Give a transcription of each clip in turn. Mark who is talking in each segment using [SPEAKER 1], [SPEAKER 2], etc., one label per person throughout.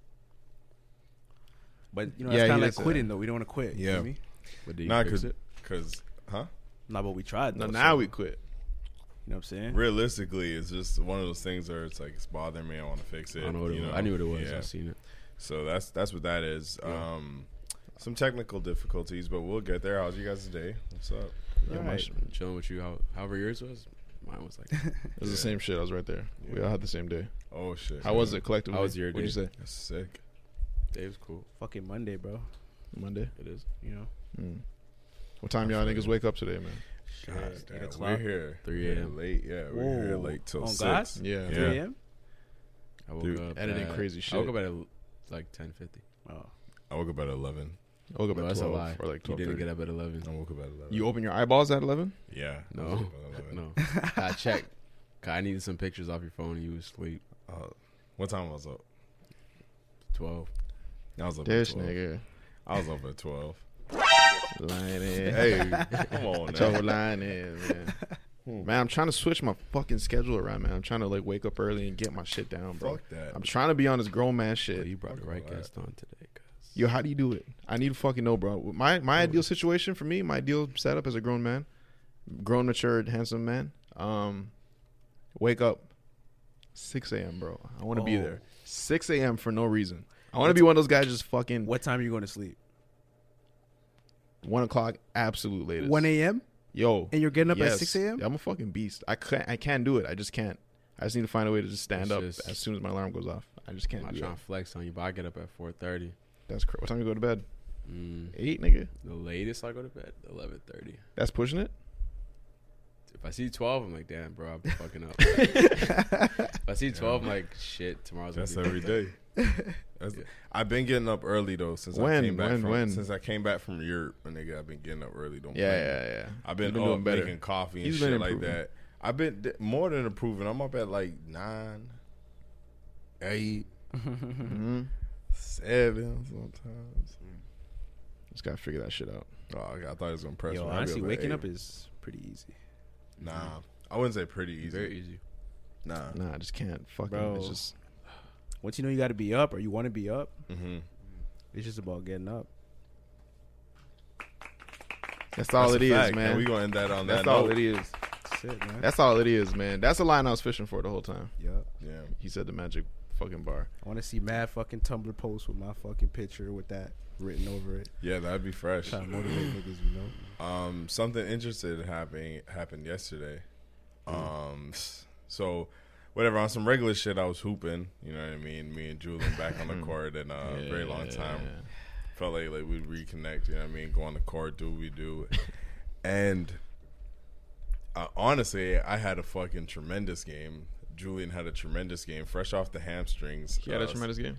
[SPEAKER 1] But
[SPEAKER 2] You know,
[SPEAKER 3] Yeah,
[SPEAKER 2] it's
[SPEAKER 3] he
[SPEAKER 2] kind of
[SPEAKER 3] did
[SPEAKER 2] like
[SPEAKER 3] say
[SPEAKER 2] quitting
[SPEAKER 3] that.
[SPEAKER 2] though. We don't want to quit. You
[SPEAKER 4] Yeah.
[SPEAKER 2] know what I mean?
[SPEAKER 1] but did you
[SPEAKER 4] Not
[SPEAKER 1] fix
[SPEAKER 4] because,
[SPEAKER 1] it?
[SPEAKER 4] huh?
[SPEAKER 2] Nah, but we tried.
[SPEAKER 3] No,
[SPEAKER 2] though,
[SPEAKER 3] now
[SPEAKER 2] so-
[SPEAKER 3] we quit.
[SPEAKER 2] You know what I'm saying?
[SPEAKER 4] Realistically, it's just one of those things where it's like it's bothering me. I want to fix it.
[SPEAKER 1] I don't know what it
[SPEAKER 4] you
[SPEAKER 1] was. I knew what it was.
[SPEAKER 4] Yeah.
[SPEAKER 1] I seen it.
[SPEAKER 4] So that's that's what that is. Um, some technical difficulties, but we'll get there. How's you guys today? What's up?
[SPEAKER 3] Yeah,
[SPEAKER 1] I'm
[SPEAKER 3] my sh-
[SPEAKER 1] sh- chilling with you. How, however yours was, mine was like.
[SPEAKER 3] It was the same shit. I was right there. We all had the same day.
[SPEAKER 4] Oh shit!
[SPEAKER 3] How was it collectively?
[SPEAKER 1] How was your
[SPEAKER 3] What'd
[SPEAKER 1] day?
[SPEAKER 3] you say?
[SPEAKER 4] That's sick.
[SPEAKER 1] Dave's cool.
[SPEAKER 2] Fucking Monday, bro.
[SPEAKER 3] Monday.
[SPEAKER 1] It is
[SPEAKER 2] You know,
[SPEAKER 3] What time y'all niggas wake up today, man?
[SPEAKER 2] Shit, eight
[SPEAKER 4] Damn, we're
[SPEAKER 2] o'clock.
[SPEAKER 4] here.
[SPEAKER 1] 3
[SPEAKER 4] We're
[SPEAKER 1] a.m..
[SPEAKER 4] Late. Yeah, we're here
[SPEAKER 2] Whoa.
[SPEAKER 4] late till
[SPEAKER 2] On God?
[SPEAKER 4] six.
[SPEAKER 3] Yeah.
[SPEAKER 2] Three a.m.
[SPEAKER 1] I woke
[SPEAKER 4] Dude,
[SPEAKER 1] up.
[SPEAKER 3] editing
[SPEAKER 1] at-
[SPEAKER 3] crazy
[SPEAKER 1] I woke
[SPEAKER 3] shit.
[SPEAKER 1] up at el- like 10:50.
[SPEAKER 2] Oh,
[SPEAKER 4] I woke up at eleven.
[SPEAKER 3] I woke up
[SPEAKER 1] No,
[SPEAKER 3] at
[SPEAKER 1] that's a
[SPEAKER 3] 12
[SPEAKER 1] lie.
[SPEAKER 3] or like
[SPEAKER 1] you
[SPEAKER 3] 12
[SPEAKER 1] didn't get up at 11.
[SPEAKER 4] I woke up at eleven.
[SPEAKER 3] You open your eyeballs at 11?
[SPEAKER 4] yeah. I was
[SPEAKER 1] No,
[SPEAKER 4] up at 11.
[SPEAKER 1] no. I checked. 'Cause I needed some pictures off your phone. You was asleep.
[SPEAKER 4] What time was I up?
[SPEAKER 1] 12.
[SPEAKER 4] I was up
[SPEAKER 3] This
[SPEAKER 4] at 12.
[SPEAKER 3] nigga.
[SPEAKER 4] I was up at 12.
[SPEAKER 3] Lying ass.
[SPEAKER 4] Hey, come on
[SPEAKER 3] That's all
[SPEAKER 4] now.
[SPEAKER 3] lying ass, man. Man, I'm trying to switch my fucking schedule around, man. I'm trying to like wake up early and get my shit down, bro.
[SPEAKER 4] Fuck that.
[SPEAKER 3] I'm trying to be on this grown man
[SPEAKER 1] But
[SPEAKER 3] shit.
[SPEAKER 1] you brought the right guest on today, cuz.
[SPEAKER 3] Yo, how do you do it? I need to fucking know, bro. My my ideal situation for me, my ideal setup as a grown man, grown, matured, handsome man. Um, wake up, 6 a.m., bro. I want to be
[SPEAKER 2] Oh.
[SPEAKER 3] there. 6 a.m. for no reason. I want to be one of those guys just fucking
[SPEAKER 2] what time are you going to sleep?
[SPEAKER 3] one o'clock, absolute latest.
[SPEAKER 2] One a.m.
[SPEAKER 3] Yo,
[SPEAKER 2] And you're getting up at 6 a.m.?
[SPEAKER 3] Yeah, I'm a fucking beast. I can't. I can't do it. I just can't. I just need to find a way to just stand
[SPEAKER 1] It's
[SPEAKER 3] up
[SPEAKER 1] just-
[SPEAKER 3] as soon as my alarm goes off. I just
[SPEAKER 1] I'm
[SPEAKER 3] can't.
[SPEAKER 1] not
[SPEAKER 3] Do
[SPEAKER 1] trying
[SPEAKER 3] that.
[SPEAKER 1] to flex on you, but I get up at 4:30.
[SPEAKER 3] That's crazy. What time you go to bed?
[SPEAKER 1] Mm,
[SPEAKER 3] Eight, nigga.
[SPEAKER 1] the latest I go to bed 11:30.
[SPEAKER 3] That's pushing it.
[SPEAKER 1] If I see 12, I'm like, damn, bro, I'm fucking up. if I see 12, I'm like, shit, tomorrow's
[SPEAKER 4] That's
[SPEAKER 1] gonna be
[SPEAKER 4] every day. That's, I've been getting up early though since I
[SPEAKER 3] When?
[SPEAKER 4] came back
[SPEAKER 3] When?
[SPEAKER 4] from
[SPEAKER 3] When?
[SPEAKER 4] since I came back from Europe, my nigga. I've been getting up early. Don't
[SPEAKER 3] Yeah,
[SPEAKER 4] blame me.
[SPEAKER 3] yeah, yeah.
[SPEAKER 4] I've been,
[SPEAKER 3] You've been
[SPEAKER 4] up
[SPEAKER 3] doing better.
[SPEAKER 4] making coffee and
[SPEAKER 3] He's been
[SPEAKER 4] shit like
[SPEAKER 3] improving.
[SPEAKER 4] that. I've been d- more than improving. I'm up at like nine, eight, seven sometimes.
[SPEAKER 3] Just gotta figure that shit out.
[SPEAKER 4] Oh, I thought it was gonna press.
[SPEAKER 2] Yo,
[SPEAKER 4] me. I'd be
[SPEAKER 2] honestly,
[SPEAKER 4] like
[SPEAKER 2] waking
[SPEAKER 4] eight.
[SPEAKER 2] up is pretty easy,
[SPEAKER 4] nah. Mm-hmm. I wouldn't say pretty easy.
[SPEAKER 1] very easy.
[SPEAKER 4] Nah,
[SPEAKER 3] Nah, I just can't. Fucking.
[SPEAKER 2] bro.
[SPEAKER 3] It's just.
[SPEAKER 2] Once you know you got to be up or you want to be up,
[SPEAKER 3] Mm-hmm.
[SPEAKER 4] Mhm.
[SPEAKER 2] it's just about getting up.
[SPEAKER 3] That's all
[SPEAKER 4] That's
[SPEAKER 3] it
[SPEAKER 4] a
[SPEAKER 3] is,
[SPEAKER 4] fact,
[SPEAKER 3] man.
[SPEAKER 4] And we gonna end that on
[SPEAKER 3] That's
[SPEAKER 4] that.
[SPEAKER 3] all
[SPEAKER 4] note.
[SPEAKER 3] it is.
[SPEAKER 2] That's it, man.
[SPEAKER 3] That's all it is, man. That's the line I was fishing for the whole time.
[SPEAKER 2] Yup.
[SPEAKER 4] Yeah.
[SPEAKER 3] He said the magic fucking bar.
[SPEAKER 2] I want to see mad fucking Tumblr posts with my fucking picture with that written over it.
[SPEAKER 4] Yeah, that'd be fresh.
[SPEAKER 2] Trying to motivate niggas, you know.
[SPEAKER 4] Um, something interesting happening happened yesterday.
[SPEAKER 3] Mm.
[SPEAKER 4] Um, s- so whatever on some regular shit, I was hooping. You know what I mean? Me and Julian back on the court in a very long time. Felt like like we'd reconnect. You know what I mean? Go on the court, do what we do, and uh, honestly, I had a fucking tremendous game. Julian had a tremendous game, fresh off the hamstrings.
[SPEAKER 3] He had a
[SPEAKER 4] Uh,
[SPEAKER 3] tremendous game.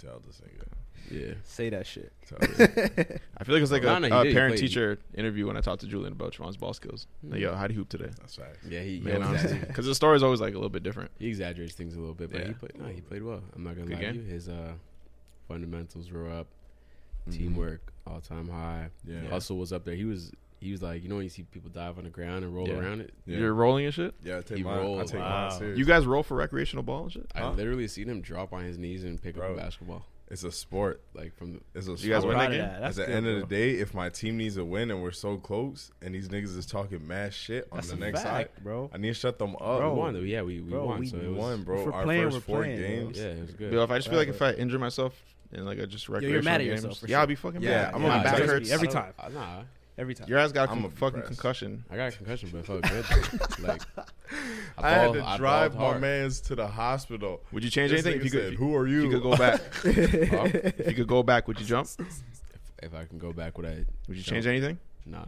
[SPEAKER 4] Tell this nigga.
[SPEAKER 1] Yeah.
[SPEAKER 2] Say that shit.
[SPEAKER 4] Tell this nigga.
[SPEAKER 3] I feel like it's like
[SPEAKER 1] No,
[SPEAKER 3] a,
[SPEAKER 1] no, he
[SPEAKER 3] a
[SPEAKER 1] did. He
[SPEAKER 3] parent
[SPEAKER 1] played.
[SPEAKER 3] teacher interview when I talked to Julian about Javon's ball skills. Like, yo, how do you hoop today?
[SPEAKER 4] That's facts.
[SPEAKER 1] Yeah, he,
[SPEAKER 3] Man,
[SPEAKER 1] he, exaggerates,
[SPEAKER 3] because the story's always like a little bit different.
[SPEAKER 1] he exaggerates things a little bit, but
[SPEAKER 3] Yeah.
[SPEAKER 1] he played. No, he played well. I'm not gonna
[SPEAKER 3] Good
[SPEAKER 1] lie to
[SPEAKER 3] game.
[SPEAKER 1] you. His uh, fundamentals were up. Teamwork all time high.
[SPEAKER 4] Yeah.
[SPEAKER 1] Hustle was up there. He was. He was like, you know, when you see people dive on the ground and roll
[SPEAKER 3] Yeah.
[SPEAKER 1] around it.
[SPEAKER 4] Yeah.
[SPEAKER 3] You're rolling and shit.
[SPEAKER 4] Yeah, I take
[SPEAKER 1] He
[SPEAKER 4] mine. I
[SPEAKER 1] rolled.
[SPEAKER 4] take
[SPEAKER 1] Wow.
[SPEAKER 4] mine serious.
[SPEAKER 3] You guys roll for recreational ball and shit.
[SPEAKER 1] I literally seen him drop on his knees and pick
[SPEAKER 4] Bro.
[SPEAKER 1] up a basketball.
[SPEAKER 4] it's a sport.
[SPEAKER 1] Like from the,
[SPEAKER 4] It's a
[SPEAKER 3] You guys
[SPEAKER 4] sport.
[SPEAKER 3] win that game?
[SPEAKER 2] that. That's
[SPEAKER 4] At the
[SPEAKER 2] good,
[SPEAKER 4] end of
[SPEAKER 2] bro.
[SPEAKER 4] the day, if my team needs a win and we're so close, and these niggas is talking mad shit on
[SPEAKER 2] That's
[SPEAKER 4] the
[SPEAKER 2] a
[SPEAKER 4] next
[SPEAKER 2] fact,
[SPEAKER 4] side,
[SPEAKER 2] bro.
[SPEAKER 4] I need to shut them up.
[SPEAKER 1] we
[SPEAKER 2] Bro,
[SPEAKER 1] won though. Yeah, we, we
[SPEAKER 2] bro,
[SPEAKER 1] won.
[SPEAKER 2] we
[SPEAKER 1] so it
[SPEAKER 4] we
[SPEAKER 1] was
[SPEAKER 4] won, bro.
[SPEAKER 2] if we're
[SPEAKER 4] Our
[SPEAKER 2] playing,
[SPEAKER 4] first
[SPEAKER 2] we're
[SPEAKER 4] four
[SPEAKER 2] playing, bro.
[SPEAKER 4] games.
[SPEAKER 1] Yeah, it was good.
[SPEAKER 3] Yo, if I just feel like if I injure myself in like a just
[SPEAKER 5] you're
[SPEAKER 3] recreational
[SPEAKER 5] mad at
[SPEAKER 3] games.
[SPEAKER 5] yourself for
[SPEAKER 3] yeah,
[SPEAKER 5] sure.
[SPEAKER 3] I'll be fucking
[SPEAKER 2] Yeah,
[SPEAKER 3] mad. I'm
[SPEAKER 2] yeah,
[SPEAKER 3] gonna be back
[SPEAKER 2] trust me,
[SPEAKER 3] hurts.
[SPEAKER 5] every
[SPEAKER 3] I don't-
[SPEAKER 5] time.
[SPEAKER 1] Uh, nah,
[SPEAKER 5] Every time.
[SPEAKER 3] Your ass got a
[SPEAKER 4] I'm
[SPEAKER 3] con-
[SPEAKER 4] gonna be
[SPEAKER 3] fucking
[SPEAKER 4] depressed.
[SPEAKER 3] concussion.
[SPEAKER 1] I got a concussion, but it felt good. like
[SPEAKER 4] I had
[SPEAKER 1] balled-
[SPEAKER 4] to
[SPEAKER 1] I
[SPEAKER 4] drive
[SPEAKER 1] balled
[SPEAKER 4] my
[SPEAKER 1] hard.
[SPEAKER 4] man's to the hospital.
[SPEAKER 3] Would you change
[SPEAKER 4] This
[SPEAKER 3] anything? If
[SPEAKER 4] nigga
[SPEAKER 3] you could,
[SPEAKER 4] said, "Who are
[SPEAKER 3] If you could
[SPEAKER 4] you?"
[SPEAKER 3] go back.
[SPEAKER 1] Huh?
[SPEAKER 3] if you could go back, would you jump?
[SPEAKER 1] if I can go back, would I?
[SPEAKER 3] Would you change anything?
[SPEAKER 1] Nah,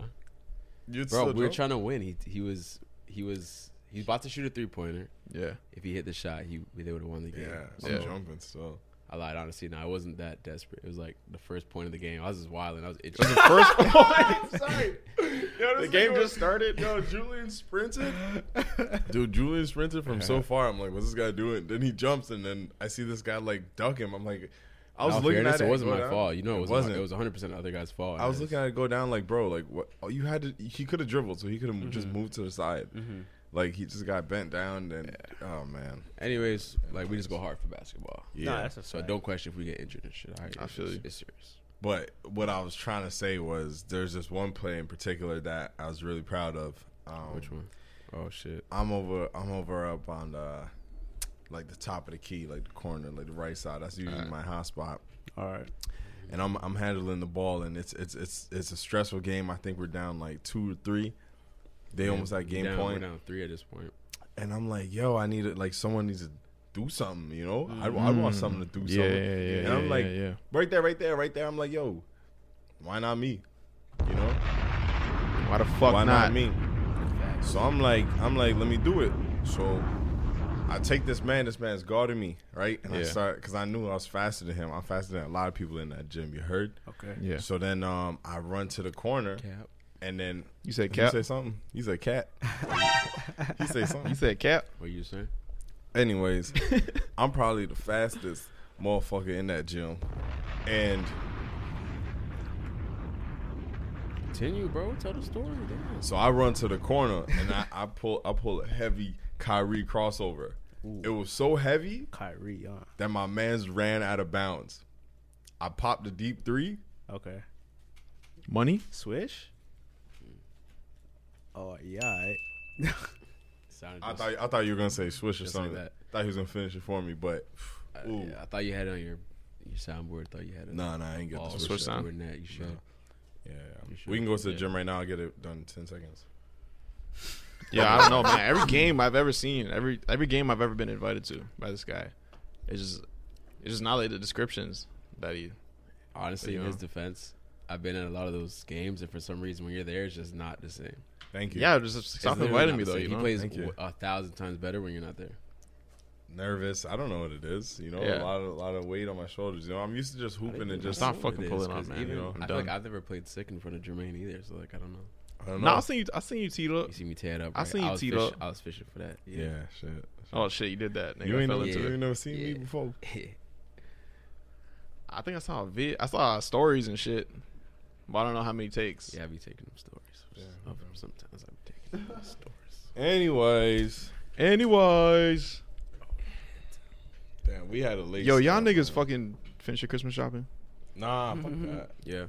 [SPEAKER 4] You'd
[SPEAKER 1] bro.
[SPEAKER 4] still
[SPEAKER 1] We were
[SPEAKER 4] jump?
[SPEAKER 1] trying to win. He he was he was he's about to shoot a three pointer.
[SPEAKER 3] Yeah.
[SPEAKER 1] If he hit the shot, he they would have won the game.
[SPEAKER 4] Yeah,
[SPEAKER 1] So,
[SPEAKER 4] I'm jumping still.
[SPEAKER 1] I lied honestly. No, I wasn't that desperate. It was like the first point of the game. I was just wilding. I was itching.
[SPEAKER 3] The first
[SPEAKER 4] Sorry.
[SPEAKER 3] the game just started.
[SPEAKER 4] Yo, Julian sprinted. Dude, Julian sprinted from so far. I'm like, what's this guy doing? Then he jumps, and then I see this guy like duck him. I'm like, I was
[SPEAKER 1] In all
[SPEAKER 4] looking
[SPEAKER 1] fairness,
[SPEAKER 4] at it.
[SPEAKER 1] It wasn't
[SPEAKER 4] go
[SPEAKER 1] my
[SPEAKER 4] down.
[SPEAKER 1] fault. You know, it,
[SPEAKER 4] it
[SPEAKER 1] wasn't.
[SPEAKER 4] wasn't.
[SPEAKER 1] It was 100 percent other guy's fault.
[SPEAKER 4] I was
[SPEAKER 1] And
[SPEAKER 4] looking at it go down, like, bro, like what? Oh, you had to. He could have dribbled, so he could have just
[SPEAKER 1] Mm-hmm.
[SPEAKER 4] moved to the side. Like he just got bent down, and oh man,
[SPEAKER 1] Anyways, like we just go hard for basketball.
[SPEAKER 4] yeah.
[SPEAKER 5] that's a
[SPEAKER 1] So don't question if we get injured and shit. All right,
[SPEAKER 3] I feel
[SPEAKER 1] it's,
[SPEAKER 3] you.
[SPEAKER 1] It's serious.
[SPEAKER 4] But what I was trying to say was there's this one play in particular that I was really proud of. Um,
[SPEAKER 1] Which one? Oh shit.
[SPEAKER 4] I'm over. I'm over up on the like the top of the key, like the corner, like the right side. That's usually my hot spot.
[SPEAKER 5] All right.
[SPEAKER 4] And I'm I'm handling the ball, and it's it's it's it's a stressful game. I think we're down like two or three. They almost at game
[SPEAKER 1] down,
[SPEAKER 4] point.
[SPEAKER 1] We're down three at this point.
[SPEAKER 4] and I'm like, yo, I need it. Like someone needs to do something, you know. I, I want someone to do
[SPEAKER 3] Mm. Yeah,
[SPEAKER 4] something.
[SPEAKER 3] yeah, yeah,
[SPEAKER 4] And
[SPEAKER 3] yeah,
[SPEAKER 4] I'm like,
[SPEAKER 3] yeah, yeah.
[SPEAKER 4] right there, right there, right there. I'm like, yo, why not me? You know,
[SPEAKER 3] Why the fuck
[SPEAKER 4] why
[SPEAKER 3] not?
[SPEAKER 4] not me? So I'm like, I'm like, let me do it. So I take this man. This man's guarding me, right? And I
[SPEAKER 3] Yeah.
[SPEAKER 4] start because I knew I was faster than him. I'm faster than a lot of people in that gym. You heard?
[SPEAKER 5] Okay.
[SPEAKER 3] Yeah.
[SPEAKER 4] So then um, I run to the corner,
[SPEAKER 1] Cap.
[SPEAKER 4] and then
[SPEAKER 3] You said
[SPEAKER 4] you
[SPEAKER 3] cap.
[SPEAKER 4] say something. You said cat. you say something.
[SPEAKER 3] You said cap.
[SPEAKER 1] What you saying?
[SPEAKER 4] Anyways, I'm probably the fastest motherfucker in that gym. And
[SPEAKER 1] Continue, bro. Tell the story. Damn.
[SPEAKER 4] so I run to the corner and I, I pull I pull a heavy Kyrie crossover. It was so heavy
[SPEAKER 5] Kyrie. Uh,
[SPEAKER 4] that my man's ran out of bounds. I popped a deep three.
[SPEAKER 5] okay.
[SPEAKER 3] Money.
[SPEAKER 5] Swish. Oh yeah. alright.
[SPEAKER 1] Sounded
[SPEAKER 4] I
[SPEAKER 1] just-
[SPEAKER 4] thought I thought you were gonna say swish or
[SPEAKER 1] Just like
[SPEAKER 4] something.
[SPEAKER 1] that.
[SPEAKER 4] thought he was gonna finish it for me, but
[SPEAKER 1] uh,
[SPEAKER 4] ooh.
[SPEAKER 1] yeah, I thought you had it on your your soundboard. Thought you had it.
[SPEAKER 4] Nah, nah, I ain't get
[SPEAKER 1] Oh,
[SPEAKER 4] the
[SPEAKER 1] switch,
[SPEAKER 4] swish.
[SPEAKER 3] switch sound.
[SPEAKER 1] doing that. You should.
[SPEAKER 4] Yeah,
[SPEAKER 1] should.
[SPEAKER 4] we can go to the
[SPEAKER 1] Yeah.
[SPEAKER 4] gym right now. I'll get it done in ten seconds.
[SPEAKER 3] Yeah, I don't know, man. Every game I've ever seen, every every game I've ever been invited to by this guy, it's just it's just not like the descriptions that he. But,
[SPEAKER 1] Honestly, in
[SPEAKER 3] you
[SPEAKER 1] his
[SPEAKER 3] know.
[SPEAKER 1] defense, I've been at a lot of those games, and for some reason, when you're there, it's just not the same.
[SPEAKER 4] Thank you.
[SPEAKER 3] Yeah, just stop
[SPEAKER 1] It's literally
[SPEAKER 3] inviting
[SPEAKER 1] not
[SPEAKER 3] me
[SPEAKER 1] the
[SPEAKER 3] though.
[SPEAKER 1] same.
[SPEAKER 3] You
[SPEAKER 1] he
[SPEAKER 3] know?
[SPEAKER 1] plays
[SPEAKER 4] Thank you.
[SPEAKER 1] w- a thousand times better when you're not there.
[SPEAKER 4] nervous. I don't know what it is. You know,
[SPEAKER 3] Yeah.
[SPEAKER 4] a lot of a lot of weight on my shoulders. You know, I'm used to just hooping and just.
[SPEAKER 3] Stop
[SPEAKER 1] I don't know
[SPEAKER 3] fucking
[SPEAKER 1] what it is,
[SPEAKER 3] pulling on,
[SPEAKER 1] 'cause
[SPEAKER 3] man.
[SPEAKER 1] even-
[SPEAKER 3] You know, I'm
[SPEAKER 1] I feel like
[SPEAKER 3] done.
[SPEAKER 1] I've never played sick in front of Jermaine either, so like I don't know.
[SPEAKER 4] I don't know.
[SPEAKER 3] No, I seen you. I seen you teed up.
[SPEAKER 1] You see me tear it up.
[SPEAKER 3] I
[SPEAKER 1] right?
[SPEAKER 3] seen you
[SPEAKER 1] was
[SPEAKER 3] teed
[SPEAKER 1] fish-
[SPEAKER 3] up.
[SPEAKER 1] I was fishing for that.
[SPEAKER 4] yeah, shit.
[SPEAKER 3] Oh shit, you did that. Nigga.
[SPEAKER 4] You
[SPEAKER 3] I
[SPEAKER 4] ain't,
[SPEAKER 3] fell
[SPEAKER 4] never,
[SPEAKER 3] into
[SPEAKER 4] you
[SPEAKER 3] it.
[SPEAKER 4] ain't never seen me
[SPEAKER 1] Yeah.
[SPEAKER 4] before.
[SPEAKER 3] I think I saw a vid. I saw stories and shit, but I don't know how many takes.
[SPEAKER 1] yeah, I be taking them stories. Of them Sometimes I be taking them stories.
[SPEAKER 4] Anyways,
[SPEAKER 3] Anyways,
[SPEAKER 4] damn, we had a late.
[SPEAKER 3] yo, y'all
[SPEAKER 4] start,
[SPEAKER 3] niggas
[SPEAKER 4] bro.
[SPEAKER 3] fucking finish your Christmas shopping.
[SPEAKER 4] Nah, fuck
[SPEAKER 1] Mm-hmm.
[SPEAKER 4] that.
[SPEAKER 1] Yeah.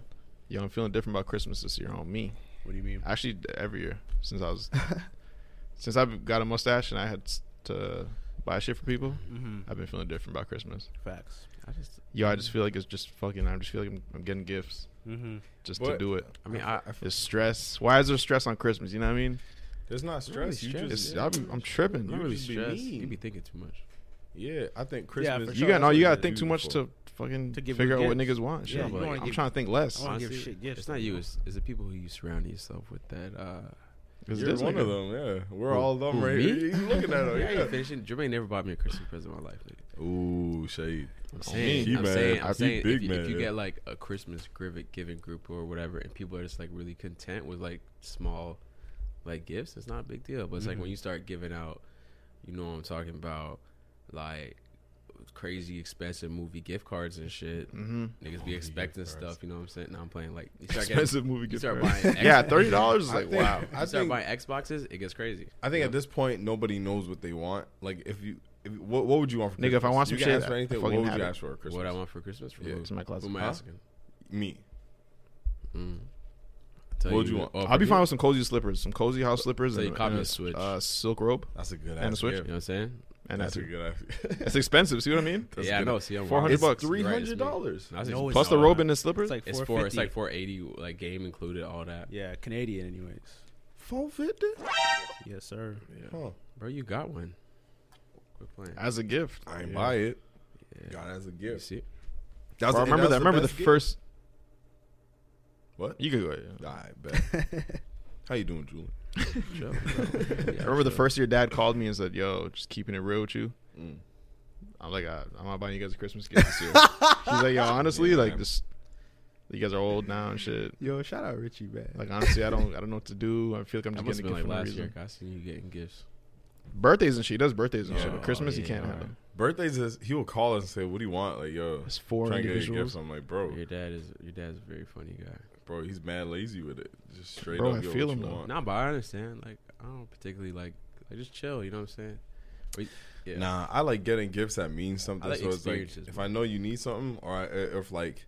[SPEAKER 3] Yo, I'm feeling different about Christmas this year on me.
[SPEAKER 5] What do you mean?
[SPEAKER 3] Actually, every year since I was since I've got a mustache and I had s- to buy shit for people,
[SPEAKER 4] Mm-hmm.
[SPEAKER 3] I've been feeling different about Christmas.
[SPEAKER 5] Facts.
[SPEAKER 1] I just.
[SPEAKER 3] Yo, I just feel like it's just fucking. I just feel like I'm, I'm getting gifts
[SPEAKER 5] Mm-hmm.
[SPEAKER 3] just to
[SPEAKER 4] But-
[SPEAKER 3] do it.
[SPEAKER 1] I mean, I. I
[SPEAKER 3] It's stress. Why is there stress on Christmas? You know what I mean?
[SPEAKER 4] There's not stress.
[SPEAKER 1] really
[SPEAKER 4] you
[SPEAKER 3] It's,
[SPEAKER 4] just,
[SPEAKER 1] stressed.
[SPEAKER 3] I'm, I'm tripping.
[SPEAKER 1] am
[SPEAKER 4] You
[SPEAKER 1] really
[SPEAKER 4] just be
[SPEAKER 1] stressed. You
[SPEAKER 4] mean.
[SPEAKER 1] be thinking too much.
[SPEAKER 4] yeah, I think Christmas.
[SPEAKER 5] for
[SPEAKER 3] You
[SPEAKER 5] sure.
[SPEAKER 3] got no.
[SPEAKER 4] that's
[SPEAKER 3] You
[SPEAKER 4] what
[SPEAKER 3] gotta
[SPEAKER 4] they
[SPEAKER 3] think
[SPEAKER 4] do
[SPEAKER 3] too much
[SPEAKER 4] for.
[SPEAKER 3] to fucking
[SPEAKER 5] To give
[SPEAKER 3] figure
[SPEAKER 5] you
[SPEAKER 3] out what
[SPEAKER 5] gifts.
[SPEAKER 3] niggas want.
[SPEAKER 5] Yeah,
[SPEAKER 3] Shit,
[SPEAKER 5] you
[SPEAKER 3] but
[SPEAKER 5] don't wanna
[SPEAKER 3] I'm
[SPEAKER 5] give-
[SPEAKER 3] trying to think less.
[SPEAKER 5] I wanna give
[SPEAKER 1] Honestly,
[SPEAKER 5] shit gifts
[SPEAKER 1] It's not you. It's, it's the people who you surround yourself with that. Uh,
[SPEAKER 3] 'Cause
[SPEAKER 4] You're
[SPEAKER 3] this
[SPEAKER 4] one
[SPEAKER 3] nigga-
[SPEAKER 4] of them. Yeah, we're all them
[SPEAKER 1] who,
[SPEAKER 4] right
[SPEAKER 1] me?
[SPEAKER 4] here. You looking at
[SPEAKER 1] yeah, you
[SPEAKER 4] them?
[SPEAKER 1] finishing. Jermaine never bought me a Christmas present in my life. Nigga.
[SPEAKER 4] Yeah. Ooh, shade.
[SPEAKER 1] I'm
[SPEAKER 3] Oh,
[SPEAKER 1] saying,
[SPEAKER 4] he
[SPEAKER 1] I'm
[SPEAKER 4] mad.
[SPEAKER 1] saying,
[SPEAKER 4] I-
[SPEAKER 1] I'm
[SPEAKER 4] he
[SPEAKER 1] saying
[SPEAKER 4] big
[SPEAKER 1] if, you, if
[SPEAKER 4] mad.
[SPEAKER 1] you get like a Christmas grivet giving group or whatever, and people are just like really content with like small like gifts, it's not a big deal. But it's
[SPEAKER 3] Mm-hmm.
[SPEAKER 1] like when you start giving out, you know what I'm talking about, like crazy expensive movie gift cards and shit. Mm-hmm. Niggas be expecting stuff. You know what I'm saying? Now I'm playing like you start getting-
[SPEAKER 3] Expensive movie
[SPEAKER 1] You
[SPEAKER 3] gift
[SPEAKER 1] start
[SPEAKER 3] cards.
[SPEAKER 1] buying. X-
[SPEAKER 3] Yeah, thirty dollars is like
[SPEAKER 4] think-
[SPEAKER 3] wow.
[SPEAKER 4] I
[SPEAKER 1] You start
[SPEAKER 4] think
[SPEAKER 1] buying Xboxes, it gets crazy.
[SPEAKER 4] I think at this point nobody knows what they want. Like if you, if, what, what would you want for
[SPEAKER 3] Nigga,
[SPEAKER 4] Christmas?
[SPEAKER 3] if I want
[SPEAKER 4] you can
[SPEAKER 3] some shit,
[SPEAKER 4] ask for
[SPEAKER 3] I
[SPEAKER 4] anything, what
[SPEAKER 3] fucking
[SPEAKER 4] would
[SPEAKER 3] have
[SPEAKER 4] you
[SPEAKER 3] it.
[SPEAKER 4] ask for at Christmas?
[SPEAKER 1] What I want for Christmas from
[SPEAKER 3] Yeah,
[SPEAKER 1] who?
[SPEAKER 3] it's in my closet.
[SPEAKER 1] Who am I
[SPEAKER 3] Huh?
[SPEAKER 1] asking?
[SPEAKER 4] me.
[SPEAKER 1] Tell
[SPEAKER 4] What would you
[SPEAKER 1] who-
[SPEAKER 4] want?
[SPEAKER 1] oh,
[SPEAKER 3] I'll be
[SPEAKER 1] for
[SPEAKER 3] fine
[SPEAKER 1] you?
[SPEAKER 3] with some cozy slippers, some cozy house slippers,
[SPEAKER 1] So you
[SPEAKER 3] and,
[SPEAKER 1] copy
[SPEAKER 3] and
[SPEAKER 1] a
[SPEAKER 3] s-
[SPEAKER 1] Switch.
[SPEAKER 3] uh, silk robe
[SPEAKER 4] That's a good
[SPEAKER 3] and a
[SPEAKER 4] ass.
[SPEAKER 3] switch.
[SPEAKER 1] You know what I'm saying?
[SPEAKER 3] and
[SPEAKER 4] That's
[SPEAKER 3] that's
[SPEAKER 4] a good idea.
[SPEAKER 3] it's expensive. See what I mean?
[SPEAKER 4] That's a
[SPEAKER 1] yeah, I
[SPEAKER 4] good-
[SPEAKER 1] know. See, I'm
[SPEAKER 3] $400
[SPEAKER 1] wrong.
[SPEAKER 3] bucks.
[SPEAKER 4] Three
[SPEAKER 1] Right, it's
[SPEAKER 4] hundred
[SPEAKER 1] me.
[SPEAKER 4] dollars.
[SPEAKER 1] I was
[SPEAKER 2] No,
[SPEAKER 1] expecting-
[SPEAKER 3] Plus the
[SPEAKER 2] not.
[SPEAKER 3] robe and the slippers.
[SPEAKER 2] It's like
[SPEAKER 1] It's four. It's like
[SPEAKER 2] 450.
[SPEAKER 1] four eighty, like game included, all that.
[SPEAKER 2] Yeah, Canadian, anyways.
[SPEAKER 4] Four fifty.
[SPEAKER 2] Yes, sir.
[SPEAKER 4] Huh.
[SPEAKER 1] Bro, you got one. Quit playing.
[SPEAKER 3] as a gift.
[SPEAKER 4] I ain't buy it.
[SPEAKER 1] Yeah.
[SPEAKER 4] Got it as a
[SPEAKER 1] You
[SPEAKER 4] gift.
[SPEAKER 1] see,
[SPEAKER 4] That was
[SPEAKER 3] Bro,
[SPEAKER 4] the-
[SPEAKER 3] I remember
[SPEAKER 4] was
[SPEAKER 3] that. remember the
[SPEAKER 4] best gift?
[SPEAKER 3] first.
[SPEAKER 4] What?
[SPEAKER 3] You could go. yeah.
[SPEAKER 4] I bet. How you doing, Julian?
[SPEAKER 1] Chill, bro.
[SPEAKER 3] I remember the first year dad called me and said, "Yo, just keeping it real with you." I'm like, I, I'm not buying you guys a Christmas gift this year. He's like, "Yo, honestly,
[SPEAKER 4] Yeah,
[SPEAKER 3] like
[SPEAKER 4] man.
[SPEAKER 3] this, you guys are old now and shit.
[SPEAKER 2] Yo, shout out Richie, man.
[SPEAKER 3] Like honestly, I don't, I don't know what to do. I feel like I'm
[SPEAKER 1] That
[SPEAKER 3] just
[SPEAKER 1] must
[SPEAKER 3] getting a gift
[SPEAKER 1] have been like
[SPEAKER 3] for no
[SPEAKER 1] last
[SPEAKER 3] reason.
[SPEAKER 1] year. 'cause I seen you getting gifts.
[SPEAKER 3] Birthdays and shit. He does birthdays and shit, but
[SPEAKER 1] Oh,
[SPEAKER 3] Christmas
[SPEAKER 1] yeah,
[SPEAKER 3] he can't have
[SPEAKER 1] alright.
[SPEAKER 3] them.
[SPEAKER 4] Birthdays is he will call us and say, "What do you want?" Like, yo,
[SPEAKER 3] It's four
[SPEAKER 4] trying to get you
[SPEAKER 3] individuals.
[SPEAKER 4] gifts. I'm like, bro,
[SPEAKER 1] Your dad is your dad's a very funny guy.
[SPEAKER 4] bro, he's mad lazy with it. Just straight
[SPEAKER 3] Bro,
[SPEAKER 4] up.
[SPEAKER 3] I
[SPEAKER 4] yo,
[SPEAKER 3] feel
[SPEAKER 4] what
[SPEAKER 3] him,
[SPEAKER 4] you
[SPEAKER 3] though.
[SPEAKER 4] want.
[SPEAKER 1] Nah, but I understand. Like, I don't particularly like. I just chill. You know what I'm saying? Or you- yeah.
[SPEAKER 4] Nah, I like getting gifts that mean something.
[SPEAKER 1] like
[SPEAKER 4] so it's like
[SPEAKER 1] experiences
[SPEAKER 4] if
[SPEAKER 1] more.
[SPEAKER 4] I know you need something, or I, or if like,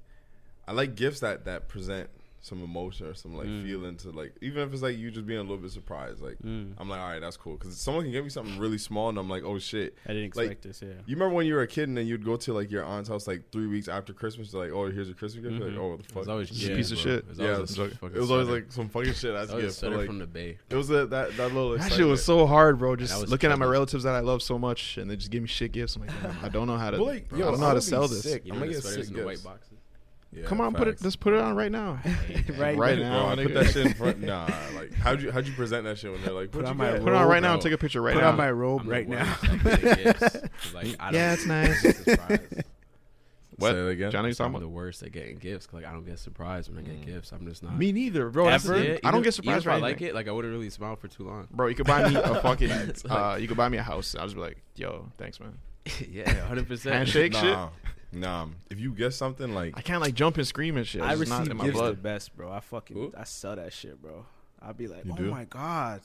[SPEAKER 4] I like gifts that that present some emotion or some like
[SPEAKER 1] Mm.
[SPEAKER 4] feeling to like, even if it's like you just being a little bit surprised. Like
[SPEAKER 1] Mm.
[SPEAKER 4] I'm like, all right, that's cool. Because someone can give me something really small, and I'm like, oh shit,
[SPEAKER 2] I didn't
[SPEAKER 4] Like,
[SPEAKER 2] expect this. Yeah.
[SPEAKER 4] You remember when you were a kid and then you'd go to like your aunt's house like three weeks after Christmas, they're like, oh, here's your Christmas gift. You're Like, oh, what the
[SPEAKER 1] Mm-hmm. It was
[SPEAKER 4] fuck.
[SPEAKER 1] always
[SPEAKER 3] Just a piece of shit.
[SPEAKER 1] It was
[SPEAKER 4] yeah, it
[SPEAKER 1] always,
[SPEAKER 4] was,
[SPEAKER 1] a
[SPEAKER 4] like,
[SPEAKER 1] fucking
[SPEAKER 4] it was always
[SPEAKER 1] sweater.
[SPEAKER 4] like some fucking shit. That's
[SPEAKER 1] that was a
[SPEAKER 4] gift. But,
[SPEAKER 1] sweater
[SPEAKER 4] like,
[SPEAKER 1] from the bay.
[SPEAKER 4] it was a, that that little.
[SPEAKER 3] That shit
[SPEAKER 4] excitement.
[SPEAKER 3] was so hard, bro. Just
[SPEAKER 1] was
[SPEAKER 3] looking at my
[SPEAKER 1] trouble.
[SPEAKER 3] relatives that I love so much, and they just give me shit gifts. I'm like, "Damn, I don't know how to.
[SPEAKER 4] But, like,
[SPEAKER 3] bro,
[SPEAKER 4] yo,
[SPEAKER 3] I don't know how
[SPEAKER 4] would
[SPEAKER 3] to
[SPEAKER 4] be
[SPEAKER 3] sell this.
[SPEAKER 4] sick.
[SPEAKER 1] You
[SPEAKER 4] I'm
[SPEAKER 1] know
[SPEAKER 4] gonna
[SPEAKER 1] the
[SPEAKER 4] get
[SPEAKER 1] sweaters
[SPEAKER 4] sick
[SPEAKER 1] in the white
[SPEAKER 4] gifts.
[SPEAKER 1] boxes.
[SPEAKER 4] Yeah,
[SPEAKER 3] Come on, put it.
[SPEAKER 4] facts.
[SPEAKER 3] Let's put it on right now.
[SPEAKER 2] Right
[SPEAKER 4] Bro,
[SPEAKER 3] right now.
[SPEAKER 4] I put
[SPEAKER 3] nigga.
[SPEAKER 4] that shit in front. Nah, like how'd you how'd you present that shit when they're like,
[SPEAKER 2] Put
[SPEAKER 4] put
[SPEAKER 2] on
[SPEAKER 4] on
[SPEAKER 2] my
[SPEAKER 4] my
[SPEAKER 3] Put it on right now
[SPEAKER 1] bro.
[SPEAKER 3] and take a picture right
[SPEAKER 2] Put
[SPEAKER 3] now.
[SPEAKER 2] on my robe
[SPEAKER 1] I'm the
[SPEAKER 2] right
[SPEAKER 1] worst
[SPEAKER 2] now.
[SPEAKER 1] at getting gifts. Like, I don't,
[SPEAKER 3] Yeah, it's nice.
[SPEAKER 1] I don't get surprised.
[SPEAKER 3] what?
[SPEAKER 4] Say it again.
[SPEAKER 3] Johnny, you talking
[SPEAKER 1] I'm
[SPEAKER 3] about?
[SPEAKER 1] the worst at getting gifts. 'cause, Like I don't get surprised when I get gifts. I'm just not.
[SPEAKER 3] Me neither, bro. That's
[SPEAKER 1] Ever.
[SPEAKER 3] it.
[SPEAKER 1] Yeah,
[SPEAKER 3] I don't
[SPEAKER 1] even-
[SPEAKER 3] get
[SPEAKER 1] even
[SPEAKER 3] surprised
[SPEAKER 1] if
[SPEAKER 3] by
[SPEAKER 1] I
[SPEAKER 3] anything.
[SPEAKER 1] like it. Like I wouldn't really smile for too long.
[SPEAKER 3] Bro, you could buy me a fucking. uh, you could buy me a house. I'll just be like, yo, thanks, man.
[SPEAKER 1] yeah, hundred percent.
[SPEAKER 3] Handshake shit.
[SPEAKER 4] Nah, nah. If you get something like,
[SPEAKER 3] I can't like jump and scream and shit.
[SPEAKER 2] I
[SPEAKER 3] It's just not
[SPEAKER 2] receive
[SPEAKER 3] in my
[SPEAKER 2] gifts the
[SPEAKER 3] blood.
[SPEAKER 2] best, bro. I fucking
[SPEAKER 4] Who?
[SPEAKER 2] I sell that shit, bro. I'll be like,
[SPEAKER 4] You
[SPEAKER 2] oh
[SPEAKER 4] do?
[SPEAKER 2] my god,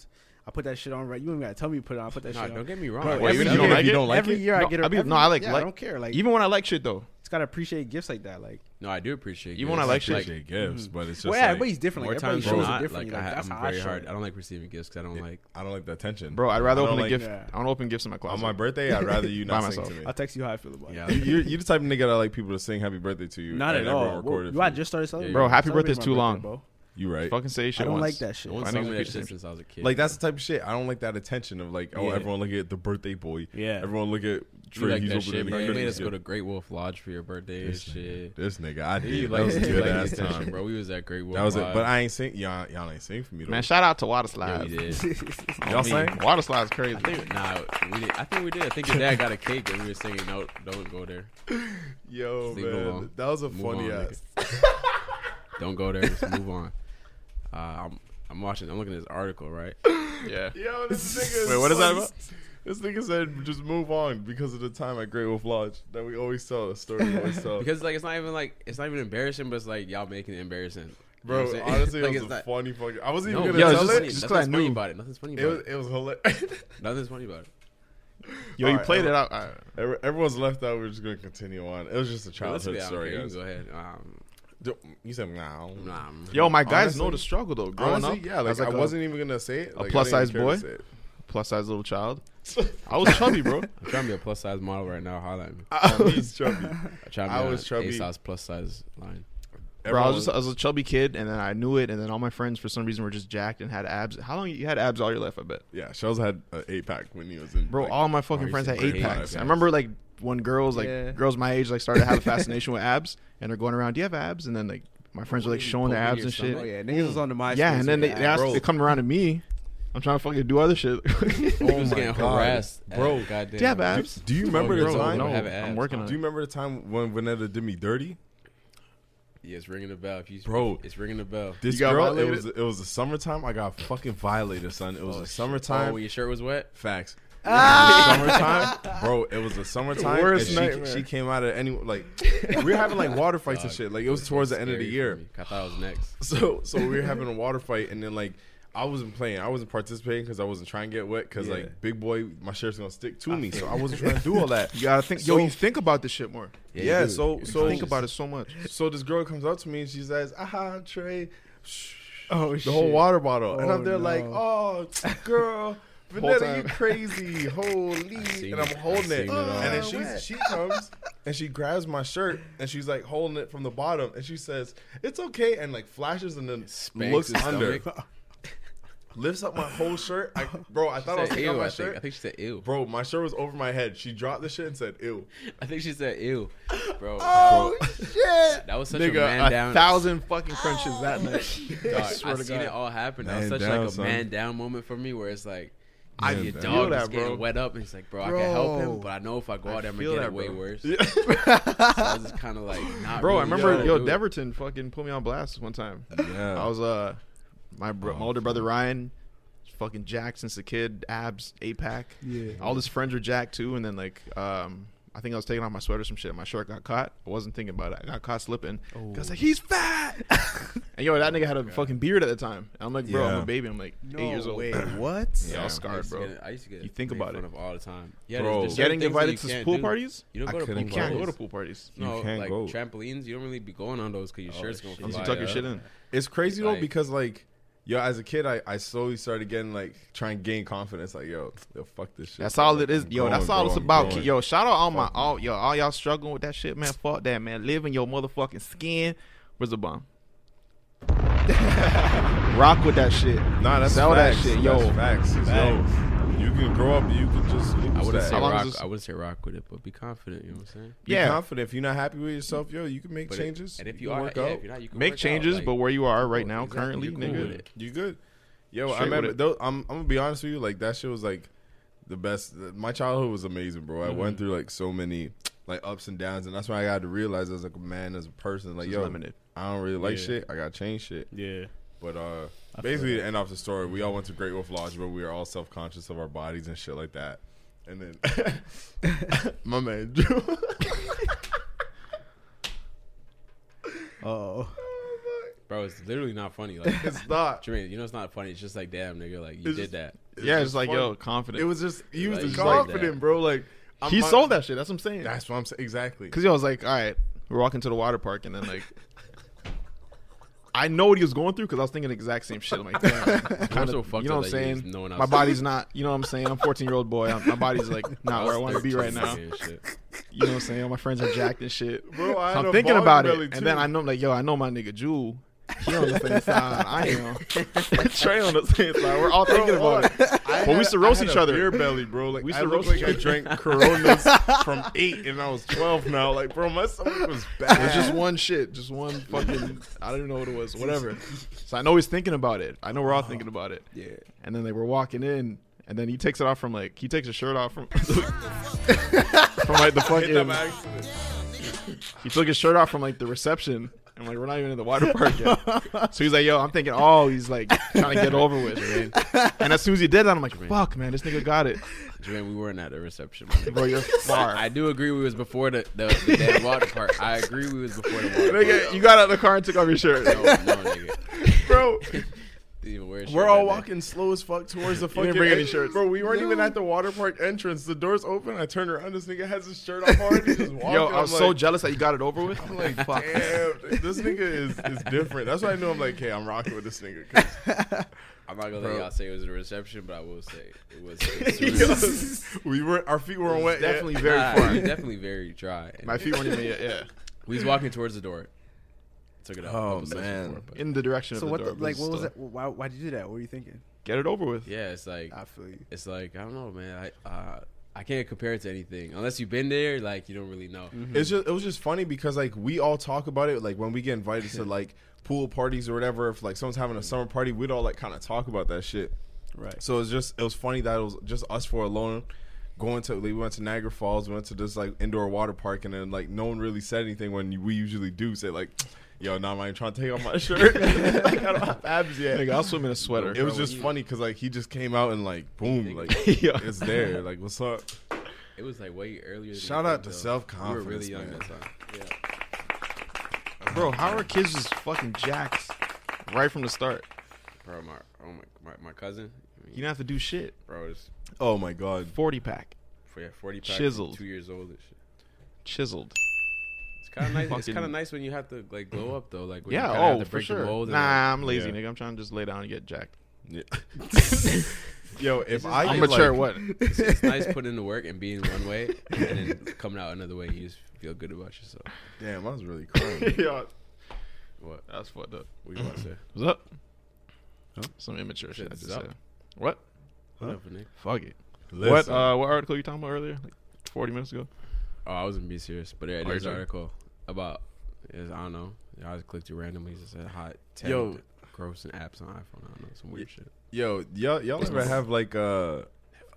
[SPEAKER 2] I put that shit on right. You ain't gotta tell me you put it on. I put that
[SPEAKER 1] Nah,
[SPEAKER 2] shit on.
[SPEAKER 1] don't get me wrong.
[SPEAKER 2] Bro,
[SPEAKER 1] Like,
[SPEAKER 3] Wait,
[SPEAKER 2] every
[SPEAKER 3] even if
[SPEAKER 2] year,
[SPEAKER 3] you don't like it?
[SPEAKER 4] don't like
[SPEAKER 2] every
[SPEAKER 4] it?
[SPEAKER 2] year I
[SPEAKER 3] No,
[SPEAKER 2] get. a-
[SPEAKER 3] I be-
[SPEAKER 2] every-
[SPEAKER 3] no, I like-
[SPEAKER 2] yeah, I
[SPEAKER 3] like-
[SPEAKER 2] don't care. Like
[SPEAKER 3] Even when I like shit though,
[SPEAKER 2] it's gotta appreciate gifts like that. Like,
[SPEAKER 1] no, I do appreciate.
[SPEAKER 3] Even when
[SPEAKER 1] gifts.
[SPEAKER 3] I like
[SPEAKER 4] appreciate
[SPEAKER 3] shit.
[SPEAKER 4] gifts, but it's just
[SPEAKER 2] well, yeah,
[SPEAKER 4] like,
[SPEAKER 2] everybody's different.
[SPEAKER 1] more
[SPEAKER 2] Like, everybody's
[SPEAKER 1] times than
[SPEAKER 2] shows are
[SPEAKER 1] not,
[SPEAKER 2] different.
[SPEAKER 1] like,
[SPEAKER 2] you know,
[SPEAKER 1] I, ha-
[SPEAKER 2] that's
[SPEAKER 1] I'm
[SPEAKER 2] how
[SPEAKER 1] very
[SPEAKER 2] I show
[SPEAKER 1] hard.
[SPEAKER 2] it.
[SPEAKER 1] I don't like receiving gifts because I don't like.
[SPEAKER 4] I don't like the attention,
[SPEAKER 3] bro. I'd rather
[SPEAKER 4] I
[SPEAKER 3] open
[SPEAKER 4] don't
[SPEAKER 3] a gift.
[SPEAKER 2] Yeah.
[SPEAKER 3] I don't open gifts in my closet.
[SPEAKER 4] on my birthday. I'd rather you
[SPEAKER 3] By
[SPEAKER 4] not sing
[SPEAKER 3] myself.
[SPEAKER 4] to me.
[SPEAKER 2] I'll text you how I feel about
[SPEAKER 1] Yeah,
[SPEAKER 2] it.
[SPEAKER 1] I-
[SPEAKER 4] You- You're, you're the type of nigga that like people to sing happy birthday to you.
[SPEAKER 2] Not
[SPEAKER 4] and
[SPEAKER 2] at
[SPEAKER 4] everyone
[SPEAKER 2] all.
[SPEAKER 4] record
[SPEAKER 2] Well,
[SPEAKER 4] it
[SPEAKER 2] you-
[SPEAKER 4] for
[SPEAKER 2] I
[SPEAKER 4] you.
[SPEAKER 2] just started celebrating.
[SPEAKER 3] Bro,
[SPEAKER 2] I'm
[SPEAKER 3] happy birthday's
[SPEAKER 2] celebrating
[SPEAKER 3] too
[SPEAKER 2] my
[SPEAKER 3] long.
[SPEAKER 2] birthday, bro.
[SPEAKER 4] You right.
[SPEAKER 3] Fucking say shit.
[SPEAKER 2] I don't
[SPEAKER 3] once.
[SPEAKER 2] like that shit.
[SPEAKER 1] No one's
[SPEAKER 3] I
[SPEAKER 2] Like,
[SPEAKER 3] think
[SPEAKER 1] told me
[SPEAKER 3] we
[SPEAKER 1] that
[SPEAKER 3] could
[SPEAKER 1] shit
[SPEAKER 3] change-
[SPEAKER 1] since I was a kid.
[SPEAKER 4] Like that's the type of shit I don't like. That attention of like, oh,
[SPEAKER 1] Yeah.
[SPEAKER 4] everyone look at the birthday boy.
[SPEAKER 2] Yeah.
[SPEAKER 4] everyone look at
[SPEAKER 1] You
[SPEAKER 4] Trey.
[SPEAKER 1] like
[SPEAKER 4] he's
[SPEAKER 1] that
[SPEAKER 4] opening
[SPEAKER 1] shit,
[SPEAKER 4] the
[SPEAKER 1] bro. You made
[SPEAKER 4] Christmas
[SPEAKER 1] us go to
[SPEAKER 4] gift.
[SPEAKER 1] Great Wolf Lodge for your birthday and shit.
[SPEAKER 4] This nigga, I
[SPEAKER 1] You
[SPEAKER 4] did. That
[SPEAKER 1] like
[SPEAKER 4] was a
[SPEAKER 1] you
[SPEAKER 4] good
[SPEAKER 1] like
[SPEAKER 4] ass
[SPEAKER 1] the attention,
[SPEAKER 4] time.
[SPEAKER 1] bro. We was at Great Wolf.
[SPEAKER 4] That was it.
[SPEAKER 1] Lodge.
[SPEAKER 4] But I ain't sing. Y'all, y'all ain't sing for me though.
[SPEAKER 3] Man, shout out to Water
[SPEAKER 1] Yeah, we
[SPEAKER 3] Slides.
[SPEAKER 1] did.
[SPEAKER 3] Y'all sang? Water Slides crazy.
[SPEAKER 1] I think, nah, we did. I think we did. I think your dad got a cake and we were singing, "No, don't go there,
[SPEAKER 4] Yo,
[SPEAKER 1] Leave it
[SPEAKER 4] man,
[SPEAKER 1] alone.
[SPEAKER 4] that was a
[SPEAKER 1] Move
[SPEAKER 4] funny
[SPEAKER 1] on,
[SPEAKER 4] ass.
[SPEAKER 1] don't go there." Let's move on. Uh, I'm I'm watching. I'm looking at this article, right?
[SPEAKER 3] Yeah.
[SPEAKER 4] Yo, this nigga.
[SPEAKER 3] Wait, what is that about?
[SPEAKER 4] This nigga said, "Just move on because of the time at Great Wolf Lodge that we always tell the story. We always tell
[SPEAKER 1] Because like it's not even like it's not even embarrassing, but it's like y'all making it embarrassing. You know
[SPEAKER 4] bro,
[SPEAKER 1] what I'm saying?
[SPEAKER 4] honestly,
[SPEAKER 1] Like,
[SPEAKER 4] it
[SPEAKER 1] it's
[SPEAKER 4] was a
[SPEAKER 1] not-
[SPEAKER 4] funny fucking. I wasn't
[SPEAKER 1] No,
[SPEAKER 4] even
[SPEAKER 1] but
[SPEAKER 3] yo,
[SPEAKER 4] gonna tell
[SPEAKER 1] nothing's
[SPEAKER 3] just-
[SPEAKER 1] funny.
[SPEAKER 4] it.
[SPEAKER 3] just 'cause I
[SPEAKER 1] nothing's funny
[SPEAKER 3] knew.
[SPEAKER 1] about it. Nothing's funny
[SPEAKER 4] It
[SPEAKER 1] about
[SPEAKER 4] was,
[SPEAKER 1] it.
[SPEAKER 4] it was hilarious.
[SPEAKER 1] Nothing's funny about it.
[SPEAKER 3] Yo, you
[SPEAKER 4] Alright,
[SPEAKER 3] played it
[SPEAKER 4] alright.
[SPEAKER 3] out. alright.
[SPEAKER 4] Every- Everyone's left out. We're just gonna continue on. It was just a childhood
[SPEAKER 1] Realistically, I don't
[SPEAKER 4] story.
[SPEAKER 1] care.
[SPEAKER 4] Oh,
[SPEAKER 1] You
[SPEAKER 4] guys.
[SPEAKER 1] can go ahead. Um,
[SPEAKER 4] Don't- You said nah.
[SPEAKER 1] nah, I'm-
[SPEAKER 3] Yo, my guys
[SPEAKER 4] Honestly-
[SPEAKER 3] know the struggle though. Growing
[SPEAKER 4] Honestly,
[SPEAKER 3] up,
[SPEAKER 4] yeah, like,
[SPEAKER 3] as like
[SPEAKER 4] I
[SPEAKER 3] a
[SPEAKER 4] wasn't even gonna say it. Like, I
[SPEAKER 3] plus
[SPEAKER 4] didn't
[SPEAKER 3] size
[SPEAKER 4] care to
[SPEAKER 3] boy?
[SPEAKER 4] say it.
[SPEAKER 3] plus size little child. I was chubby, bro.
[SPEAKER 1] I'm trying to be a plus size model right now. Holla at me.
[SPEAKER 4] I was Um, chubby.
[SPEAKER 1] I'm trying to
[SPEAKER 4] I
[SPEAKER 1] be
[SPEAKER 4] was chubby.
[SPEAKER 1] A size plus size line.
[SPEAKER 3] Bro, I
[SPEAKER 4] Everyone
[SPEAKER 3] was, just, I was a chubby kid, and then I knew it, and then all my friends for some reason were just jacked and had abs. How long you had abs all your life? I bet,
[SPEAKER 4] yeah, Shells had an eight pack when he was in.
[SPEAKER 3] bro.
[SPEAKER 4] like,
[SPEAKER 3] all my fucking
[SPEAKER 1] you
[SPEAKER 3] friends
[SPEAKER 1] said
[SPEAKER 3] had eight
[SPEAKER 1] great
[SPEAKER 3] packs.
[SPEAKER 1] abs.
[SPEAKER 3] I remember like when girls like
[SPEAKER 2] Yeah.
[SPEAKER 3] girls my age like started to have a fascination with abs, and they're going around, "Do you have abs?" And then like my friends were like
[SPEAKER 1] Really
[SPEAKER 3] showing their abs
[SPEAKER 1] poking your
[SPEAKER 3] and shit.
[SPEAKER 2] Oh
[SPEAKER 1] stomach?
[SPEAKER 2] yeah, niggas was on the MySpace.
[SPEAKER 3] Yeah, and then they,
[SPEAKER 2] with
[SPEAKER 3] they,
[SPEAKER 2] that.
[SPEAKER 3] asked,
[SPEAKER 4] bro.
[SPEAKER 3] they come around to me. I'm trying to fucking do other shit.
[SPEAKER 1] Oh he was getting harassed,
[SPEAKER 4] Bro,
[SPEAKER 1] At,
[SPEAKER 3] Do
[SPEAKER 1] goddamn.
[SPEAKER 3] you have abs?
[SPEAKER 4] Do you remember
[SPEAKER 1] Bro,
[SPEAKER 4] the time?
[SPEAKER 3] no,
[SPEAKER 1] have
[SPEAKER 3] I'm
[SPEAKER 1] abs.
[SPEAKER 3] working on
[SPEAKER 4] Do you
[SPEAKER 3] it.
[SPEAKER 4] remember the time when Vanetta did me dirty?
[SPEAKER 1] Yeah, it's ringing the bell. If you,
[SPEAKER 4] Bro.
[SPEAKER 1] it's ringing the bell.
[SPEAKER 4] This
[SPEAKER 3] You got
[SPEAKER 4] girl, it
[SPEAKER 3] violated?
[SPEAKER 4] was it was the summertime. I got fucking violated, son. It was the
[SPEAKER 1] Oh,
[SPEAKER 4] summertime.
[SPEAKER 1] when your shirt was wet.
[SPEAKER 4] Facts. It was the summertime, bro. It was the summertime.
[SPEAKER 3] worst
[SPEAKER 4] and
[SPEAKER 3] nightmare.
[SPEAKER 4] she, she came out of any like we were having like water fights and shit. Like it was towards the end of the
[SPEAKER 1] Scary
[SPEAKER 4] year.
[SPEAKER 1] for me. I thought I was next.
[SPEAKER 4] So so we were having a water fight, and then like I wasn't playing, I wasn't participating because I wasn't trying to get wet. Because
[SPEAKER 2] Yeah.
[SPEAKER 4] like big boy, my shirt's gonna stick to me, so I wasn't trying to do all that.
[SPEAKER 3] You gotta think.
[SPEAKER 4] So-
[SPEAKER 3] yo, you think about this shit more.
[SPEAKER 1] Yeah,
[SPEAKER 4] yeah,
[SPEAKER 1] you do.
[SPEAKER 4] so
[SPEAKER 1] You're
[SPEAKER 4] so
[SPEAKER 3] think about it so much.
[SPEAKER 4] So this girl comes up to me and she says, "Aha, Trey."
[SPEAKER 2] Oh
[SPEAKER 1] Oh,
[SPEAKER 4] the whole water bottle. and
[SPEAKER 2] Oh,
[SPEAKER 4] I'm there like,
[SPEAKER 2] no.
[SPEAKER 4] oh, girl.
[SPEAKER 3] whole
[SPEAKER 4] Vanetta, you
[SPEAKER 3] time.
[SPEAKER 4] crazy. Holy.
[SPEAKER 1] seen
[SPEAKER 4] And
[SPEAKER 1] it.
[SPEAKER 4] I'm holding it.
[SPEAKER 1] I've seen it all.
[SPEAKER 4] and then she, she comes and she grabs my shirt and she's like holding it from the bottom and she says, It's okay. And like flashes and then
[SPEAKER 1] Spanks
[SPEAKER 4] looks
[SPEAKER 1] his
[SPEAKER 4] under.
[SPEAKER 1] stomach.
[SPEAKER 4] Lifts up my whole shirt. I, bro, I thought I was
[SPEAKER 1] Said
[SPEAKER 4] taking
[SPEAKER 1] ew,
[SPEAKER 4] off my
[SPEAKER 1] I
[SPEAKER 4] shirt.
[SPEAKER 1] think. I think she said ew.
[SPEAKER 4] Bro, my shirt was over my head. She dropped the shit and said, "Ew." Oh,
[SPEAKER 1] I think she said ew, bro.
[SPEAKER 3] shit.
[SPEAKER 1] That was such a man
[SPEAKER 3] Nigga, a
[SPEAKER 1] down.
[SPEAKER 3] thousand fucking crunches that night.
[SPEAKER 1] dog.
[SPEAKER 3] I swear
[SPEAKER 1] I
[SPEAKER 3] to
[SPEAKER 1] seen
[SPEAKER 3] God.
[SPEAKER 1] it all happen. That was
[SPEAKER 4] Man
[SPEAKER 1] such
[SPEAKER 4] down,
[SPEAKER 1] like a
[SPEAKER 4] son.
[SPEAKER 1] man down moment for me, where it's like, I
[SPEAKER 4] Man
[SPEAKER 1] your
[SPEAKER 4] down.
[SPEAKER 1] dog
[SPEAKER 3] Feel
[SPEAKER 1] is
[SPEAKER 3] that,
[SPEAKER 1] getting
[SPEAKER 3] bro.
[SPEAKER 1] wet up, and it's like, bro, I can help him,
[SPEAKER 2] Bro.
[SPEAKER 1] but I know if I go
[SPEAKER 3] I
[SPEAKER 1] out, there, I'm gonna
[SPEAKER 3] feel
[SPEAKER 1] get
[SPEAKER 3] that,
[SPEAKER 1] it way
[SPEAKER 3] bro.
[SPEAKER 1] worse. so I was just kind of like, not
[SPEAKER 3] Bro, I
[SPEAKER 1] really
[SPEAKER 3] remember
[SPEAKER 1] sure.
[SPEAKER 3] yo,
[SPEAKER 1] Dude,
[SPEAKER 3] Deverton fucking put me on blast one time.
[SPEAKER 4] Yeah.
[SPEAKER 3] I was uh my, bro- my
[SPEAKER 4] Oh,
[SPEAKER 3] older brother Ryan, fucking Jack since a kid, abs, eight pack.
[SPEAKER 2] Yeah.
[SPEAKER 3] All his friends are Jack too, and then like um I think I was taking off my sweater, or some shit. and My shirt got caught. I wasn't thinking about it. I got caught slipping.
[SPEAKER 1] Oh.
[SPEAKER 3] I was like, he's fat. and yo, that nigga had a fucking beard at the time. And I'm like, bro, I'm
[SPEAKER 4] Yeah.
[SPEAKER 3] a baby. I'm like eight years old.
[SPEAKER 2] Wait,
[SPEAKER 3] Yeah,
[SPEAKER 2] what?
[SPEAKER 3] I was
[SPEAKER 1] I
[SPEAKER 3] scarred,
[SPEAKER 1] used to
[SPEAKER 3] bro.
[SPEAKER 1] get- I used to get.
[SPEAKER 3] You think
[SPEAKER 1] made
[SPEAKER 3] about it.
[SPEAKER 1] fun of all the time. Yeah,
[SPEAKER 4] Bro.
[SPEAKER 1] there's- there's
[SPEAKER 3] Getting
[SPEAKER 1] certain things that
[SPEAKER 3] invited
[SPEAKER 1] you
[SPEAKER 3] to
[SPEAKER 1] can't
[SPEAKER 3] pool
[SPEAKER 1] do.
[SPEAKER 3] parties?
[SPEAKER 1] You don't
[SPEAKER 4] I
[SPEAKER 1] go to pool
[SPEAKER 4] couldn't
[SPEAKER 1] parties.
[SPEAKER 4] go.
[SPEAKER 3] Can't go to pool parties.
[SPEAKER 4] You
[SPEAKER 1] No,
[SPEAKER 4] can't
[SPEAKER 1] like
[SPEAKER 4] go.
[SPEAKER 1] trampolines, you don't really be going on those because your shirt's gonna
[SPEAKER 3] You
[SPEAKER 1] fly.
[SPEAKER 3] just tuck your
[SPEAKER 1] up.
[SPEAKER 3] shit in.
[SPEAKER 4] It's crazy though
[SPEAKER 1] Like-
[SPEAKER 4] because like, yo, as a kid, I, I slowly started getting like trying to gain confidence. Like, yo, yo, fuck this shit.
[SPEAKER 3] That's
[SPEAKER 4] bro.
[SPEAKER 3] all it is,
[SPEAKER 4] I'm
[SPEAKER 3] yo.
[SPEAKER 4] growing,
[SPEAKER 3] that's all
[SPEAKER 4] bro.
[SPEAKER 3] it's
[SPEAKER 4] I'm
[SPEAKER 3] about.
[SPEAKER 4] growing.
[SPEAKER 3] Yo, shout out all my all yo all y'all struggling with that shit, man. Fuck that, man. Live in your motherfucking skin. Where's the bomb? Rock with that shit.
[SPEAKER 4] nah, that's
[SPEAKER 3] sell that
[SPEAKER 4] facts.
[SPEAKER 3] shit, yo.
[SPEAKER 4] That's facts. Yo, you can grow up. You can just. Lose
[SPEAKER 1] I wouldn't
[SPEAKER 4] that.
[SPEAKER 1] say
[SPEAKER 3] long is
[SPEAKER 1] rock.
[SPEAKER 3] this-
[SPEAKER 1] I wouldn't say rock with it, but be confident. You know what I'm saying?
[SPEAKER 4] Be
[SPEAKER 3] Yeah.
[SPEAKER 4] confident. If you're not happy with yourself, yo, you can make
[SPEAKER 1] But it-
[SPEAKER 4] changes.
[SPEAKER 1] and if
[SPEAKER 4] you
[SPEAKER 1] you
[SPEAKER 4] can
[SPEAKER 1] are,
[SPEAKER 4] work
[SPEAKER 1] yeah,
[SPEAKER 4] out.
[SPEAKER 1] if you're not, you can
[SPEAKER 3] Make
[SPEAKER 1] work out,
[SPEAKER 3] changes,
[SPEAKER 1] like-
[SPEAKER 3] but where you are right now,
[SPEAKER 1] exactly,
[SPEAKER 3] currently,
[SPEAKER 1] you're cool
[SPEAKER 3] nigga.
[SPEAKER 1] with it.
[SPEAKER 4] You good? Yo, I
[SPEAKER 3] Straight with
[SPEAKER 4] remember.
[SPEAKER 3] it.
[SPEAKER 4] Those, I'm I'm gonna be honest with you. Like that shit was like the best. My childhood was amazing, bro. I went through like so many like ups and downs, and that's when I got to realize as a man, as a person, like
[SPEAKER 3] Just
[SPEAKER 4] yo,
[SPEAKER 3] limited.
[SPEAKER 4] I don't really like
[SPEAKER 5] Yeah.
[SPEAKER 4] shit. I got to change shit.
[SPEAKER 5] Yeah.
[SPEAKER 4] But uh, basically, to end off the story, we all went to Great Wolf Lodge, but we were all self conscious of our bodies and shit like that. And then my man Drew.
[SPEAKER 2] Oh,
[SPEAKER 1] Bro, it's literally not funny. Like,
[SPEAKER 4] it's not.
[SPEAKER 1] Jermaine, you know it's not funny. It's just like, damn, nigga, like you
[SPEAKER 4] It's
[SPEAKER 1] did
[SPEAKER 4] just-
[SPEAKER 1] that.
[SPEAKER 3] Yeah, it's like
[SPEAKER 4] fun.
[SPEAKER 3] yo, confident.
[SPEAKER 4] It was just he was
[SPEAKER 1] Like,
[SPEAKER 4] just
[SPEAKER 1] he's like
[SPEAKER 4] confident,
[SPEAKER 1] that.
[SPEAKER 4] bro. Like I'm
[SPEAKER 3] he
[SPEAKER 4] not-
[SPEAKER 3] sold that shit. That's what I'm saying.
[SPEAKER 4] That's what I'm saying. Exactly.
[SPEAKER 3] Cause yo, I was like, all right, we're walking to the water park, and then like, I know what he was going through because I was thinking the exact same shit. I'm like, damn,
[SPEAKER 1] I'm
[SPEAKER 3] kinda-
[SPEAKER 1] so fucked
[SPEAKER 3] you know
[SPEAKER 1] up
[SPEAKER 3] what I'm
[SPEAKER 1] that you just
[SPEAKER 3] saying?
[SPEAKER 1] know when I
[SPEAKER 3] my
[SPEAKER 1] was-
[SPEAKER 3] body's not, you know what I'm saying? I'm 14 year old boy. I'm, my body's like not where I
[SPEAKER 1] was
[SPEAKER 3] want to be right
[SPEAKER 1] 13
[SPEAKER 3] now.
[SPEAKER 1] and shit.
[SPEAKER 3] You know what I'm saying? All my friends are jacked and shit.
[SPEAKER 4] Bro, I had
[SPEAKER 3] so I'm
[SPEAKER 4] a
[SPEAKER 3] thinking
[SPEAKER 4] bong
[SPEAKER 3] about
[SPEAKER 4] belly,
[SPEAKER 3] it, and then
[SPEAKER 4] too.
[SPEAKER 3] I know, like, yo, I know my nigga Jewel. He on the same side. I am. Trey on the same side. We're all thinking about it. But we used to roast each other.
[SPEAKER 4] Beer belly, bro. Like
[SPEAKER 3] We used
[SPEAKER 4] I
[SPEAKER 3] to
[SPEAKER 4] looked
[SPEAKER 3] roast
[SPEAKER 4] like
[SPEAKER 3] each
[SPEAKER 4] I
[SPEAKER 3] other.
[SPEAKER 4] drank Coronas from eight, and I was twelve now. Like, bro, my stomach was
[SPEAKER 3] It was
[SPEAKER 4] bad.
[SPEAKER 3] just one shit, just one fucking. I don't even know what it was. Whatever. So I know he's thinking about it. I know we're
[SPEAKER 4] Uh-huh.
[SPEAKER 3] all thinking about it.
[SPEAKER 2] yeah.
[SPEAKER 3] And then they were walking in, and then he takes it off from like he takes his shirt off from from like the fucking. He took his shirt off from like the reception. And like we're not even in the water park yet, so he's like, "Yo, I'm thinking, oh, he's like trying to get over with." Right? And as soon as he did that, I'm like, "Fuck, man, this nigga got it,
[SPEAKER 1] Jermaine, we weren't at a reception. my nigga.
[SPEAKER 3] bro. You're far."
[SPEAKER 1] I do agree we was before the the, the damn water park. I agree we was before the water park.
[SPEAKER 3] Nigga, you got out of the car and took off your shirt,
[SPEAKER 1] No, no, nigga.
[SPEAKER 4] bro.
[SPEAKER 1] Didn't even wear a shirt
[SPEAKER 4] We're all
[SPEAKER 1] that day.
[SPEAKER 4] walking slow as fuck towards the fucking.
[SPEAKER 3] bring any
[SPEAKER 4] en-
[SPEAKER 3] shirts.
[SPEAKER 4] bro. We weren't even at the water park entrance. The doors open. I turn around. This nigga has his shirt off already. Just walking.
[SPEAKER 3] Yo, I was
[SPEAKER 4] I'm
[SPEAKER 3] so
[SPEAKER 4] like,
[SPEAKER 3] jealous that you got it over with. I'm like, fuck.
[SPEAKER 4] Damn, this nigga is, is different. That's why I knew I'm like, hey, I'm rocking with this nigga. 'cause
[SPEAKER 1] I'm not gonna
[SPEAKER 4] Bro.
[SPEAKER 1] let y'all say it was a reception, but I will say it was. It
[SPEAKER 4] we were our feet weren't wet. yet.
[SPEAKER 3] Definitely very
[SPEAKER 1] nah,
[SPEAKER 3] far.
[SPEAKER 1] it was definitely very dry. And
[SPEAKER 3] My feet weren't even yet, yeah.
[SPEAKER 1] We was walking towards the door. Took it
[SPEAKER 4] Oh,
[SPEAKER 1] out. couple sections
[SPEAKER 4] man.
[SPEAKER 1] before, but-
[SPEAKER 3] In the direction
[SPEAKER 2] So
[SPEAKER 3] of the
[SPEAKER 2] what?
[SPEAKER 3] door.
[SPEAKER 2] The,
[SPEAKER 3] but
[SPEAKER 2] like, what was
[SPEAKER 3] still.
[SPEAKER 2] that? Why? Why did you do that? What were you thinking?
[SPEAKER 3] Get it over with.
[SPEAKER 1] yeah, it's like
[SPEAKER 2] I feel you.
[SPEAKER 1] it's like I don't know, man. I uh, I can't compare it to anything unless you've been there. Like you don't really know.
[SPEAKER 4] It's just it was just funny because like we all talk about it like when we get invited to like pool parties or whatever if like someone's having a summer party we'd all like kind of talk about that shit.
[SPEAKER 2] Right.
[SPEAKER 4] So it's just it was funny that it was just us four alone going to like, we went to Niagara Falls, we went to this like indoor water park and then like no one really said anything when we usually do say like yo now I'm not even trying to take off my shirt. Like, I don't have abs yet.
[SPEAKER 3] Nigga, I'll swim in a sweater.
[SPEAKER 4] it was just funny because like he just came out and like boom like
[SPEAKER 3] Yeah.
[SPEAKER 4] it's there like what's up
[SPEAKER 1] It was like way earlier. Than
[SPEAKER 4] Shout
[SPEAKER 1] you
[SPEAKER 4] out
[SPEAKER 1] think,
[SPEAKER 4] to
[SPEAKER 1] though.
[SPEAKER 4] self-confidence,
[SPEAKER 1] We were really young
[SPEAKER 4] man.
[SPEAKER 1] that time.
[SPEAKER 3] Bro, how are kids just fucking jacks right from the start?
[SPEAKER 1] Bro, my oh my my, my cousin. I mean,
[SPEAKER 3] You don't have to do shit.
[SPEAKER 1] bro, it's
[SPEAKER 4] oh my god
[SPEAKER 3] 40 pack.
[SPEAKER 1] for yeah, forty pack,
[SPEAKER 3] Chiseled.
[SPEAKER 1] two years old and shit.
[SPEAKER 3] Chiseled.
[SPEAKER 1] It's kind of nice. It's
[SPEAKER 3] Fucking-
[SPEAKER 1] kind of nice when you have to like glow up though. Like when you
[SPEAKER 3] Yeah,
[SPEAKER 1] kinda have
[SPEAKER 3] oh,
[SPEAKER 1] to
[SPEAKER 3] for
[SPEAKER 1] break the
[SPEAKER 3] sure.
[SPEAKER 1] mold and,
[SPEAKER 3] Nah, I'm lazy,
[SPEAKER 4] Yeah.
[SPEAKER 3] nigga. I'm trying to just lay down and get jacked.
[SPEAKER 4] Yeah. Yo, if I
[SPEAKER 3] I'm
[SPEAKER 4] could,
[SPEAKER 3] mature.
[SPEAKER 4] like-
[SPEAKER 3] what?
[SPEAKER 1] It's, it's nice putting in the work and being one way and then coming out another way. You just feel good about yourself.
[SPEAKER 4] Damn, I was really crying.
[SPEAKER 3] Yo,
[SPEAKER 1] What?
[SPEAKER 3] that's fucked up.
[SPEAKER 1] What you want to say?
[SPEAKER 3] What's up? Some immature shit I
[SPEAKER 1] Shit's
[SPEAKER 3] just
[SPEAKER 1] up.
[SPEAKER 3] said. What?
[SPEAKER 1] Whatever, Nick.
[SPEAKER 3] Fuck it. What?
[SPEAKER 4] Listen,
[SPEAKER 3] Uh, what article you talking about earlier? Like Forty minutes ago.
[SPEAKER 1] Oh, I wasn't being serious, but yeah,
[SPEAKER 3] you're
[SPEAKER 1] there's an
[SPEAKER 3] joking.
[SPEAKER 1] article about is I don't know. I just clicked it randomly. It just said hot ten
[SPEAKER 4] Yo.
[SPEAKER 1] gross and apps on iPhone. I don't know some weird shit.
[SPEAKER 4] yo, y'all, y'all ever have like a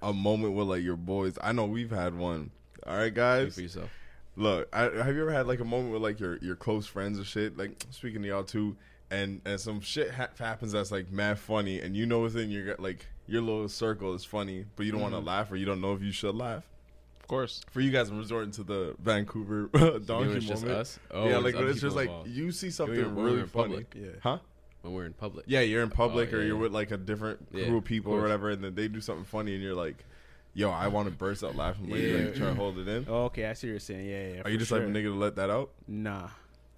[SPEAKER 4] a moment with like your boys? I know we've had one. All right,
[SPEAKER 1] Speak
[SPEAKER 4] guys.
[SPEAKER 1] for yourself.
[SPEAKER 4] Look, I, have you ever had like a moment with like your your close friends or shit? Like speaking to y'all too, and and some shit ha- happens that's like mad funny, and you know within your like your little circle is funny, but you don't
[SPEAKER 1] Mm-hmm.
[SPEAKER 4] want to laugh or you don't know if you should laugh.
[SPEAKER 3] Of course.
[SPEAKER 4] For you guys, I'm resorting to the Vancouver donkey
[SPEAKER 1] it's
[SPEAKER 4] moment.
[SPEAKER 1] just us? Oh,
[SPEAKER 4] yeah,
[SPEAKER 1] it's
[SPEAKER 4] like
[SPEAKER 1] other
[SPEAKER 4] it's just
[SPEAKER 1] people
[SPEAKER 4] like
[SPEAKER 1] involved.
[SPEAKER 4] you see
[SPEAKER 1] we
[SPEAKER 4] something
[SPEAKER 1] were- we were
[SPEAKER 4] really
[SPEAKER 1] in
[SPEAKER 4] funny,
[SPEAKER 1] public.
[SPEAKER 2] Yeah.
[SPEAKER 4] huh?
[SPEAKER 1] When we're in public.
[SPEAKER 4] Yeah, you're in public
[SPEAKER 1] Oh,
[SPEAKER 4] or
[SPEAKER 1] yeah,
[SPEAKER 4] you're
[SPEAKER 1] yeah.
[SPEAKER 4] with like a different
[SPEAKER 1] Yeah,
[SPEAKER 4] crew of
[SPEAKER 1] of
[SPEAKER 4] people or
[SPEAKER 1] course.
[SPEAKER 4] whatever, and then they do something funny, and you're like, "Yo, I want to burst out laughing," but you
[SPEAKER 2] Yeah.
[SPEAKER 4] like try to hold it in.
[SPEAKER 2] Oh, okay, I see what you're saying. Yeah, yeah.
[SPEAKER 4] Are you just like a nigga to let that out?
[SPEAKER 2] Nah.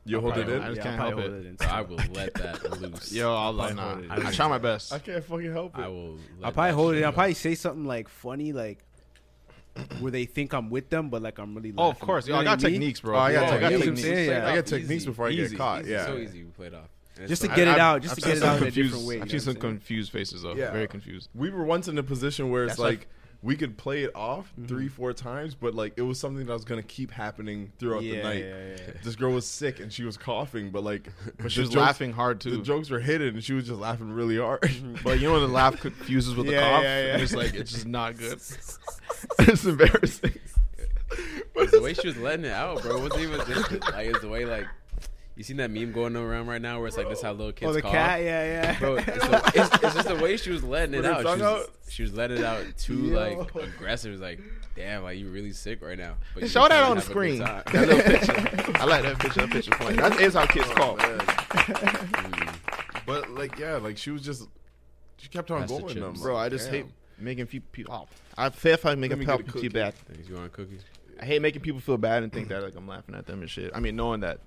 [SPEAKER 4] You hold it
[SPEAKER 3] probably
[SPEAKER 4] in.
[SPEAKER 3] won't. I just
[SPEAKER 2] yeah,
[SPEAKER 3] can't
[SPEAKER 2] I'll
[SPEAKER 3] help
[SPEAKER 2] probably
[SPEAKER 3] it.
[SPEAKER 2] hold in.
[SPEAKER 1] I will let that loose.
[SPEAKER 3] Yo, I'll like nah.
[SPEAKER 2] hold it.
[SPEAKER 3] I try my best.
[SPEAKER 4] I can't fucking help it.
[SPEAKER 1] I will. Let
[SPEAKER 2] I'll probably
[SPEAKER 1] that
[SPEAKER 2] hold it.
[SPEAKER 1] shit
[SPEAKER 2] in. I'll
[SPEAKER 1] go.
[SPEAKER 2] probably say something like funny, like where they think I'm with them, but like I'm really. Laughing.
[SPEAKER 3] oh, of course.
[SPEAKER 2] You
[SPEAKER 3] Yo,
[SPEAKER 2] know
[SPEAKER 3] I
[SPEAKER 2] what
[SPEAKER 3] got
[SPEAKER 2] mean?
[SPEAKER 3] techniques, bro.
[SPEAKER 4] Oh, I got
[SPEAKER 3] Whoa,
[SPEAKER 4] tech- I got
[SPEAKER 3] you see what I'm
[SPEAKER 4] techniques.
[SPEAKER 3] saying?
[SPEAKER 2] Yeah.
[SPEAKER 4] I got techniques
[SPEAKER 1] Easy,
[SPEAKER 4] before I
[SPEAKER 1] easy,
[SPEAKER 4] get caught.
[SPEAKER 1] easy,
[SPEAKER 4] yeah.
[SPEAKER 1] so easy. We played off. And
[SPEAKER 2] Just
[SPEAKER 1] it's
[SPEAKER 2] to
[SPEAKER 1] not-
[SPEAKER 2] get it
[SPEAKER 3] I've-
[SPEAKER 2] out, just
[SPEAKER 3] I've
[SPEAKER 2] to get
[SPEAKER 3] seen
[SPEAKER 2] it
[SPEAKER 3] some
[SPEAKER 2] out in a different
[SPEAKER 3] confused-
[SPEAKER 2] way. you
[SPEAKER 3] I've
[SPEAKER 2] know
[SPEAKER 3] seen
[SPEAKER 2] what
[SPEAKER 3] some
[SPEAKER 2] I'm saying?
[SPEAKER 3] confused faces though.
[SPEAKER 4] Yeah.
[SPEAKER 3] Very confused.
[SPEAKER 4] we were once in a position where it's
[SPEAKER 3] That's like- Mm-hmm.
[SPEAKER 4] like we could play it off three, four times, but like it was something that was gonna keep happening throughout the
[SPEAKER 2] Yeah,
[SPEAKER 4] night.
[SPEAKER 2] yeah, yeah.
[SPEAKER 4] This girl was sick and she was coughing, but like,
[SPEAKER 3] But she
[SPEAKER 4] the
[SPEAKER 3] was
[SPEAKER 4] jokes-
[SPEAKER 3] laughing hard
[SPEAKER 4] The
[SPEAKER 3] too. Mm-hmm.
[SPEAKER 4] jokes were hidden, and she was just laughing really hard.
[SPEAKER 3] But you know when the laugh confuses with the
[SPEAKER 4] Yeah,
[SPEAKER 3] cough?
[SPEAKER 4] yeah, yeah.
[SPEAKER 3] And it's like it's just not good. it's embarrassing.
[SPEAKER 4] But
[SPEAKER 1] the way she was letting it out, bro, wasn't even just like it's the way like you seen that meme going around right now where it's like this how little kids
[SPEAKER 2] Oh, the
[SPEAKER 1] cough.
[SPEAKER 2] cat. Yeah, yeah.
[SPEAKER 1] Bro, it's, the, it's, it's just the way she was letting it
[SPEAKER 4] her
[SPEAKER 1] out. She
[SPEAKER 4] tongue
[SPEAKER 1] was,
[SPEAKER 4] out?
[SPEAKER 1] she was letting it out too
[SPEAKER 4] Yo.
[SPEAKER 1] like aggressive. It was like, damn, like you really sick right now. But you
[SPEAKER 3] Show that
[SPEAKER 1] really
[SPEAKER 3] on the
[SPEAKER 1] have a good
[SPEAKER 3] screen.
[SPEAKER 1] time.
[SPEAKER 3] That little picture. I like that picture. That picture funny. That is how kids call.
[SPEAKER 1] Mm-hmm.
[SPEAKER 4] but like, yeah, like she was just she kept on
[SPEAKER 1] That's the
[SPEAKER 4] going.
[SPEAKER 1] chips.
[SPEAKER 4] I'm like,
[SPEAKER 3] Bro, I just
[SPEAKER 4] damn.
[SPEAKER 3] hate making fe- people. Oh, I fear if I make
[SPEAKER 4] Let
[SPEAKER 3] a
[SPEAKER 4] me get a
[SPEAKER 3] people
[SPEAKER 4] cookie.
[SPEAKER 3] feel bad.
[SPEAKER 1] Thanks, you want cookies?
[SPEAKER 3] I hate making people feel bad and think that like I'm laughing at them and shit. I mean, knowing that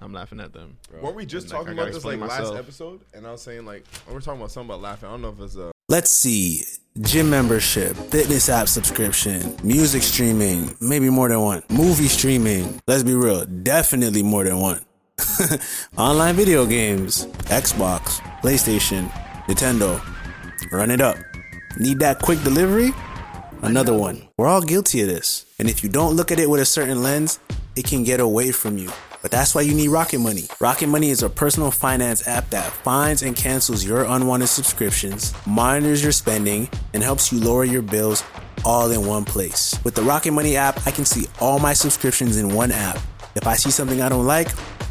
[SPEAKER 3] I'm laughing at them.
[SPEAKER 4] Weren't we just
[SPEAKER 3] And, like,
[SPEAKER 4] talking
[SPEAKER 3] I
[SPEAKER 4] about
[SPEAKER 3] gotta
[SPEAKER 4] this like
[SPEAKER 3] explain
[SPEAKER 4] last
[SPEAKER 3] myself.
[SPEAKER 4] episode? And I was saying like we're talking about something about laughing. I don't know if it's a
[SPEAKER 5] Let's see. Gym membership, fitness app subscription, music streaming, maybe more than one. Movie streaming, let's be real, definitely more than one. Online video games, Xbox, PlayStation, Nintendo. Run it up. Need that quick delivery? Another one. We're all guilty of this. And if you don't look at it with a certain lens, it can get away from you. But that's why you need Rocket Money. Rocket Money is a personal finance app that finds and cancels your unwanted subscriptions, monitors your spending, and helps you lower your bills all in one place. With the Rocket Money app, I can see all my subscriptions in one app. If I see something I don't like,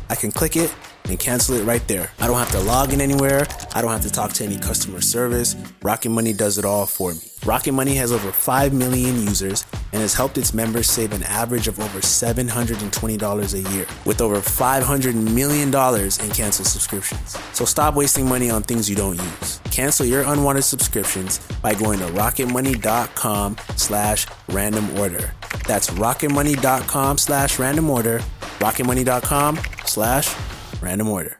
[SPEAKER 5] I can click it and cancel it right there. I don't have to log in anywhere. I don't have to talk to any customer service. Rocket Money does it all for me. Rocket Money has over 5 million users and has helped its members save an average of over $720 a year with over $500 million in canceled subscriptions. So stop wasting money on things you don't use. Cancel your unwanted subscriptions by going to rocketmoney.com slash random order. That's rocketmoney.com slash random order, rocketmoney.com slash Random order.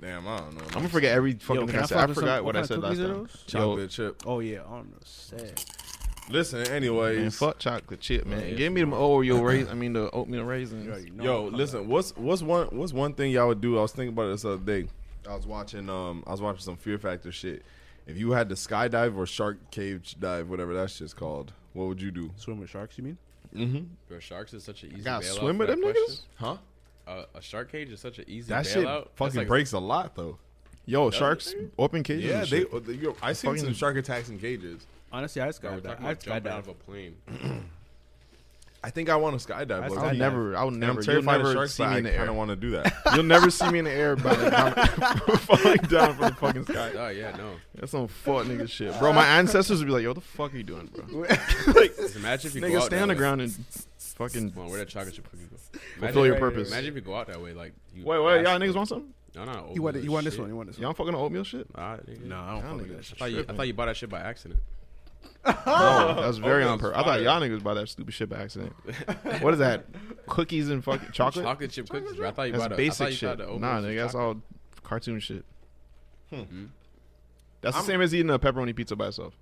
[SPEAKER 4] damn. I don't know.
[SPEAKER 3] I'm gonna forget every fucking
[SPEAKER 2] Yo,
[SPEAKER 3] thing
[SPEAKER 2] can
[SPEAKER 3] I
[SPEAKER 2] I
[SPEAKER 3] said. I
[SPEAKER 2] fuck with
[SPEAKER 3] forgot
[SPEAKER 2] some-
[SPEAKER 3] what
[SPEAKER 2] what
[SPEAKER 3] I
[SPEAKER 2] kind of
[SPEAKER 3] said last
[SPEAKER 2] cookies are
[SPEAKER 3] time.
[SPEAKER 2] those?
[SPEAKER 4] chocolate chip.
[SPEAKER 2] Oh yeah, I don't know. Sad.
[SPEAKER 4] Listen,
[SPEAKER 3] Man,
[SPEAKER 4] anyways,
[SPEAKER 3] fuck chocolate chip, man. Give me them Oreo raisins. I mean the oatmeal raisins.
[SPEAKER 4] Yo, listen. What's what's one what's one thing y'all would do? I was thinking about it this other day. I was watching um I was watching some Fear Factor shit. If you had to skydive or shark cage dive, whatever that shit's called, what would you do?
[SPEAKER 2] Swim with sharks, you mean?
[SPEAKER 1] Bro, sharks is such an easy
[SPEAKER 3] Gotta
[SPEAKER 1] bailout.
[SPEAKER 3] swim
[SPEAKER 1] for
[SPEAKER 3] with them
[SPEAKER 1] that
[SPEAKER 3] niggas?
[SPEAKER 1] question.
[SPEAKER 4] Huh?
[SPEAKER 1] Uh, a shark cage is such an easy
[SPEAKER 4] That
[SPEAKER 1] bailout.
[SPEAKER 4] shit
[SPEAKER 1] That's
[SPEAKER 4] fucking
[SPEAKER 1] like-
[SPEAKER 4] breaks a lot though.
[SPEAKER 3] Yo, sharks open cages.
[SPEAKER 4] Yeah,
[SPEAKER 3] and
[SPEAKER 4] they.
[SPEAKER 3] shit.
[SPEAKER 4] uh, they- Yo, I seen some
[SPEAKER 3] Fucking-
[SPEAKER 4] shark attacks in cages.
[SPEAKER 2] Honestly, I just
[SPEAKER 1] Bro, we're
[SPEAKER 2] got
[SPEAKER 1] talking
[SPEAKER 2] I
[SPEAKER 1] about
[SPEAKER 2] just got
[SPEAKER 1] jumping out of
[SPEAKER 2] that.
[SPEAKER 1] a plane.
[SPEAKER 4] I think I want to skydive.
[SPEAKER 3] That's-
[SPEAKER 4] low-key.
[SPEAKER 3] I'll never- I'll
[SPEAKER 4] And
[SPEAKER 3] never-
[SPEAKER 4] I'm
[SPEAKER 3] you'll
[SPEAKER 4] terrified
[SPEAKER 3] never
[SPEAKER 4] of sharks,
[SPEAKER 3] see
[SPEAKER 4] but
[SPEAKER 3] me in
[SPEAKER 4] I
[SPEAKER 3] the air.
[SPEAKER 4] kind of want to do that.
[SPEAKER 3] You'll never see me in the air, by the time- falling down from the fucking sky.
[SPEAKER 1] Oh yeah, no.
[SPEAKER 3] That's some fuck nigga shit, bro. My ancestors would be like, "Yo, what the fuck are you doing, bro?
[SPEAKER 2] Like,
[SPEAKER 1] Just imagine if you go
[SPEAKER 3] Nigga,
[SPEAKER 1] out
[SPEAKER 3] stay
[SPEAKER 1] that
[SPEAKER 3] on the
[SPEAKER 1] way.
[SPEAKER 3] ground and fucking
[SPEAKER 1] Come on, where that chocolate chip cookie go?
[SPEAKER 3] fulfill your purpose."
[SPEAKER 1] Imagine if you go out that way, like you
[SPEAKER 3] Wait, wait, y'all
[SPEAKER 1] ask-
[SPEAKER 3] niggas want something?
[SPEAKER 1] No, no.
[SPEAKER 2] you want
[SPEAKER 1] oatmeal
[SPEAKER 2] you want this
[SPEAKER 1] shit.
[SPEAKER 2] one? You want this one?
[SPEAKER 3] Y'all fucking oatmeal shit?
[SPEAKER 1] Nah, nigga.
[SPEAKER 2] No, I
[SPEAKER 3] Y'all niggas
[SPEAKER 2] don't fuck with that
[SPEAKER 1] I
[SPEAKER 2] shit.
[SPEAKER 1] thought, you, I thought you bought that shit by accident.
[SPEAKER 3] Bro, that was very on
[SPEAKER 1] Oatmeal's
[SPEAKER 3] purpose. I thought
[SPEAKER 1] fire.
[SPEAKER 3] y'all niggas buy that stupid shit by accident. what is that? Cookies and fucking chocolate?
[SPEAKER 1] Chocolate chip cookies. Bro. I thought you
[SPEAKER 3] That's
[SPEAKER 1] bought a, I
[SPEAKER 3] basic
[SPEAKER 1] thought you
[SPEAKER 3] shit.
[SPEAKER 1] thought the oatmeal
[SPEAKER 3] Nah,
[SPEAKER 1] was
[SPEAKER 3] nigga, that's
[SPEAKER 1] chocolate.
[SPEAKER 3] all cartoon shit. That's the same as eating a pepperoni pizza by itself.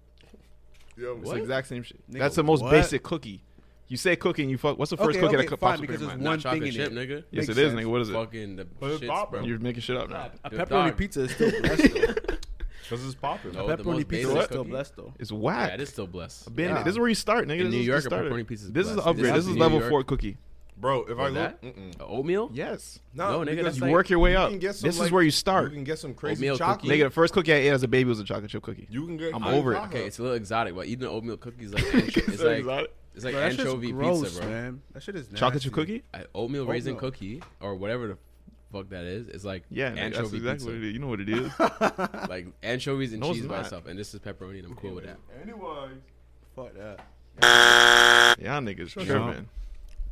[SPEAKER 4] Yo,
[SPEAKER 3] It's the
[SPEAKER 1] What?
[SPEAKER 3] exact same shit.
[SPEAKER 2] Nigga,
[SPEAKER 3] that's the most
[SPEAKER 2] what?
[SPEAKER 3] basic cookie. You say cookie and you fuck. What's the first
[SPEAKER 2] Okay,
[SPEAKER 3] cookie
[SPEAKER 2] okay,
[SPEAKER 3] that co-
[SPEAKER 2] fine,
[SPEAKER 3] pops up in
[SPEAKER 2] because
[SPEAKER 3] your
[SPEAKER 2] it's
[SPEAKER 3] mind?
[SPEAKER 1] Not
[SPEAKER 2] One thing
[SPEAKER 1] chocolate
[SPEAKER 2] in
[SPEAKER 1] chip,
[SPEAKER 2] it.
[SPEAKER 3] Yes,
[SPEAKER 1] nigga.
[SPEAKER 3] it
[SPEAKER 2] makes
[SPEAKER 3] is,
[SPEAKER 2] sense.
[SPEAKER 3] nigga. What is it?
[SPEAKER 1] Fucking the
[SPEAKER 4] But it's
[SPEAKER 1] shits,
[SPEAKER 4] not,
[SPEAKER 1] bro.
[SPEAKER 3] You're making shit up now.
[SPEAKER 2] A
[SPEAKER 1] Yo,
[SPEAKER 2] pepperoni
[SPEAKER 1] dog.
[SPEAKER 2] pizza is still blessed. though.
[SPEAKER 4] because it's popping.
[SPEAKER 1] No,
[SPEAKER 2] A
[SPEAKER 1] the most
[SPEAKER 2] pepperoni pizza
[SPEAKER 1] basic
[SPEAKER 2] is still
[SPEAKER 1] cookie.
[SPEAKER 2] blessed though.
[SPEAKER 3] It's whack.
[SPEAKER 1] Yeah, it is still blessed.
[SPEAKER 3] Been-
[SPEAKER 2] Yeah.
[SPEAKER 3] This is where you start, nigga.
[SPEAKER 1] In
[SPEAKER 3] this
[SPEAKER 1] New
[SPEAKER 3] is the
[SPEAKER 1] York, a
[SPEAKER 3] starter.
[SPEAKER 1] pepperoni pizza is
[SPEAKER 3] This is the
[SPEAKER 1] blessed.
[SPEAKER 3] upgrade.
[SPEAKER 1] This
[SPEAKER 3] This
[SPEAKER 1] is
[SPEAKER 3] is
[SPEAKER 1] New
[SPEAKER 3] level
[SPEAKER 1] York.
[SPEAKER 3] four cookie.
[SPEAKER 4] Bro, if I
[SPEAKER 1] Is
[SPEAKER 4] look,
[SPEAKER 1] that
[SPEAKER 4] mm-mm.
[SPEAKER 1] a oatmeal?
[SPEAKER 3] Yes.
[SPEAKER 1] No, nigga,
[SPEAKER 4] because
[SPEAKER 1] that's
[SPEAKER 3] You
[SPEAKER 1] like-
[SPEAKER 3] work your way up.
[SPEAKER 4] can get
[SPEAKER 3] This
[SPEAKER 4] some,
[SPEAKER 3] is
[SPEAKER 4] like-
[SPEAKER 3] where you
[SPEAKER 4] You
[SPEAKER 3] start.
[SPEAKER 4] can get some crazy
[SPEAKER 1] Oatmeal
[SPEAKER 4] chocolate.
[SPEAKER 3] Nigga, the first cookie I ate as a baby was a chocolate chip cookie.
[SPEAKER 4] You can get.
[SPEAKER 3] I'm over it.
[SPEAKER 1] Okay, it's a little exotic, but eating the oatmeal cookies like ancho- it's
[SPEAKER 3] So
[SPEAKER 1] like
[SPEAKER 3] exotic.
[SPEAKER 1] it's like
[SPEAKER 2] Bro, that shit's
[SPEAKER 1] anchovy
[SPEAKER 2] gross,
[SPEAKER 1] pizza, bro.
[SPEAKER 2] Man. That shit is nasty.
[SPEAKER 3] Chocolate chip cookie?
[SPEAKER 1] I, oatmeal raisin
[SPEAKER 2] Oatmeal.
[SPEAKER 1] cookie or whatever the fuck that is. It's like
[SPEAKER 3] Yeah, nigga, that's
[SPEAKER 1] anchovy
[SPEAKER 3] exactly what it
[SPEAKER 1] pizza,
[SPEAKER 3] is. You know what it is.
[SPEAKER 1] like anchovies and
[SPEAKER 3] No, it's
[SPEAKER 1] cheese by
[SPEAKER 3] not.
[SPEAKER 1] itself, and this is pepperoni, and I'm cool with that.
[SPEAKER 4] Anyway,
[SPEAKER 2] Fuck that.
[SPEAKER 3] Y'all niggas
[SPEAKER 4] up.
[SPEAKER 3] tripping.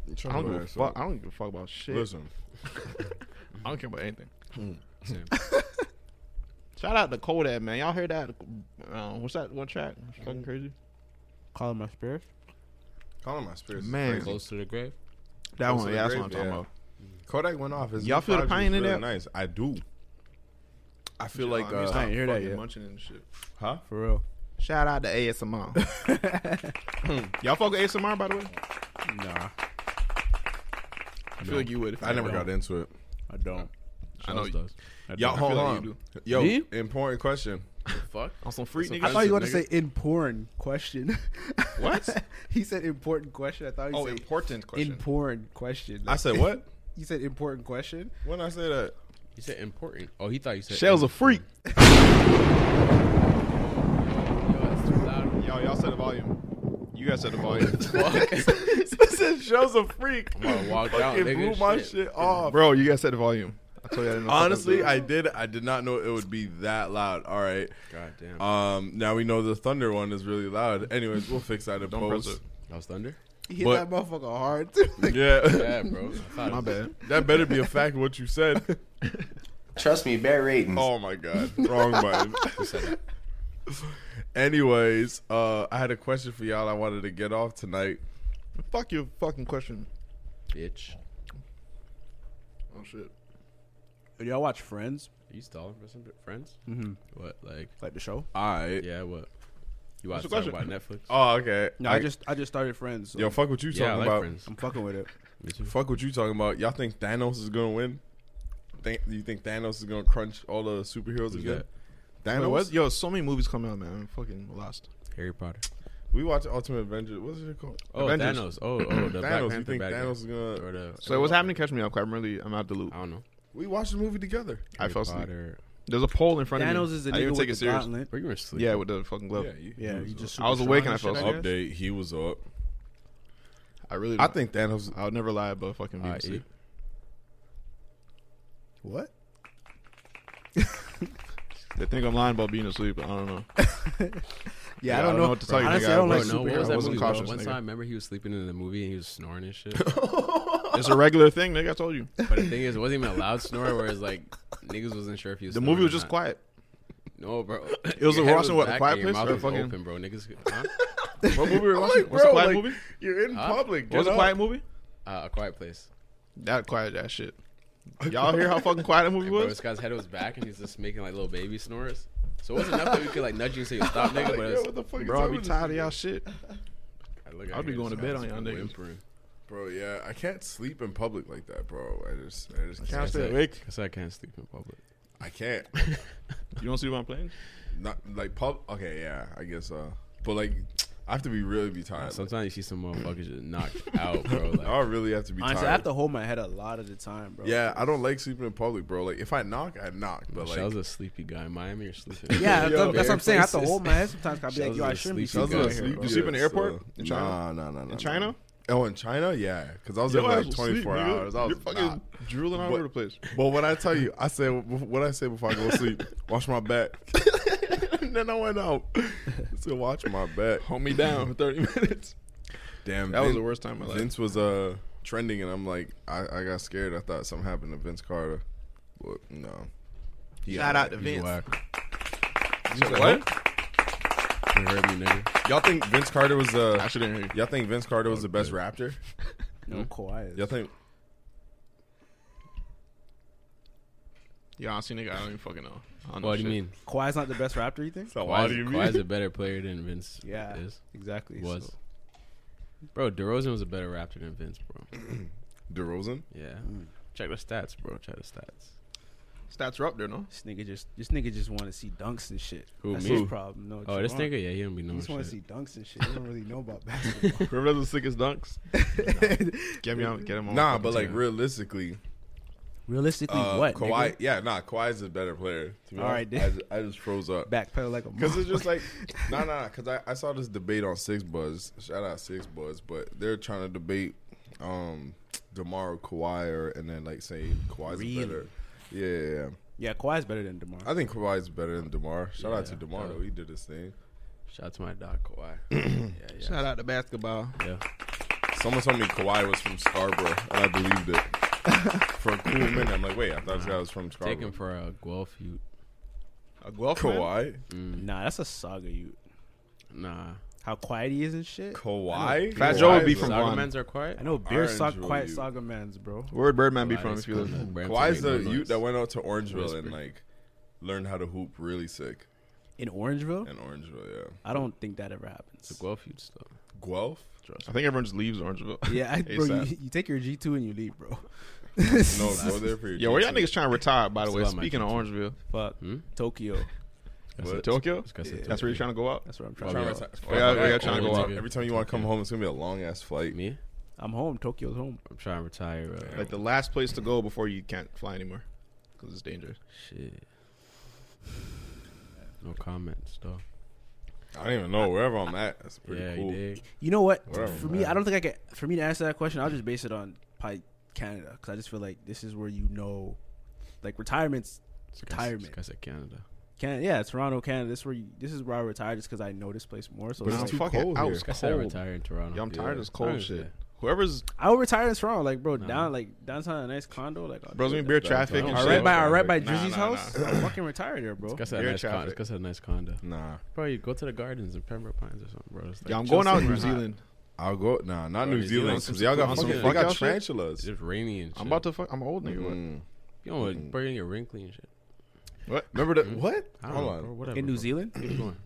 [SPEAKER 3] I don't give a fuck. I don't give a fuck about shit.
[SPEAKER 4] Listen,
[SPEAKER 3] I don't care about anything. Shout out to Kodak, man. Y'all hear that? Uh, what's that one track? It's fucking crazy.
[SPEAKER 2] Calling my spirits.
[SPEAKER 4] calling my spirits. is
[SPEAKER 3] Man.
[SPEAKER 4] crazy.
[SPEAKER 1] Close to the grave.
[SPEAKER 3] That
[SPEAKER 4] Close
[SPEAKER 3] one,
[SPEAKER 4] to the
[SPEAKER 3] yeah, that's
[SPEAKER 4] grave,
[SPEAKER 3] what I'm talking
[SPEAKER 4] yeah.
[SPEAKER 3] about.
[SPEAKER 4] Kodak went off. His
[SPEAKER 3] Y'all
[SPEAKER 4] new
[SPEAKER 3] feel the
[SPEAKER 4] project
[SPEAKER 3] pain
[SPEAKER 4] was
[SPEAKER 3] in
[SPEAKER 4] really
[SPEAKER 3] that?
[SPEAKER 4] Nice, I do. I feel like,
[SPEAKER 3] mean,
[SPEAKER 4] uh,
[SPEAKER 3] stop
[SPEAKER 2] I ain't hear that
[SPEAKER 3] fucking
[SPEAKER 2] yet.
[SPEAKER 3] Munching and shit.
[SPEAKER 4] huh?
[SPEAKER 2] For real.
[SPEAKER 3] Shout out to ASMR. Y'all fuck with ASMR, by the way?
[SPEAKER 2] Nah,
[SPEAKER 3] I feel like you would.
[SPEAKER 4] I never got into it.
[SPEAKER 2] I don't.
[SPEAKER 3] I know. you-
[SPEAKER 1] does.
[SPEAKER 4] Y'all,
[SPEAKER 3] I
[SPEAKER 4] hold
[SPEAKER 3] feel like
[SPEAKER 4] on.
[SPEAKER 3] you
[SPEAKER 4] Yo,
[SPEAKER 1] Me?
[SPEAKER 4] important question.
[SPEAKER 1] Fuck.
[SPEAKER 3] On some freak
[SPEAKER 2] I
[SPEAKER 3] nigga.
[SPEAKER 2] thought Oh, you were
[SPEAKER 3] want
[SPEAKER 2] to say important question.
[SPEAKER 3] What?
[SPEAKER 2] he said important question. I thought he
[SPEAKER 3] Oh,
[SPEAKER 2] said
[SPEAKER 3] important question.
[SPEAKER 2] important question.
[SPEAKER 4] I said what?
[SPEAKER 2] you said important question.
[SPEAKER 4] when I say that,
[SPEAKER 1] You said important. Oh, he thought you said
[SPEAKER 3] Shell's a
[SPEAKER 1] im-
[SPEAKER 3] freak.
[SPEAKER 1] Yo, that's too loud.
[SPEAKER 3] Yo, y'all said the volume. You guys said the volume.
[SPEAKER 4] said Shell's a freak.
[SPEAKER 1] I walked out,
[SPEAKER 4] Fucking blew
[SPEAKER 1] nigga.
[SPEAKER 4] my
[SPEAKER 1] Shit.
[SPEAKER 4] shit, off.
[SPEAKER 3] Bro, you guys said the volume. I told you I didn't know.
[SPEAKER 4] Honestly, I did. I did not know it would be that loud. All right.
[SPEAKER 1] God damn.
[SPEAKER 4] Um. Now we know the thunder one is really loud. Anyways, we'll fix that in
[SPEAKER 3] Don't press
[SPEAKER 4] post.
[SPEAKER 1] that was thunder.
[SPEAKER 2] He hit
[SPEAKER 4] But-
[SPEAKER 2] that motherfucker hard. too. Like,
[SPEAKER 4] Yeah.
[SPEAKER 1] Yeah, bro. I thought
[SPEAKER 3] my bad.
[SPEAKER 4] that better be a fact. What you said.
[SPEAKER 6] Trust me, bad ratings.
[SPEAKER 4] Oh my god, wrong button. Anyways, uh, I had a question for y'all. I wanted to get off tonight.
[SPEAKER 3] Fuck your fucking question.
[SPEAKER 1] bitch.
[SPEAKER 3] Oh shit.
[SPEAKER 2] Do y'all watch Friends?
[SPEAKER 1] Are you stalling for some friends? Mm-hmm. What like?
[SPEAKER 2] Like the show?
[SPEAKER 4] All right.
[SPEAKER 1] Yeah, what? You watch
[SPEAKER 3] the
[SPEAKER 1] talk
[SPEAKER 3] question?
[SPEAKER 1] about Netflix?
[SPEAKER 4] Oh, okay.
[SPEAKER 2] No, I, just I just started Friends. So
[SPEAKER 4] yo, fuck what you
[SPEAKER 1] yeah, I
[SPEAKER 4] talking
[SPEAKER 1] like
[SPEAKER 4] about.
[SPEAKER 1] friends.
[SPEAKER 2] I'm fucking with it.
[SPEAKER 4] Fuck what you talking about. Y'all think Thanos is gonna win? Think you think Thanos is gonna crunch all the superheroes again? Thanos.
[SPEAKER 3] Wait, what? Yo, so many movies coming out, man. I'm fucking lost.
[SPEAKER 1] Harry Potter.
[SPEAKER 4] We watch Ultimate Avengers. What's it called?
[SPEAKER 1] Oh,
[SPEAKER 3] Avengers.
[SPEAKER 1] Thanos. Oh, oh, the Black
[SPEAKER 4] Thanos.
[SPEAKER 1] Panther
[SPEAKER 4] you think
[SPEAKER 1] bad guy.
[SPEAKER 4] Thanos is gonna?
[SPEAKER 1] Or the-
[SPEAKER 3] So what's happening? Catch me up. 'cause I'm really, I'm out of the loop.
[SPEAKER 1] I don't know.
[SPEAKER 4] We watched the movie together.
[SPEAKER 3] I fell asleep.
[SPEAKER 1] Potter.
[SPEAKER 3] There's a pole in front of
[SPEAKER 2] Thanos
[SPEAKER 3] me.
[SPEAKER 2] is the
[SPEAKER 3] I
[SPEAKER 2] nigga
[SPEAKER 3] didn't
[SPEAKER 2] with
[SPEAKER 3] take it
[SPEAKER 2] the
[SPEAKER 3] serious.
[SPEAKER 2] gauntlet.
[SPEAKER 1] Where you were asleep?
[SPEAKER 3] Yeah, with the fucking glove.
[SPEAKER 2] Yeah, you just.
[SPEAKER 3] I was
[SPEAKER 2] super
[SPEAKER 3] awake
[SPEAKER 2] strong
[SPEAKER 3] and I fell
[SPEAKER 2] shit,
[SPEAKER 3] asleep.
[SPEAKER 2] guess.
[SPEAKER 4] Update. He was up.
[SPEAKER 3] I really.
[SPEAKER 4] I think Thanos.
[SPEAKER 3] I'll never lie about fucking
[SPEAKER 1] All right,
[SPEAKER 3] BBC.
[SPEAKER 1] E.
[SPEAKER 2] What?
[SPEAKER 3] They think I'm lying about being asleep. I don't know.
[SPEAKER 2] Yeah, I don't know.
[SPEAKER 3] what to tell you,
[SPEAKER 2] Honestly,
[SPEAKER 3] nigga.
[SPEAKER 2] I don't
[SPEAKER 3] I
[SPEAKER 2] like
[SPEAKER 1] Bro,
[SPEAKER 3] wasn't-
[SPEAKER 1] no, what was
[SPEAKER 3] I
[SPEAKER 1] that
[SPEAKER 3] wasn't
[SPEAKER 1] movie? bro?
[SPEAKER 3] cautious,
[SPEAKER 1] One
[SPEAKER 3] nigga.
[SPEAKER 1] time, remember he was sleeping in the movie and he was snoring and shit.
[SPEAKER 3] It's a regular thing, nigga. I told you.
[SPEAKER 1] but the thing is, it wasn't even a loud snore. Whereas like niggas wasn't sure if he was.
[SPEAKER 3] The
[SPEAKER 1] snoring
[SPEAKER 3] movie was
[SPEAKER 1] or
[SPEAKER 3] just
[SPEAKER 1] not.
[SPEAKER 3] quiet.
[SPEAKER 1] No, bro. It
[SPEAKER 3] was a watching, what, The Quiet
[SPEAKER 1] Your
[SPEAKER 3] Place
[SPEAKER 1] mouth
[SPEAKER 3] or
[SPEAKER 1] was
[SPEAKER 3] fucking-
[SPEAKER 1] open, bro. Niggas. Huh?
[SPEAKER 3] What movie were we watching?
[SPEAKER 4] Like,
[SPEAKER 3] What's a
[SPEAKER 4] bro,
[SPEAKER 3] quiet
[SPEAKER 4] like,
[SPEAKER 3] movie?
[SPEAKER 4] You're in
[SPEAKER 1] Huh?
[SPEAKER 4] public.
[SPEAKER 3] What's a quiet movie?
[SPEAKER 1] Uh, a Quiet Place.
[SPEAKER 3] That quiet ass shit. Y'all hear how fucking quiet that movie
[SPEAKER 1] Bro, this
[SPEAKER 3] was?
[SPEAKER 1] guy's head was back and he's just making like little baby snores. So it wasn't enough that we could like nudge you and say stop, nigga. But
[SPEAKER 4] Yo,
[SPEAKER 1] it's,
[SPEAKER 4] what the fuck is
[SPEAKER 3] Bro,
[SPEAKER 4] up
[SPEAKER 3] I'll be
[SPEAKER 4] with
[SPEAKER 3] tired of
[SPEAKER 4] this
[SPEAKER 3] y'all
[SPEAKER 4] nigga?
[SPEAKER 3] shit.
[SPEAKER 1] I look at
[SPEAKER 3] I'll be
[SPEAKER 1] him,
[SPEAKER 3] going to
[SPEAKER 1] this
[SPEAKER 3] bed
[SPEAKER 1] guy's
[SPEAKER 3] on y'all niggas.
[SPEAKER 1] whimpering.
[SPEAKER 4] Bro, yeah, I can't sleep in public like that, bro. I just, I just can't.
[SPEAKER 1] That's
[SPEAKER 3] stay
[SPEAKER 1] it.
[SPEAKER 3] awake?
[SPEAKER 1] That's why I can't sleep in public.
[SPEAKER 4] I can't.
[SPEAKER 3] You don't see what I'm playing?
[SPEAKER 4] Not like pub. Okay, yeah, I guess. Uh, but like, I have to be really be tired.
[SPEAKER 1] Sometimes you see some motherfuckers just knocked out, bro.
[SPEAKER 4] Like, I
[SPEAKER 1] Like,
[SPEAKER 4] really have to be
[SPEAKER 2] Honestly,
[SPEAKER 4] tired.
[SPEAKER 2] I have to hold my head a lot of the time, bro.
[SPEAKER 4] yeah, I don't like sleeping in public, bro. Like, if I knock, I knock. But
[SPEAKER 1] like
[SPEAKER 4] like,
[SPEAKER 1] Shell's a sleepy guy. Miami, you're sleeping.
[SPEAKER 2] Yeah,
[SPEAKER 4] Yo,
[SPEAKER 2] that's, that's what I'm saying. I have to
[SPEAKER 1] places.
[SPEAKER 2] hold my head sometimes. 'cause I'll be like, yo, I
[SPEAKER 1] Shell's a
[SPEAKER 2] shouldn't be
[SPEAKER 1] sleepy
[SPEAKER 2] sleeping
[SPEAKER 1] guy.
[SPEAKER 2] out here.
[SPEAKER 3] sleep- You sleep in the airport?
[SPEAKER 4] In
[SPEAKER 3] In
[SPEAKER 4] China? Nah, nah, nah.
[SPEAKER 3] In China?
[SPEAKER 4] Oh, in China, yeah, because I was
[SPEAKER 3] Yo,
[SPEAKER 4] there
[SPEAKER 3] I
[SPEAKER 4] for like
[SPEAKER 3] was
[SPEAKER 4] 24
[SPEAKER 3] asleep, nigga.
[SPEAKER 4] hours. I was
[SPEAKER 3] You're fucking drooling all
[SPEAKER 4] But-
[SPEAKER 3] over the place.
[SPEAKER 4] But when I tell you, I say what I say before I go to sleep: wash my back. and then I went out to watch my back.
[SPEAKER 3] Hold me down for 30 minutes.
[SPEAKER 4] Damn,
[SPEAKER 3] That was
[SPEAKER 4] Vin-
[SPEAKER 3] the worst time of my life.
[SPEAKER 4] Vince was uh trending, and I'm like, I, I got scared. I thought something happened to Vince Carter, but no.
[SPEAKER 7] Shout out to
[SPEAKER 4] he's
[SPEAKER 7] Vince.
[SPEAKER 4] whack.
[SPEAKER 7] You said
[SPEAKER 4] You heard me, nigga. Y'all think Vince Carter was uh? I shouldn't hear. Y'all think Vince Carter was the best raptor?
[SPEAKER 2] No, Kawhi is.
[SPEAKER 4] Y'all think
[SPEAKER 3] Yeah, honestly, nigga, I don't even fucking know. I don't know
[SPEAKER 1] What do you
[SPEAKER 3] shit.
[SPEAKER 1] mean?
[SPEAKER 2] Kawhi's not the best rapper, you think?
[SPEAKER 1] Kawhi's- Kawhi's a better player than Vince.
[SPEAKER 2] Yeah,
[SPEAKER 1] is.
[SPEAKER 2] exactly,
[SPEAKER 1] Was.
[SPEAKER 2] so-
[SPEAKER 1] Bro, DeRozan was a better Raptor than Vince, bro.
[SPEAKER 4] DeRozan?
[SPEAKER 1] Yeah.
[SPEAKER 3] Mm.
[SPEAKER 1] Check the stats, bro. Check the stats.
[SPEAKER 3] Stats are up there, no?
[SPEAKER 2] This nigga just this nigga just want to see dunks and shit.
[SPEAKER 1] Who,
[SPEAKER 2] That's
[SPEAKER 1] me?
[SPEAKER 2] his
[SPEAKER 1] Who?
[SPEAKER 2] problem. No,
[SPEAKER 1] Oh, this
[SPEAKER 2] Javon.
[SPEAKER 1] nigga? Yeah, he don't be knowing
[SPEAKER 2] He just want to
[SPEAKER 1] shit.
[SPEAKER 2] see dunks and shit. He don't really know about basketball.
[SPEAKER 3] Remember those sickest dunks? get me out. Get him on.
[SPEAKER 4] Nah,
[SPEAKER 3] fucking
[SPEAKER 4] but like
[SPEAKER 3] team.
[SPEAKER 4] realistically,
[SPEAKER 2] Realistically,
[SPEAKER 4] uh,
[SPEAKER 2] what?
[SPEAKER 4] Kawhi?
[SPEAKER 2] nigga?
[SPEAKER 4] Yeah, nah, Kawhi's a better player. To be
[SPEAKER 2] All right,
[SPEAKER 4] honest.
[SPEAKER 2] then.
[SPEAKER 4] I, ju- I just froze up.
[SPEAKER 2] Backpedal like a
[SPEAKER 4] Because it's just like, nah, nah, nah. Because I, I saw this debate on Six Buzz. Shout out Six Buzz, but they're trying to debate um Demar Kawhi, or and then like say Kawhi's a
[SPEAKER 2] Really?
[SPEAKER 4] better. Yeah, yeah, yeah.
[SPEAKER 2] yeah, Kawhi's better than Demar.
[SPEAKER 4] I think Kawhi's better than Demar. Shout out to
[SPEAKER 1] Yeah,
[SPEAKER 4] Demar
[SPEAKER 1] yeah.
[SPEAKER 4] though. He did his thing.
[SPEAKER 1] Shout out to my dog, Kawhi. yeah, yeah.
[SPEAKER 3] Shout out to basketball.
[SPEAKER 1] Yeah.
[SPEAKER 4] Someone told me Kawhi was from Scarborough, and I believed it for a cool minute. I'm like, wait, I thought this guy was from Scarborough.
[SPEAKER 1] Take him for a Guelph you.
[SPEAKER 3] A Guelph
[SPEAKER 4] Kawhi,
[SPEAKER 2] Nah, that's a saga. You
[SPEAKER 1] Nah.
[SPEAKER 2] how quiet he is and shit. I
[SPEAKER 4] Kawhi.
[SPEAKER 2] know-
[SPEAKER 3] Fat Joe would be
[SPEAKER 4] Kawhi's
[SPEAKER 3] from
[SPEAKER 4] a-
[SPEAKER 3] Guam.
[SPEAKER 1] Sacraments are quiet.
[SPEAKER 2] I know beer
[SPEAKER 4] Orange
[SPEAKER 2] sock
[SPEAKER 4] will
[SPEAKER 2] quiet
[SPEAKER 4] you.
[SPEAKER 2] saga man's bro.
[SPEAKER 3] Where would Birdman be
[SPEAKER 1] Kawhi
[SPEAKER 3] from
[SPEAKER 1] is
[SPEAKER 3] if you live?
[SPEAKER 1] kinda- Brampton
[SPEAKER 4] Kawhi's
[SPEAKER 1] make no
[SPEAKER 4] the
[SPEAKER 1] noise.
[SPEAKER 4] Ute that went out to Orangeville
[SPEAKER 1] Whisper.
[SPEAKER 4] and like learned how to hoop really sick
[SPEAKER 2] In Orangeville,
[SPEAKER 4] in Orangeville. Yeah,
[SPEAKER 2] I don't think that ever happens.
[SPEAKER 1] Guelph youth stuff.
[SPEAKER 4] Guelph.
[SPEAKER 3] I think everyone just leaves Orangeville.
[SPEAKER 2] Yeah, I, bro,
[SPEAKER 3] ASAP.
[SPEAKER 2] you, you take your G two and you leave, bro.
[SPEAKER 4] No, go there for your.
[SPEAKER 3] Yo, where y'all
[SPEAKER 4] G2.
[SPEAKER 3] niggas trying to retire? By the
[SPEAKER 1] It's
[SPEAKER 3] way,
[SPEAKER 1] about my
[SPEAKER 3] speaking of Orangeville,
[SPEAKER 2] Fuck
[SPEAKER 4] Hmm?
[SPEAKER 2] Tokyo.
[SPEAKER 1] What?
[SPEAKER 3] Tokyo.
[SPEAKER 1] It's 'cause it's
[SPEAKER 3] That's where you're trying to go out.
[SPEAKER 2] That's where I'm trying.
[SPEAKER 1] Oh,
[SPEAKER 4] Trying
[SPEAKER 2] to
[SPEAKER 4] to
[SPEAKER 1] yeah.
[SPEAKER 2] go.
[SPEAKER 4] retire-
[SPEAKER 3] Oh, yeah, yeah,
[SPEAKER 4] Fuck,
[SPEAKER 3] trying to go
[SPEAKER 4] every
[SPEAKER 3] out.
[SPEAKER 4] time- Every time you want to come home, it's gonna be a long ass flight.
[SPEAKER 1] Me?
[SPEAKER 2] I'm home. Tokyo's home.
[SPEAKER 1] I'm trying to retire. Uh,
[SPEAKER 3] Like the last place to go before you can't fly anymore because it's dangerous.
[SPEAKER 1] Shit. No comments, though.
[SPEAKER 4] I don't even know wherever I'm at. That's pretty
[SPEAKER 1] yeah,
[SPEAKER 4] cool.
[SPEAKER 1] you dig?
[SPEAKER 2] You know what?
[SPEAKER 4] Whatever,
[SPEAKER 2] for me,
[SPEAKER 4] man.
[SPEAKER 2] I don't think I can. For me to answer that question, I'll just base it on probably Canada because I just feel like this is where you know, like retirement's retirement.
[SPEAKER 1] Because of Canada.
[SPEAKER 2] Can yeah, Toronto, Canada. This is where you, this is where I retired just because I know this place more. So
[SPEAKER 3] But
[SPEAKER 2] it's
[SPEAKER 3] I'm
[SPEAKER 2] like,
[SPEAKER 3] fucking
[SPEAKER 4] cold
[SPEAKER 3] out.
[SPEAKER 4] here.
[SPEAKER 3] It's
[SPEAKER 1] Like I said, I
[SPEAKER 3] cold.
[SPEAKER 1] retire in Toronto.
[SPEAKER 3] Yeah, I'm tired of this cold
[SPEAKER 1] Tired,
[SPEAKER 3] shit.
[SPEAKER 1] yeah.
[SPEAKER 3] Whoever's
[SPEAKER 2] I would retire in Toronto, like bro, down like downtown, a nice condo, like I'll
[SPEAKER 3] bros
[SPEAKER 2] do
[SPEAKER 3] gonna be
[SPEAKER 2] that.
[SPEAKER 3] beer traffic.
[SPEAKER 1] Toronto.
[SPEAKER 3] and
[SPEAKER 2] All
[SPEAKER 3] shit.
[SPEAKER 2] right, by all right, by
[SPEAKER 3] Nah,
[SPEAKER 2] Drizzy's
[SPEAKER 3] nah,
[SPEAKER 2] house.
[SPEAKER 3] nah.
[SPEAKER 2] I'm fucking retired there, bro.
[SPEAKER 1] It's got
[SPEAKER 3] Air
[SPEAKER 1] a nice condo.
[SPEAKER 3] traffic.
[SPEAKER 1] It's got a nice condo.
[SPEAKER 4] Nah,
[SPEAKER 1] Bro, you go to the gardens in Pembroke Pines or something, bro. It's like
[SPEAKER 3] Yeah, I'm going out in New
[SPEAKER 1] chilly.
[SPEAKER 3] Zealand.
[SPEAKER 4] I'll go. Nah, not
[SPEAKER 1] Bro,
[SPEAKER 4] New
[SPEAKER 1] New Zealand,
[SPEAKER 4] Zealand because y'all
[SPEAKER 3] on
[SPEAKER 4] got
[SPEAKER 3] some
[SPEAKER 4] fucking they
[SPEAKER 3] fuck
[SPEAKER 4] got
[SPEAKER 3] out shit?
[SPEAKER 1] It's
[SPEAKER 4] tarantulas.
[SPEAKER 1] just rainy and shit.
[SPEAKER 3] I'm about to fuck. I'm old nigga. what?
[SPEAKER 4] Mm.
[SPEAKER 1] You know what? Bro, you're gonna get wrinkly and shit.
[SPEAKER 3] What?
[SPEAKER 4] Remember that? What?
[SPEAKER 1] I don't
[SPEAKER 4] Hold
[SPEAKER 1] know,
[SPEAKER 4] on.
[SPEAKER 1] bro. Whatever.
[SPEAKER 2] In New
[SPEAKER 1] bro.
[SPEAKER 2] Zealand,
[SPEAKER 1] Keep going.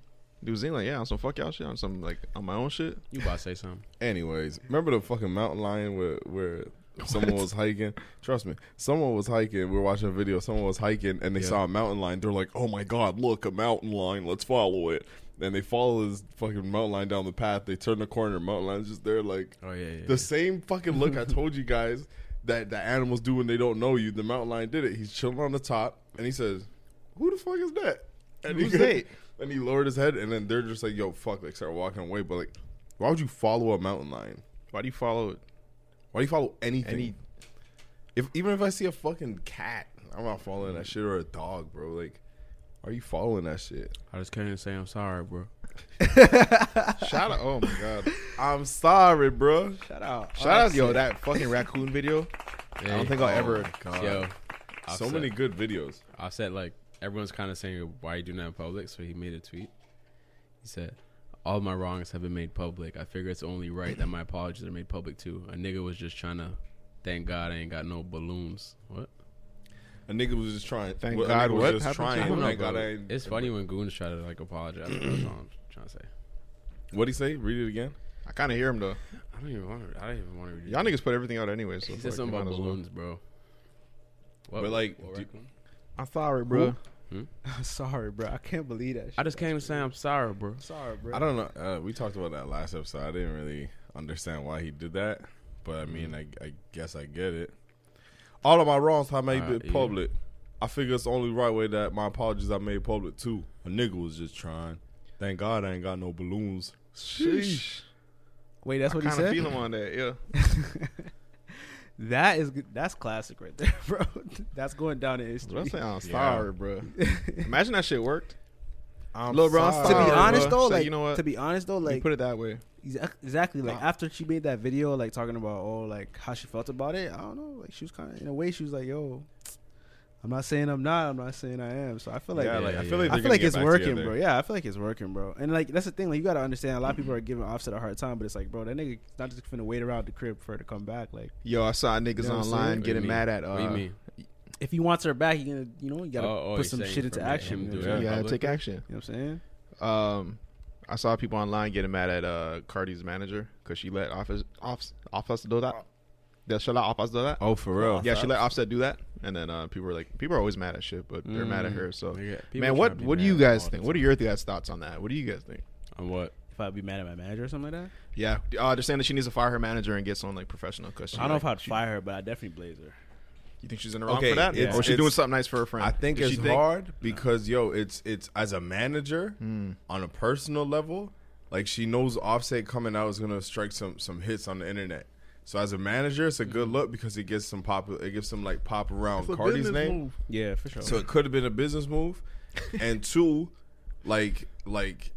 [SPEAKER 3] New Zealand, yeah, on some fuck y'all shit, on some like on my own shit.
[SPEAKER 1] You about to say something.
[SPEAKER 4] Anyways, remember the fucking mountain lion where where someone was hiking? Trust me, someone was hiking. We were watching a video. Someone was hiking and they saw a mountain lion. They're like, "Oh my god, look a mountain lion! Let's follow it." And they follow this fucking mountain lion down the path. They turn the corner. Mountain lion's just there, like
[SPEAKER 1] Oh, yeah, yeah,
[SPEAKER 4] the
[SPEAKER 1] yeah.
[SPEAKER 4] same fucking look I told you guys that the animals do when they don't know you. The mountain lion did it. He's chilling on the top and he says, "Who the fuck is that?" And
[SPEAKER 3] Who's
[SPEAKER 4] he
[SPEAKER 3] that?
[SPEAKER 4] And he lowered his head, and then they're just like, "Yo, fuck!" Like start walking away. But like, why would you follow a mountain lion?
[SPEAKER 3] Why do you follow it?
[SPEAKER 4] Why do you follow anything?
[SPEAKER 3] Any-
[SPEAKER 4] if even if I see a fucking cat, I'm not following that shit or a dog, bro. Like, are you following that shit?
[SPEAKER 1] I just couldn't say I'm sorry, bro.
[SPEAKER 3] Shout out! Oh my god!
[SPEAKER 4] I'm sorry, bro.
[SPEAKER 3] Shout out! Shout out! Yo, that fucking raccoon video. I don't think I'll ever.
[SPEAKER 4] oh God.
[SPEAKER 1] Yo,
[SPEAKER 4] so
[SPEAKER 1] Offset.
[SPEAKER 4] many good videos.
[SPEAKER 1] I said like everyone's kind of saying why you doing that in public. So he made a tweet. He said, "All my wrongs have been made public. I figure it's only right that my apologies are made public too." A nigga was just trying to. Thank God I ain't got no balloons. What?
[SPEAKER 4] A nigga was just trying.
[SPEAKER 3] Thank
[SPEAKER 4] well, a
[SPEAKER 3] God,
[SPEAKER 4] nigga was
[SPEAKER 3] what
[SPEAKER 4] just
[SPEAKER 3] happened to
[SPEAKER 4] trying.
[SPEAKER 3] him? I don't know,
[SPEAKER 4] Thank
[SPEAKER 1] bro.
[SPEAKER 4] God I ain't-
[SPEAKER 1] it's funny when goons try to like apologize. That's all I'm trying to say.
[SPEAKER 4] What'd he say? Read it again.
[SPEAKER 3] I kind of hear him though.
[SPEAKER 1] I don't even want to. I don't even want to read. it.
[SPEAKER 3] Y'all niggas put everything out anyway. So
[SPEAKER 1] He said
[SPEAKER 3] fuck,
[SPEAKER 1] something
[SPEAKER 3] you
[SPEAKER 1] about
[SPEAKER 3] might as well.
[SPEAKER 1] balloons, bro. What,
[SPEAKER 4] But, like,
[SPEAKER 1] what
[SPEAKER 4] do-
[SPEAKER 1] raccoon?
[SPEAKER 3] I'm sorry, bro.
[SPEAKER 2] I'm sorry, bro. I can't believe that. Shit.
[SPEAKER 1] I just came to say I'm sorry, bro.
[SPEAKER 2] sorry, bro.
[SPEAKER 4] I don't know. Uh, we talked about that last episode. I didn't really understand why he did that, but I
[SPEAKER 1] Mm.
[SPEAKER 4] mean, I, I guess I get it. All of my wrongs I made
[SPEAKER 1] Uh,
[SPEAKER 4] it
[SPEAKER 1] yeah.
[SPEAKER 4] public. I figure it's the only right way that my apologies I made public too. A nigga was just trying. Thank God I ain't got no balloons. Sheesh.
[SPEAKER 2] Wait, that's
[SPEAKER 3] I
[SPEAKER 2] what he
[SPEAKER 3] kinda
[SPEAKER 2] said.
[SPEAKER 3] feel him on that, yeah.
[SPEAKER 2] that is good- that's classic right there, bro. That's going down in history.
[SPEAKER 3] That sounds fire, bro. Imagine that shit worked. I'm
[SPEAKER 2] Lil Bron's to
[SPEAKER 3] sorry,
[SPEAKER 2] be honest
[SPEAKER 3] bro.
[SPEAKER 2] though,
[SPEAKER 3] Say,
[SPEAKER 2] like
[SPEAKER 3] you know what?
[SPEAKER 2] to be honest though, like
[SPEAKER 3] you put it that way.
[SPEAKER 2] Exac- Exactly. Like after she made that video, like talking about oh, like how she felt about it. I don't know. Like she was kind of in a way. She was like, "Yo, I'm not saying I'm not. I'm not saying I am." So I feel like,
[SPEAKER 4] Yeah, like, I feel like they're
[SPEAKER 2] I feel
[SPEAKER 4] gonna
[SPEAKER 2] like
[SPEAKER 4] get
[SPEAKER 2] it's
[SPEAKER 4] back
[SPEAKER 2] working,
[SPEAKER 4] together.
[SPEAKER 2] bro. Yeah, I feel like it's working, bro. And like that's the thing. Like you gotta understand. A lot of people are giving Offset a hard time, but it's like, bro, that nigga not just finna wait around the crib for her to come back. Like
[SPEAKER 3] Yo, I saw
[SPEAKER 2] You
[SPEAKER 3] niggas
[SPEAKER 2] know what I'm saying?
[SPEAKER 3] online getting mad at. Uh,
[SPEAKER 1] What do you mean?
[SPEAKER 2] if he wants her back, you gonna you know you gotta
[SPEAKER 1] Oh, oh,
[SPEAKER 2] put
[SPEAKER 1] he's
[SPEAKER 2] some
[SPEAKER 1] saying
[SPEAKER 2] shit into
[SPEAKER 1] from that
[SPEAKER 2] action.
[SPEAKER 1] him
[SPEAKER 2] You know
[SPEAKER 1] doing
[SPEAKER 2] what I'm
[SPEAKER 1] it.
[SPEAKER 2] saying?
[SPEAKER 3] Yeah,
[SPEAKER 1] Public.
[SPEAKER 3] take action.
[SPEAKER 2] You know what I'm saying?
[SPEAKER 3] Um, I saw people online getting mad at uh Cardi's manager because she let office off office do that. Yeah, she let office do that.
[SPEAKER 4] Oh, for real?
[SPEAKER 3] Yeah, she let Offset do that, and then uh, people were like, people are always mad at shit, but they're mad at
[SPEAKER 1] Mm.
[SPEAKER 3] her. So,
[SPEAKER 1] Yeah, people
[SPEAKER 3] man,
[SPEAKER 1] tryna
[SPEAKER 3] what
[SPEAKER 1] be
[SPEAKER 3] what do
[SPEAKER 1] mad
[SPEAKER 3] you
[SPEAKER 1] at
[SPEAKER 3] guys
[SPEAKER 1] all the
[SPEAKER 3] think? What are your guys thoughts on that? What do you guys think?
[SPEAKER 1] On what?
[SPEAKER 2] If I'd be mad at my manager or something like that,
[SPEAKER 3] Yeah, uh, they're saying that she needs to fire her manager and get someone like professional. Cause she,
[SPEAKER 2] I don't know
[SPEAKER 3] like,
[SPEAKER 2] if I'd fire her, but I definitely blaze her.
[SPEAKER 3] you think she's in the wrong for that, or she doing something nice for her friend.
[SPEAKER 4] I think
[SPEAKER 3] Does
[SPEAKER 4] it's
[SPEAKER 3] she
[SPEAKER 4] hard because yo, it's it's as a manager
[SPEAKER 3] Hmm.
[SPEAKER 4] on a personal level, like she knows Offset coming out is gonna strike some some hits on the internet. So as a manager, it's a good look because it gets some pop. It gives some like pop around
[SPEAKER 3] Hmm. It's a
[SPEAKER 4] Cardi's
[SPEAKER 3] business
[SPEAKER 4] name.
[SPEAKER 3] move.
[SPEAKER 2] Yeah, for sure.
[SPEAKER 4] So it could have been a business move, and two, like like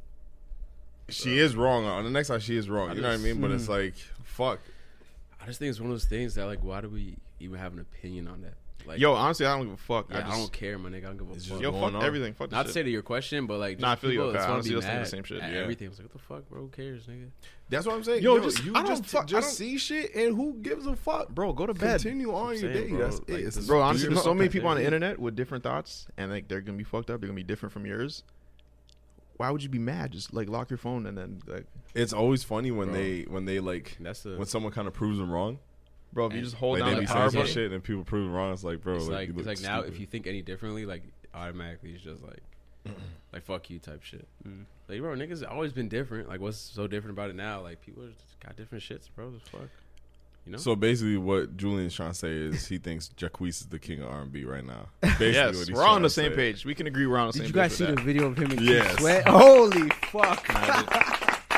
[SPEAKER 4] she is wrong on the next time. She is wrong. You know what I mean? But
[SPEAKER 3] Hmm.
[SPEAKER 4] it's like fuck.
[SPEAKER 1] I just think it's one of those things that like, why do we even have an opinion on that? Like,
[SPEAKER 3] Yo, honestly, I don't give a fuck.
[SPEAKER 1] yeah, I,
[SPEAKER 3] I, just,
[SPEAKER 1] don't care, my nigga. I don't give a
[SPEAKER 4] It's
[SPEAKER 1] fuck.
[SPEAKER 4] just
[SPEAKER 3] Yo,
[SPEAKER 4] going
[SPEAKER 3] fuck
[SPEAKER 4] on.
[SPEAKER 3] everything. Fuck the
[SPEAKER 1] Not to
[SPEAKER 3] shit.
[SPEAKER 1] say to your question, but like,
[SPEAKER 3] Nah, I
[SPEAKER 1] just
[SPEAKER 3] feel you,
[SPEAKER 1] people
[SPEAKER 3] okay.
[SPEAKER 1] just
[SPEAKER 3] I
[SPEAKER 1] wanna
[SPEAKER 3] honestly
[SPEAKER 1] be
[SPEAKER 3] just think the
[SPEAKER 1] mad
[SPEAKER 3] same shit,
[SPEAKER 1] at
[SPEAKER 3] yeah.
[SPEAKER 1] Everything. It's like, what the fuck, bro? Who cares, nigga?
[SPEAKER 4] That's what I'm saying.
[SPEAKER 3] Yo,
[SPEAKER 4] Yo,
[SPEAKER 3] just-
[SPEAKER 4] you
[SPEAKER 3] I don't
[SPEAKER 4] just
[SPEAKER 3] fuck- I
[SPEAKER 4] just
[SPEAKER 3] don't-
[SPEAKER 4] see shit, and who gives a fuck,
[SPEAKER 3] Bro, go to bed.
[SPEAKER 4] Continue on your
[SPEAKER 1] saying,
[SPEAKER 4] day.
[SPEAKER 1] bro,
[SPEAKER 4] That's
[SPEAKER 1] like,
[SPEAKER 4] it.
[SPEAKER 1] this
[SPEAKER 4] It's
[SPEAKER 1] is-
[SPEAKER 3] Bro, honestly,
[SPEAKER 4] you're
[SPEAKER 3] there's so
[SPEAKER 4] not
[SPEAKER 3] many
[SPEAKER 4] that
[SPEAKER 3] people on the
[SPEAKER 4] busy.
[SPEAKER 3] internet with different thoughts, and like they're gonna be fucked up. They're gonna be different from yours. Why would you be mad? Just like lock your phone and then like,
[SPEAKER 4] It's always funny when they when they like
[SPEAKER 1] That's the-
[SPEAKER 4] when someone kind of proves them wrong.
[SPEAKER 3] bro, if you
[SPEAKER 1] And-
[SPEAKER 3] just hold
[SPEAKER 4] like
[SPEAKER 3] down
[SPEAKER 4] they
[SPEAKER 3] the
[SPEAKER 4] be
[SPEAKER 3] power
[SPEAKER 4] saying
[SPEAKER 1] target.
[SPEAKER 4] some
[SPEAKER 3] button.
[SPEAKER 4] shit and people prove them wrong. It's like, bro,
[SPEAKER 1] It's
[SPEAKER 4] like,
[SPEAKER 1] like,
[SPEAKER 4] you
[SPEAKER 1] it's
[SPEAKER 4] look
[SPEAKER 1] like now, if
[SPEAKER 4] stupid.
[SPEAKER 1] you think any differently, like automatically it's just like, like fuck you type shit.
[SPEAKER 2] Mm-hmm.
[SPEAKER 1] Like, bro, niggas always been different. Like, what's so different about it now? Like, people just got different shits, bro. As fuck. You know.
[SPEAKER 4] So basically, what Julian's trying to say is he thinks Jacquees is the king of R and B right now. Basically, what
[SPEAKER 3] Yes,
[SPEAKER 4] he's
[SPEAKER 3] we're all
[SPEAKER 4] trying
[SPEAKER 3] on
[SPEAKER 4] to
[SPEAKER 3] the same
[SPEAKER 4] say.
[SPEAKER 3] page. We can agree we're on the
[SPEAKER 2] Did
[SPEAKER 3] same
[SPEAKER 2] you
[SPEAKER 3] page.
[SPEAKER 2] guys
[SPEAKER 3] with
[SPEAKER 2] see
[SPEAKER 3] that.
[SPEAKER 2] the video Oh! of him and
[SPEAKER 4] Yes.
[SPEAKER 2] Keith Sweat? Holy fuck!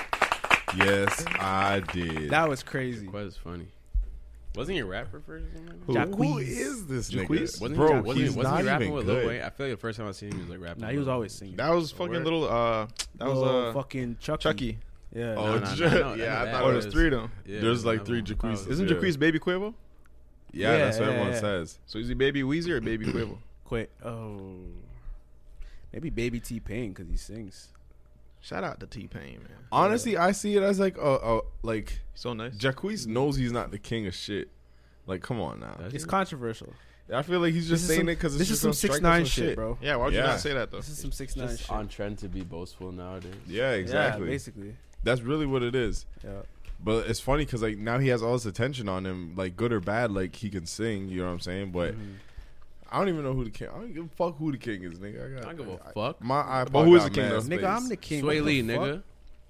[SPEAKER 4] Yes, I did.
[SPEAKER 2] That was crazy.
[SPEAKER 1] What is funny? Wasn't he a rapper first? Or something like that?
[SPEAKER 4] Who
[SPEAKER 2] Jacquees.
[SPEAKER 4] is this
[SPEAKER 3] Jacquees?
[SPEAKER 4] nigga?
[SPEAKER 1] Wasn't
[SPEAKER 4] bro,
[SPEAKER 1] he, wasn't,
[SPEAKER 4] he's
[SPEAKER 1] wasn't he
[SPEAKER 4] not
[SPEAKER 1] rapping
[SPEAKER 4] even
[SPEAKER 1] with Lil
[SPEAKER 4] good.
[SPEAKER 1] Wayne? I feel like the first time I seen him, he was like rapping.
[SPEAKER 2] Nah,
[SPEAKER 1] with
[SPEAKER 2] he was
[SPEAKER 1] Lil
[SPEAKER 2] always
[SPEAKER 1] Wayne.
[SPEAKER 2] singing.
[SPEAKER 3] That was fucking
[SPEAKER 1] Word.
[SPEAKER 3] little. uh That was
[SPEAKER 2] Little
[SPEAKER 3] uh
[SPEAKER 2] fucking Chucky.
[SPEAKER 3] Chucky.
[SPEAKER 2] Yeah.
[SPEAKER 4] Oh,
[SPEAKER 1] No, no, no, I know- I know
[SPEAKER 3] yeah, I
[SPEAKER 1] that
[SPEAKER 3] thought it was
[SPEAKER 1] was-
[SPEAKER 3] three of them.
[SPEAKER 1] Yeah,
[SPEAKER 4] There's
[SPEAKER 1] I
[SPEAKER 4] like
[SPEAKER 1] know.
[SPEAKER 4] three
[SPEAKER 1] I was-
[SPEAKER 4] Jacquees.
[SPEAKER 3] Isn't
[SPEAKER 4] yeah.
[SPEAKER 3] Jacquees Baby Quavo?
[SPEAKER 4] Yeah,
[SPEAKER 2] Yeah,
[SPEAKER 4] that's what
[SPEAKER 2] yeah,
[SPEAKER 4] everyone
[SPEAKER 2] yeah.
[SPEAKER 4] says.
[SPEAKER 3] So is he Baby Weezy or Baby Quavo?
[SPEAKER 2] Quit. Oh. Maybe Baby T Pain because he sings.
[SPEAKER 3] Shout out to T Pain, man.
[SPEAKER 2] Uh,
[SPEAKER 4] Honestly, I see it as like a, a like
[SPEAKER 3] So nice.
[SPEAKER 4] Jacquees knows he's not the king of shit. Like, come on now.
[SPEAKER 2] It's controversial.
[SPEAKER 4] I feel like he's just
[SPEAKER 2] is
[SPEAKER 4] saying
[SPEAKER 2] some-
[SPEAKER 4] it because
[SPEAKER 2] this is some six nine shit, bro.
[SPEAKER 3] Yeah, why would you
[SPEAKER 4] Yeah.
[SPEAKER 3] not say that though?
[SPEAKER 2] This is some six nine
[SPEAKER 1] Just
[SPEAKER 2] shit.
[SPEAKER 1] on trend to be boastful nowadays.
[SPEAKER 4] Yeah, exactly.
[SPEAKER 2] Yeah, basically.
[SPEAKER 4] That's really what it is.
[SPEAKER 2] Yeah.
[SPEAKER 4] But it's funny because like now he has all this attention on him, like good or bad, like he can sing. You know what I'm saying? But
[SPEAKER 2] Mm-hmm.
[SPEAKER 4] I don't even know who the king. I don't give a fuck who the king is, nigga. I, got,
[SPEAKER 1] I don't give a fuck.
[SPEAKER 4] My iPod.
[SPEAKER 3] But who is
[SPEAKER 4] got
[SPEAKER 3] the king,
[SPEAKER 4] mad
[SPEAKER 3] though?
[SPEAKER 4] space.
[SPEAKER 2] Nigga, I'm the king.
[SPEAKER 1] Sway
[SPEAKER 2] What
[SPEAKER 1] Lee,
[SPEAKER 2] the fuck?
[SPEAKER 1] nigga.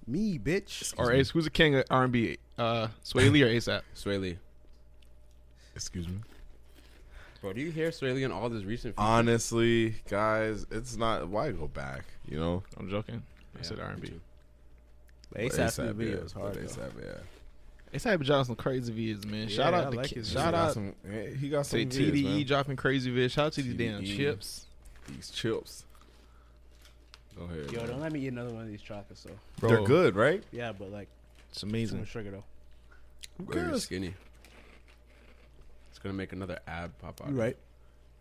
[SPEAKER 2] Me, bitch.
[SPEAKER 3] Or Ace? Who's the king of R and B? Uh, Sway Lee or ASAP?
[SPEAKER 1] Sway Lee.
[SPEAKER 4] Excuse me.
[SPEAKER 1] Bro, do you hear Sway Lee in all this recent? features?
[SPEAKER 4] Honestly, guys, it's not why go back. You know,
[SPEAKER 3] I'm joking. I
[SPEAKER 1] Yeah,
[SPEAKER 3] said R and B.
[SPEAKER 1] me too.
[SPEAKER 2] ASAP's new
[SPEAKER 4] ASAP,
[SPEAKER 2] video
[SPEAKER 4] yeah.
[SPEAKER 2] is hard. though.
[SPEAKER 4] ASAP, yeah.
[SPEAKER 3] It's had dropping some crazy vids, man.
[SPEAKER 2] Yeah,
[SPEAKER 3] shout
[SPEAKER 2] I
[SPEAKER 3] out, to
[SPEAKER 2] like
[SPEAKER 3] ki-
[SPEAKER 2] his
[SPEAKER 4] He
[SPEAKER 3] shout
[SPEAKER 4] got
[SPEAKER 3] out
[SPEAKER 4] some- He got
[SPEAKER 3] to E,
[SPEAKER 4] some vids,
[SPEAKER 3] TDE
[SPEAKER 4] man.
[SPEAKER 3] dropping crazy vids. Shout out to these damn
[SPEAKER 4] TDE.
[SPEAKER 3] chips,
[SPEAKER 4] These chips. Go ahead.
[SPEAKER 2] Yo,
[SPEAKER 4] man.
[SPEAKER 2] don't let me eat another one of these chocolates, though.
[SPEAKER 3] bro.
[SPEAKER 4] They're good, right?
[SPEAKER 2] Yeah, but like,
[SPEAKER 3] It's
[SPEAKER 2] too
[SPEAKER 3] amazing.
[SPEAKER 2] much sugar, though.
[SPEAKER 1] Bro, you're skinny. It's gonna make another ab pop out.
[SPEAKER 2] You right.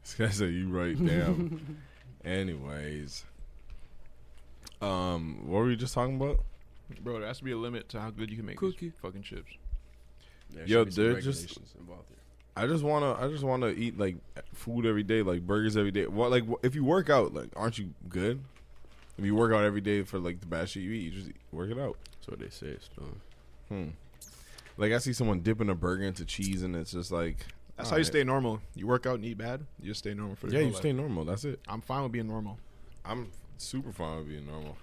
[SPEAKER 4] This guy said you right damn. Anyways. Um, what were we just talking about?
[SPEAKER 3] Bro, there has to be a limit to how good you can make
[SPEAKER 1] Cookie.
[SPEAKER 3] these fucking chips.
[SPEAKER 1] There
[SPEAKER 4] Yo,
[SPEAKER 1] should be some
[SPEAKER 4] they're just-
[SPEAKER 1] regulations involved here.
[SPEAKER 4] I just wanna, I just wanna eat like food every day, like burgers every day. What, like, wh- if you work out, like, aren't you good? If you work out every day for like the bad shit you eat, you just work it out.
[SPEAKER 1] That's what they say. Still.
[SPEAKER 4] Like, I see someone dipping a burger into cheese, and it's just like
[SPEAKER 3] That's
[SPEAKER 4] all
[SPEAKER 3] how you
[SPEAKER 4] right.
[SPEAKER 3] stay normal. You work out and eat bad. You just stay normal for the
[SPEAKER 4] Yeah,
[SPEAKER 3] whole
[SPEAKER 4] you
[SPEAKER 3] life.
[SPEAKER 4] stay normal. That's it.
[SPEAKER 3] I'm fine with being normal.
[SPEAKER 4] I'm super fine with being normal.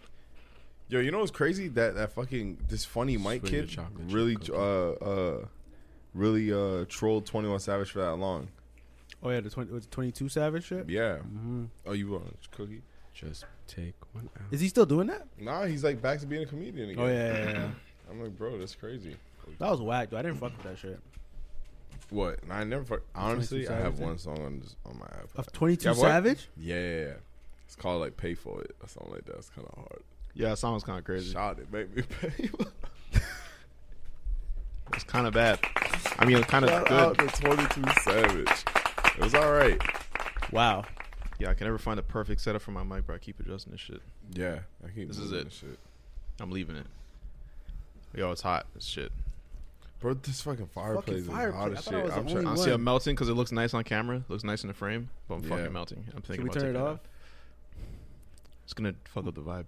[SPEAKER 4] Yo, you know what's crazy? That that fucking this funny Mike
[SPEAKER 1] Swing your
[SPEAKER 4] kid
[SPEAKER 1] chocolate chip
[SPEAKER 4] really
[SPEAKER 1] cookie.
[SPEAKER 4] uh uh really uh trolled Twenty One Savage for that long.
[SPEAKER 2] Oh, yeah, the 20, was it 22 Savage shit?
[SPEAKER 4] Yeah. Oh, you want a cookie?
[SPEAKER 1] Just take one out.
[SPEAKER 2] Is he still doing that?
[SPEAKER 4] Nah, he's like back to being a comedian again.
[SPEAKER 2] Oh, yeah, yeah, yeah.
[SPEAKER 4] I'm like, bro, that's crazy.
[SPEAKER 2] That was whack, though. I didn't fuck with that shit.
[SPEAKER 4] What? And I never. fuck- Honestly, I have one song on, this, on my iPod.
[SPEAKER 2] Of 22
[SPEAKER 4] You have what?
[SPEAKER 2] Savage?
[SPEAKER 4] Yeah, yeah, yeah. It's called like "Pay for It" or something like that. It's kind of hard.
[SPEAKER 3] Yeah, that sounds kind of crazy.
[SPEAKER 4] Shot it, make me pay.
[SPEAKER 3] It's kind of bad. I mean, kind of
[SPEAKER 4] Shout
[SPEAKER 3] good.
[SPEAKER 4] out to 22 Savage. It was all right.
[SPEAKER 2] Wow.
[SPEAKER 3] Yeah, I can never find a perfect setup for my mic, bro. I keep adjusting this shit.
[SPEAKER 4] Yeah, I keep
[SPEAKER 3] This is
[SPEAKER 4] moving
[SPEAKER 3] it.
[SPEAKER 4] this shit.
[SPEAKER 3] I'm leaving it. Yo, it's hot. It's shit.
[SPEAKER 4] Bro, this fucking fireplace is hot
[SPEAKER 2] fireplace.
[SPEAKER 4] as
[SPEAKER 2] I
[SPEAKER 4] shit.
[SPEAKER 2] thought I was the
[SPEAKER 4] I'm trying.
[SPEAKER 2] only
[SPEAKER 3] I
[SPEAKER 4] I'm
[SPEAKER 3] see
[SPEAKER 4] see
[SPEAKER 3] I'm melting because it looks nice on camera. Looks nice in the frame, but I'm
[SPEAKER 4] Yeah.
[SPEAKER 3] fucking melting. I'm thinking
[SPEAKER 2] Can we
[SPEAKER 3] about
[SPEAKER 2] turn it
[SPEAKER 3] taking
[SPEAKER 2] off?
[SPEAKER 3] off. It's gonna fuck up the vibe.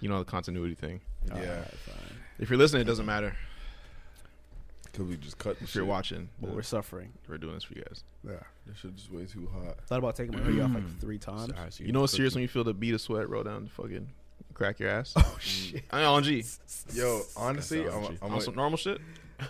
[SPEAKER 3] You know the continuity thing.
[SPEAKER 4] yeah,
[SPEAKER 3] If you're listening, it doesn't matter.
[SPEAKER 4] because we just cut. the
[SPEAKER 3] If you're
[SPEAKER 4] shit.
[SPEAKER 3] watching,
[SPEAKER 2] But we're suffering.
[SPEAKER 3] we're doing this for you guys.
[SPEAKER 4] yeah, this shit is way too hot.
[SPEAKER 2] Thought about taking my hoodie off like three times.
[SPEAKER 1] All right, so
[SPEAKER 3] You know what's
[SPEAKER 1] cook-
[SPEAKER 3] serious when you feel the beat of sweat roll down, the fucking crack your ass. Oh shit! I mean, on G,
[SPEAKER 4] Yo, honestly, I'm,
[SPEAKER 1] G.
[SPEAKER 4] I'm
[SPEAKER 3] on
[SPEAKER 4] like-
[SPEAKER 3] some normal shit,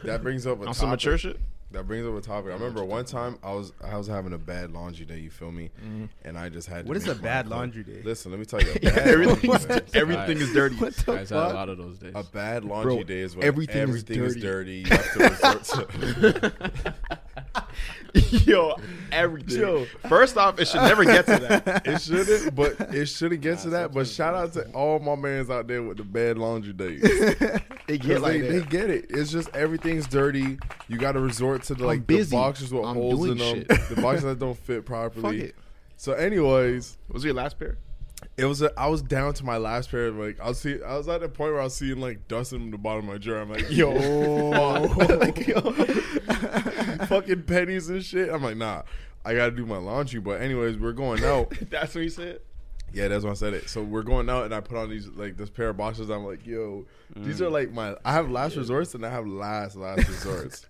[SPEAKER 4] that brings up a
[SPEAKER 3] on some
[SPEAKER 4] topic.
[SPEAKER 3] mature shit.
[SPEAKER 4] That brings up a topic. I remember one time I was I was having a bad laundry day. You feel me?
[SPEAKER 3] Mm-hmm.
[SPEAKER 4] And I just had.
[SPEAKER 2] What
[SPEAKER 4] to
[SPEAKER 2] is a
[SPEAKER 4] make my
[SPEAKER 2] bad
[SPEAKER 4] clothes-
[SPEAKER 2] laundry day?
[SPEAKER 4] Listen, let me tell you. A bad
[SPEAKER 3] everything,
[SPEAKER 4] laundry day-
[SPEAKER 3] everything is dirty.
[SPEAKER 2] What the
[SPEAKER 1] Guys, I had a
[SPEAKER 2] fuck?
[SPEAKER 1] lot of those days.
[SPEAKER 4] A bad laundry
[SPEAKER 3] Bro,
[SPEAKER 4] day is when
[SPEAKER 3] everything
[SPEAKER 4] everything,
[SPEAKER 3] is
[SPEAKER 4] is dirty. You have to resort to.
[SPEAKER 3] Yo, everything. First off, it should never get to that.
[SPEAKER 4] It shouldn't, but it shouldn't get to that. But shout out to all my mans out there with the bad laundry days.
[SPEAKER 3] It
[SPEAKER 4] Cause
[SPEAKER 3] get like
[SPEAKER 4] they,
[SPEAKER 3] that.
[SPEAKER 4] they get it. It's just everything's dirty. You got to resort to the, like the
[SPEAKER 3] busy.
[SPEAKER 4] boxers with
[SPEAKER 3] I'm
[SPEAKER 4] holes in
[SPEAKER 3] doing
[SPEAKER 4] them,
[SPEAKER 3] shit.
[SPEAKER 4] the boxers that don't fit properly.
[SPEAKER 3] Fuck it.
[SPEAKER 4] So, anyways,
[SPEAKER 3] Was it your last pair?
[SPEAKER 4] it was a, I was down to my last pair. Of, like I was see, I was at the point where I was seeing like dust in the bottom of my drawer. I'm like, yo, like, yo, fucking pennies and shit. I'm like, nah, I got to do my laundry. But anyways, we're going out.
[SPEAKER 3] That's what you said.
[SPEAKER 4] Yeah, that's when I said it. So we're going out, and I put on these like this pair of boxers. I'm like, yo, these are
[SPEAKER 2] Mm.
[SPEAKER 4] like my. I have last resorts, and I have last last resorts.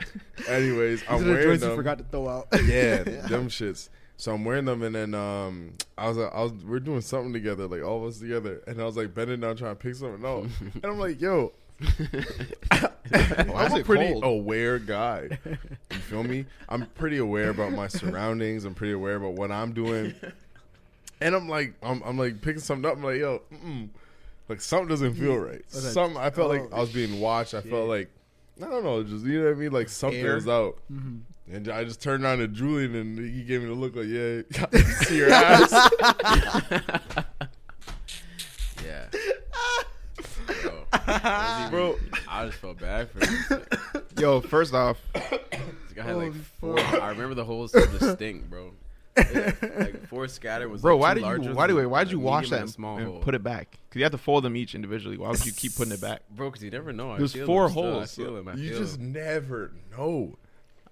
[SPEAKER 4] Anyways, I'm
[SPEAKER 2] These are the
[SPEAKER 4] wearing
[SPEAKER 2] joints
[SPEAKER 4] them.
[SPEAKER 2] you forgot to throw out.
[SPEAKER 4] Yeah, them shits. So I'm wearing them, and then um, I was like, I was we're doing something together, like all of us together, and I was like bending down trying to pick something up, and I'm like, yo, I'm a
[SPEAKER 3] it
[SPEAKER 4] pretty
[SPEAKER 3] cold?
[SPEAKER 4] aware guy. You feel me? I'm pretty aware about my surroundings. I'm pretty aware about what I'm doing. And I'm like, I'm, I'm like picking something up. I'm like, yo, mm-mm. like something doesn't feel
[SPEAKER 3] Mm.
[SPEAKER 4] right. Something I felt
[SPEAKER 3] Oh,
[SPEAKER 4] like I was being watched. I felt like I don't know, just you know what I mean. Like something
[SPEAKER 3] Air. Mm-hmm.
[SPEAKER 4] was out. And I just turned around to Julian, and he gave me the look like, yeah, I see your ass.
[SPEAKER 1] Yeah. Yo, I was
[SPEAKER 4] Bro.
[SPEAKER 1] even- I just felt bad for him. Like,
[SPEAKER 3] Yo, first off,
[SPEAKER 1] this guy had like four. I remember the holes so distinct, bro. Like, like four scatter was.
[SPEAKER 3] bro,
[SPEAKER 1] like,
[SPEAKER 3] why
[SPEAKER 1] two
[SPEAKER 3] did
[SPEAKER 1] large
[SPEAKER 3] you
[SPEAKER 1] ones
[SPEAKER 3] why do
[SPEAKER 1] and,
[SPEAKER 3] wait, why'd
[SPEAKER 1] like,
[SPEAKER 3] you
[SPEAKER 1] medium
[SPEAKER 3] wash
[SPEAKER 1] and
[SPEAKER 3] that
[SPEAKER 1] a
[SPEAKER 3] and,
[SPEAKER 1] small hole.
[SPEAKER 3] and put it back? Because you have to fold them each individually. Why would you keep putting it back?
[SPEAKER 1] Bro, because you never know. I
[SPEAKER 3] There's
[SPEAKER 1] feel
[SPEAKER 3] four
[SPEAKER 1] him still.
[SPEAKER 3] holes,
[SPEAKER 1] I feel him. I
[SPEAKER 4] You
[SPEAKER 1] feel
[SPEAKER 4] just
[SPEAKER 1] him.
[SPEAKER 4] never know.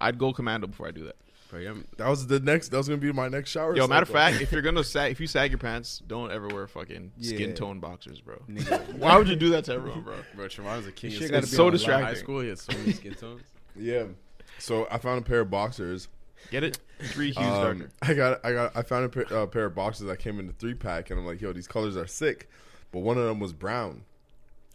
[SPEAKER 3] I'd go commando before I do that.
[SPEAKER 1] Bro, you-
[SPEAKER 4] That was the next. That was gonna be my next shower.
[SPEAKER 3] Yo, matter of
[SPEAKER 4] cycle.
[SPEAKER 3] fact, if you're gonna sag, if you sag your pants, don't ever wear fucking skin
[SPEAKER 2] Yeah.
[SPEAKER 3] tone boxers, bro. Why would you do that to everyone, bro?
[SPEAKER 1] Bro, Trevon's a king.
[SPEAKER 2] This
[SPEAKER 1] of
[SPEAKER 2] shit
[SPEAKER 1] skin
[SPEAKER 2] gotta
[SPEAKER 1] tones.
[SPEAKER 2] be on
[SPEAKER 1] In
[SPEAKER 3] the line.
[SPEAKER 1] High school, he had so many skin tones.
[SPEAKER 4] Yeah. So I found a pair of boxers.
[SPEAKER 3] Get it? Three hues
[SPEAKER 4] Um,
[SPEAKER 3] darker.
[SPEAKER 4] I got, I got, I found a pair, uh, pair of boxers that came in the three pack, and I'm like, yo, these colors are sick. But one of them was brown,